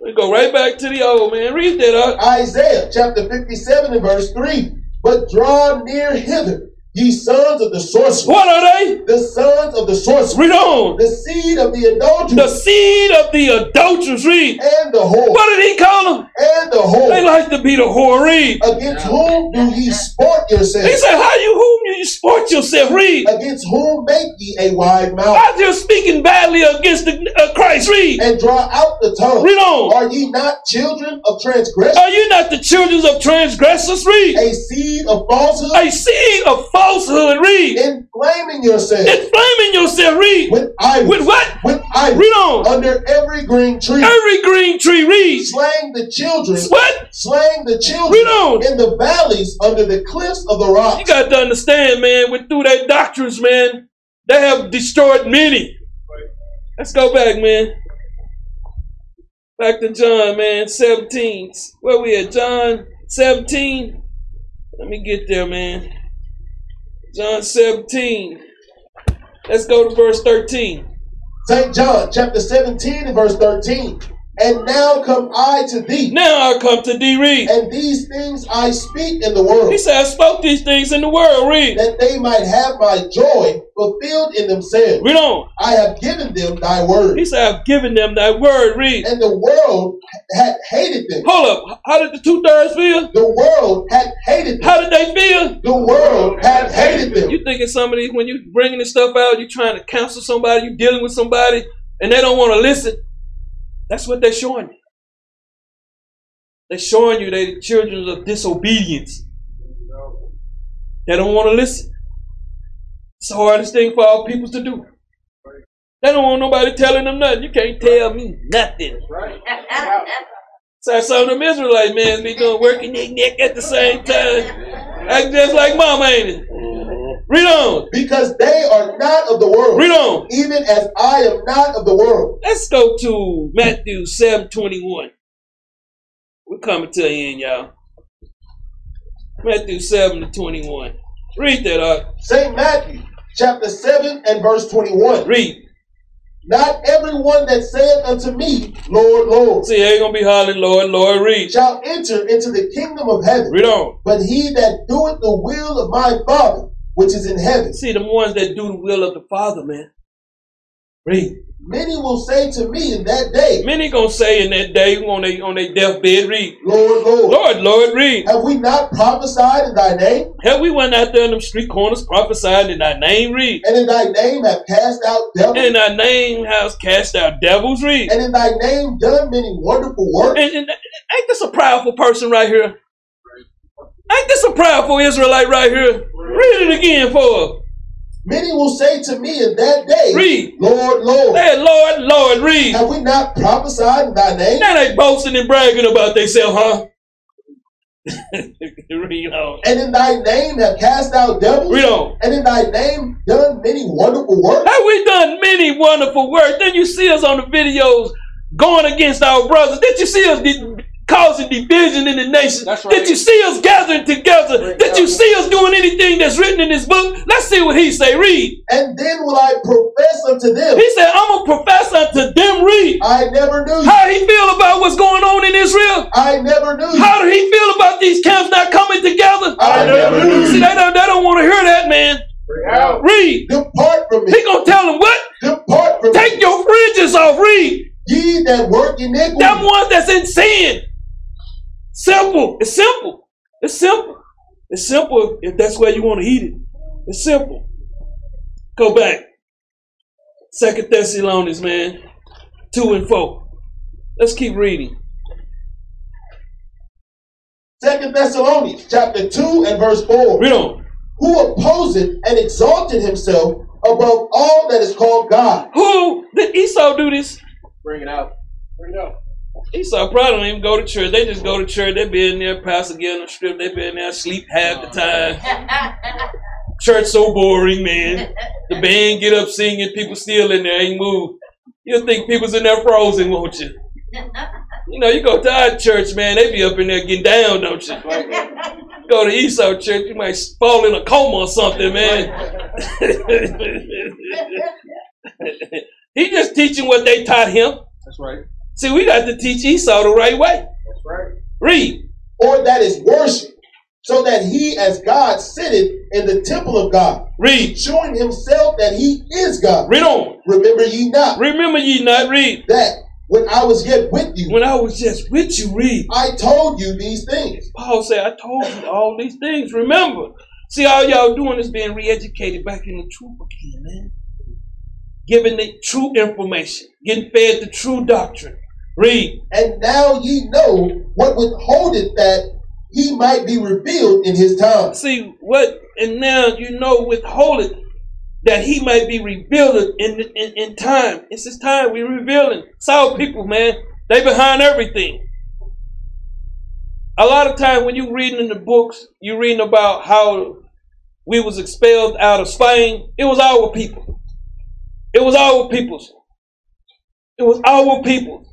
We go right back to the old man. Read that up.
Isaiah chapter 57 and verse 3. But draw near hither, ye sons of the sorcerer,
What are they?
the sons of the sorcerer,
Read on.
the seed of the
The
adulteress,
seed of the adulteress. Read.
and the whore,
What did he call them?
and the
They
whore,
like to be the whore. Read.
against whom do ye sport
He
yourselves,
said, How you whom you sport yourself? Read.
against whom make ye a wide mouth.
Out there speaking badly against the uh, Christ. Read.
and draw out the tongue.
Read on.
Are ye not children of transgression?
Are you not the children of transgressors? Read.
A seed of falsehood,
A seed of falsehood. Read.
inflaming yourselves
Inflaming yourself. Read.
with idols,
With what?
with idols,
Read on.
under every green tree,
Every green tree. Read.
slaying the children,
What?
slaying the
Read
children
on.
in the valleys under the cliffs of the
You
rocks.
got to understand, man, with through their doctrines, man, they have destroyed many. Let's go back, man. Back to John, man, 17. Where we at? John 17. Let me get there, man. John 17. Let's go to verse 13.
St. John chapter 17 and verse 13. And now come I to thee,
Now I come to thee, read.
and these things I speak in the
He
world,
said, I spoke these things in the world, read.
that they might have my joy fulfilled in themselves.
Read on.
I have given them thy word.
He said, I've given them thy word, read.
and the world had hated them.
Hold up. How did the two thirds feel?
The world had hated them.
How did they feel?
The world had hated them.
You thinking somebody when you bringing this stuff out, you trying to counsel somebody, you dealing with somebody, and they don't want to listen. That's what they're showing you. They're showing you they the children of disobedience. They don't want to listen. It's the hardest thing for our people to do. They don't want nobody telling them nothing. You can't tell me nothing.
Right.
So some of them Israelite men be doing work in their neck at the same time. Act just like mama, ain't it?
Mm-hmm.
Read on.
Because they are not of the world,
Read on.
even as I am not of the world.
Let's go to Matthew seven We're coming to the end, y'all. Matthew 7 to 21. Read that up.
St. Matthew chapter 7 and verse 21.
Read.
Not everyone that saith unto me, Lord, Lord,
See, they ain't going to be hollering, Lord, Lord. Read.
shall enter into the kingdom of heaven,
Read on.
but he that doeth the will of my Father, which is in heaven.
See, them ones that do the will of the Father, man. Read.
Many will say to me in that day,
Many going to say in that day on their on their deathbed, read.
Lord, Lord,
Lord, Lord, read.
have we not prophesied in thy name?
Hell, we went out there in them street corners prophesying in thy name, read.
and in thy name have cast out devils,
In thy name has cast out devils, read.
and in thy name done many wonderful works.
And, and- ain't this a proudful person right here? Ain't this a proudful Israelite right here? Read it again for us.
Many will say to me in that day,
Read.
Lord, Lord,
Hey, Lord, Lord, read.
have we not prophesied in thy name?
Now they boasting and bragging about themselves, huh? read on.
And in thy name have cast out devils,
Read on.
and in thy name done many wonderful works.
Have we done many wonderful works? Then you see us on the videos going against our brothers. Did you see us de- causing division in the nation.
That's right.
Did you see us gathering together? Did you see us doing anything that's written in this book? Let's see what he say. Read.
And then will I profess unto them,
He said, I'm a professor unto them. Read.
I never knew you.
How he feel about what's going on in Israel?
I never knew you.
How did he feel about these camps not coming together?
I never knew
See,
you.
they don't, they don't want to hear that, man.
Bring it out.
Read.
Depart from me.
He gonna tell them what?
Depart from
Take
me.
your fringes off. Read.
Ye that work iniquity.
Them ones that's in sin. Simple. It's simple. It's simple. It's simple if that's where you want to eat it. It's simple. Go back. Second Thessalonians, man. Two and four. Let's keep reading.
Second Thessalonians chapter 2 and verse 4.
Read on.
Who opposeth and exalted himself above all that is called God.
Who did Esau do this?
Bring it out. Bring it out.
Esau probably don't even go to church. They just go to church. They be in there, pastor getting them stripped. They be in there, sleep half the time. Church so boring, man. The band get up singing, people still in there, ain't moved. You'll think people's in there frozen, won't you? You know, you go to our church, man, they be up in there getting down, don't you? Go to Esau church, you might fall in a coma or something, man. he just teaching what they taught him.
That's right.
See, we got to teach Esau the right way.
That's right.
Read.
or that is worship, so that he as God sitteth in the temple of God,
Read.
showing himself that he is God.
Read on.
Remember ye not
Remember ye not, read.
that when I was yet with you,
When I was just with you, read.
I told you these things.
Paul said, I told you all these things. Remember. See, all y'all doing is being re educated back in the truth again, man. Giving the true information, getting fed the true doctrine. Read.
And now ye know what withholdeth that he might be revealed in his time.
See what, and now you know, withhold it that he might be revealed in, in in time. It's his time. We're revealing. Saul people, man, they behind everything. A lot of time when you reading in the books, you reading about how we was expelled out of Spain. It was our people. It was our peoples. It was our people.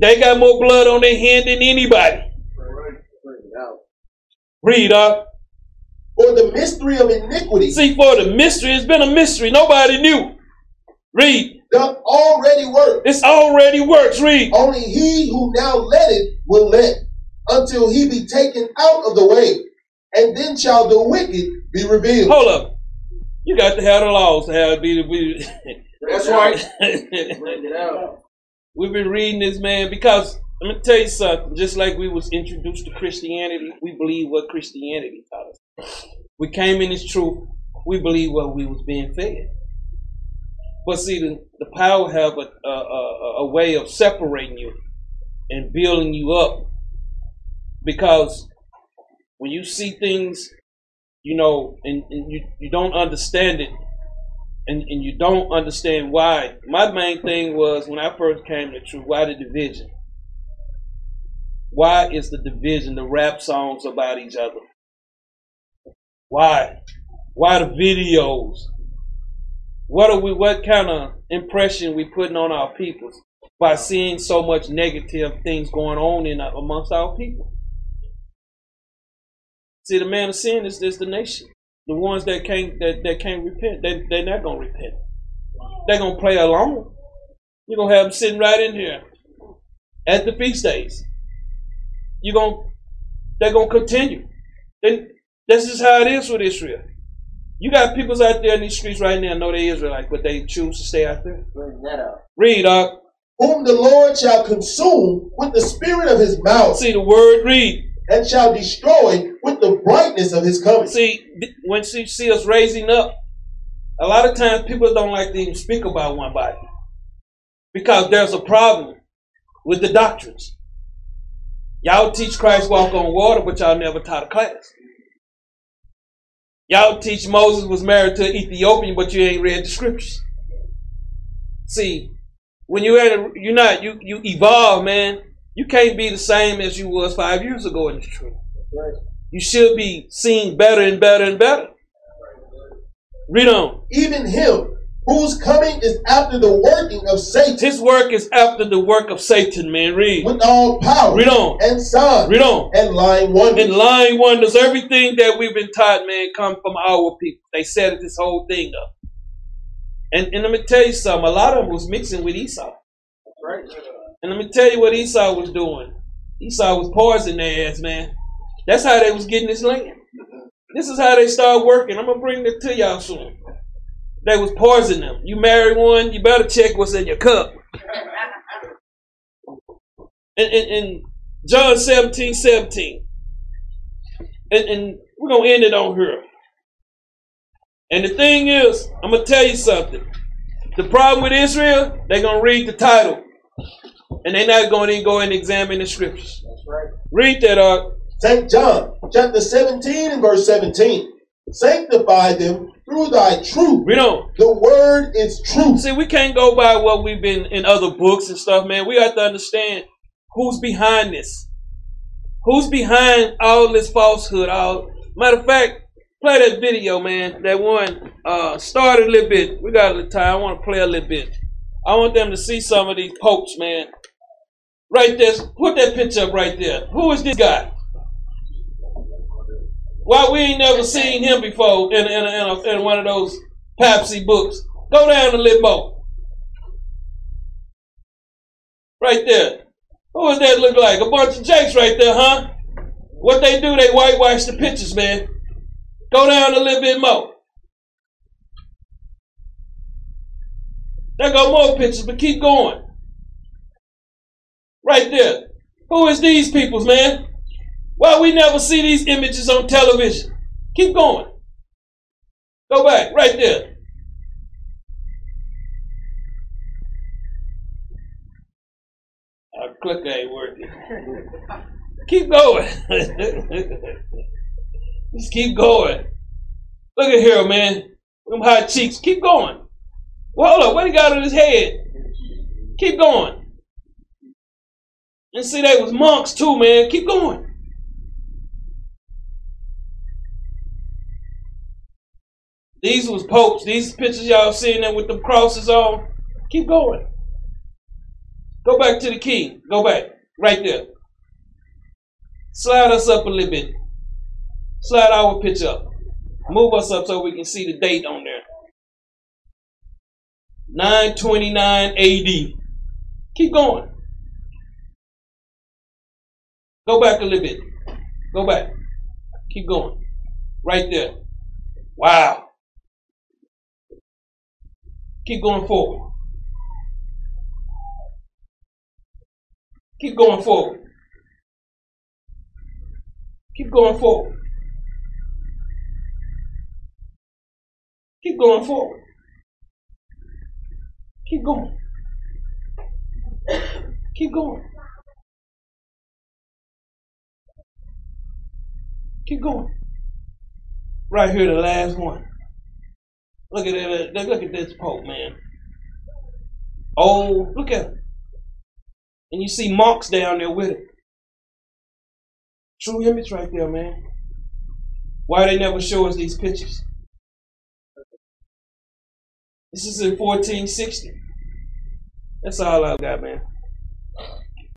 They got more blood on their hand than anybody.
Bring it out.
Read uh. up.
For the mystery of iniquity
See, for the mystery, it's been a mystery. Nobody knew. Read.
doth already work.
It's already works. Read.
Only he who now let it will let, until he be taken out of the way, and then shall the wicked be revealed.
Hold up. You got to have the laws to have it be. be
That's right. Bring it out.
We've been reading this, man, because I'm gonna tell you something. Just like we was introduced to Christianity, we believe what Christianity taught us. We came in this truth. We believe what we was being fed. But see, the, the power have a, a, a, a way of separating you and building you up. Because when you see things, you know, and, and you, you don't understand it, and, and you don't understand why. My main thing was when I first came to truth, why the division? Why is the division, the rap songs about each other? Why? Why the videos? What are we what kind of impression we putting on our people by seeing so much negative things going on in amongst our people? See the man of sin is is the nation the ones that can't that, that can't repent, they they're not gonna repent. They're gonna play along. You're gonna have them sitting right in here at the feast days. You're gonna they're gonna continue. Then this is how it is with Israel. You got peoples out there in these streets right now know they Israelites, but they choose to stay out there.
Bring that out.
Read uh, up.
Whom the Lord shall consume with the spirit of his mouth,
See the word read.
and shall destroy with the brightness of his coming.
See, th- when she see us raising up, a lot of times people don't like to even speak about one body because there's a problem with the doctrines. Y'all teach Christ walk on water, but y'all never taught a class. Y'all teach Moses was married to an Ethiopian, but you ain't read the scriptures. See, when you ain't, you're not you you evolve, man. You can't be the same as you was five years ago in the truth. You should be seen better and better and better. Read on.
Even him whose coming is after the working of Satan
His work is after the work of Satan, man. Read.
with all power
Read on.
and signs
Read on.
and lying
And
wonders.
lying wonders, everything that we've been taught, man, come from our people. They set this whole thing up. And, and let me tell you something. A lot of them was mixing with Esau.
Right.
And let me tell you what Esau was doing. Esau was poisoning their ass, man. That's how they was getting this land. This is how they started working. I'm gonna bring this to y'all soon. They was poisoning them. You marry one, you better check what's in your cup. And, and, and John 17, 17. And, and we're gonna end it on here. And the thing is, I'm gonna tell you something. The problem with Israel, they gonna read the title and they're not going to go and examine the scriptures.
That's right.
Read that up.
St. John chapter 17 and verse 17. Sanctify them through thy truth.
Read on.
The word is truth.
See, we can't go by what we've been in other books and stuff, man. We have to understand who's behind this. Who's behind all this falsehood? All matter of fact, play that video, man. That one uh started a little bit. We got a little time. I want to play a little bit. I want them to see some of these popes, man. Right there, put that picture up right there. Who is this guy? Why we ain't never seen him before in in, in, a, in one of those Papsy books? Go down a little more. Right there. Who does that look like? A bunch of jakes right there, huh? What they do, they whitewash the pictures, man. Go down a little bit more. There go more pictures, but keep going. Right there. Who is these peoples, man? Why we never see these images on television? Keep going. Go back, right there. Our clicker ain't working. keep going. Just keep going. Look at here, man. Them hot cheeks. Keep going. Well, hold up. What he got on his head? Keep going. And see, they was monks too, man. Keep going. These was popes. These pictures y'all seeing them with them crosses on. Keep going. Go back to the king. Go back. Right there. Slide us up a little bit. Slide our picture up. Move us up so we can see the date on there. 929 AD. Keep going. Go back a little bit. Go back. Keep going. Right there. Wow. Keep going forward. Keep going forward. Keep going forward. Keep going forward. Keep going. Keep going. Keep going. Right here, the last one. Look at that. uh, Look at this pope, man. Oh, look at him. And you see monks down there with him. True image right there, man. Why they never show us these pictures? This is in 1460. That's all I got, man.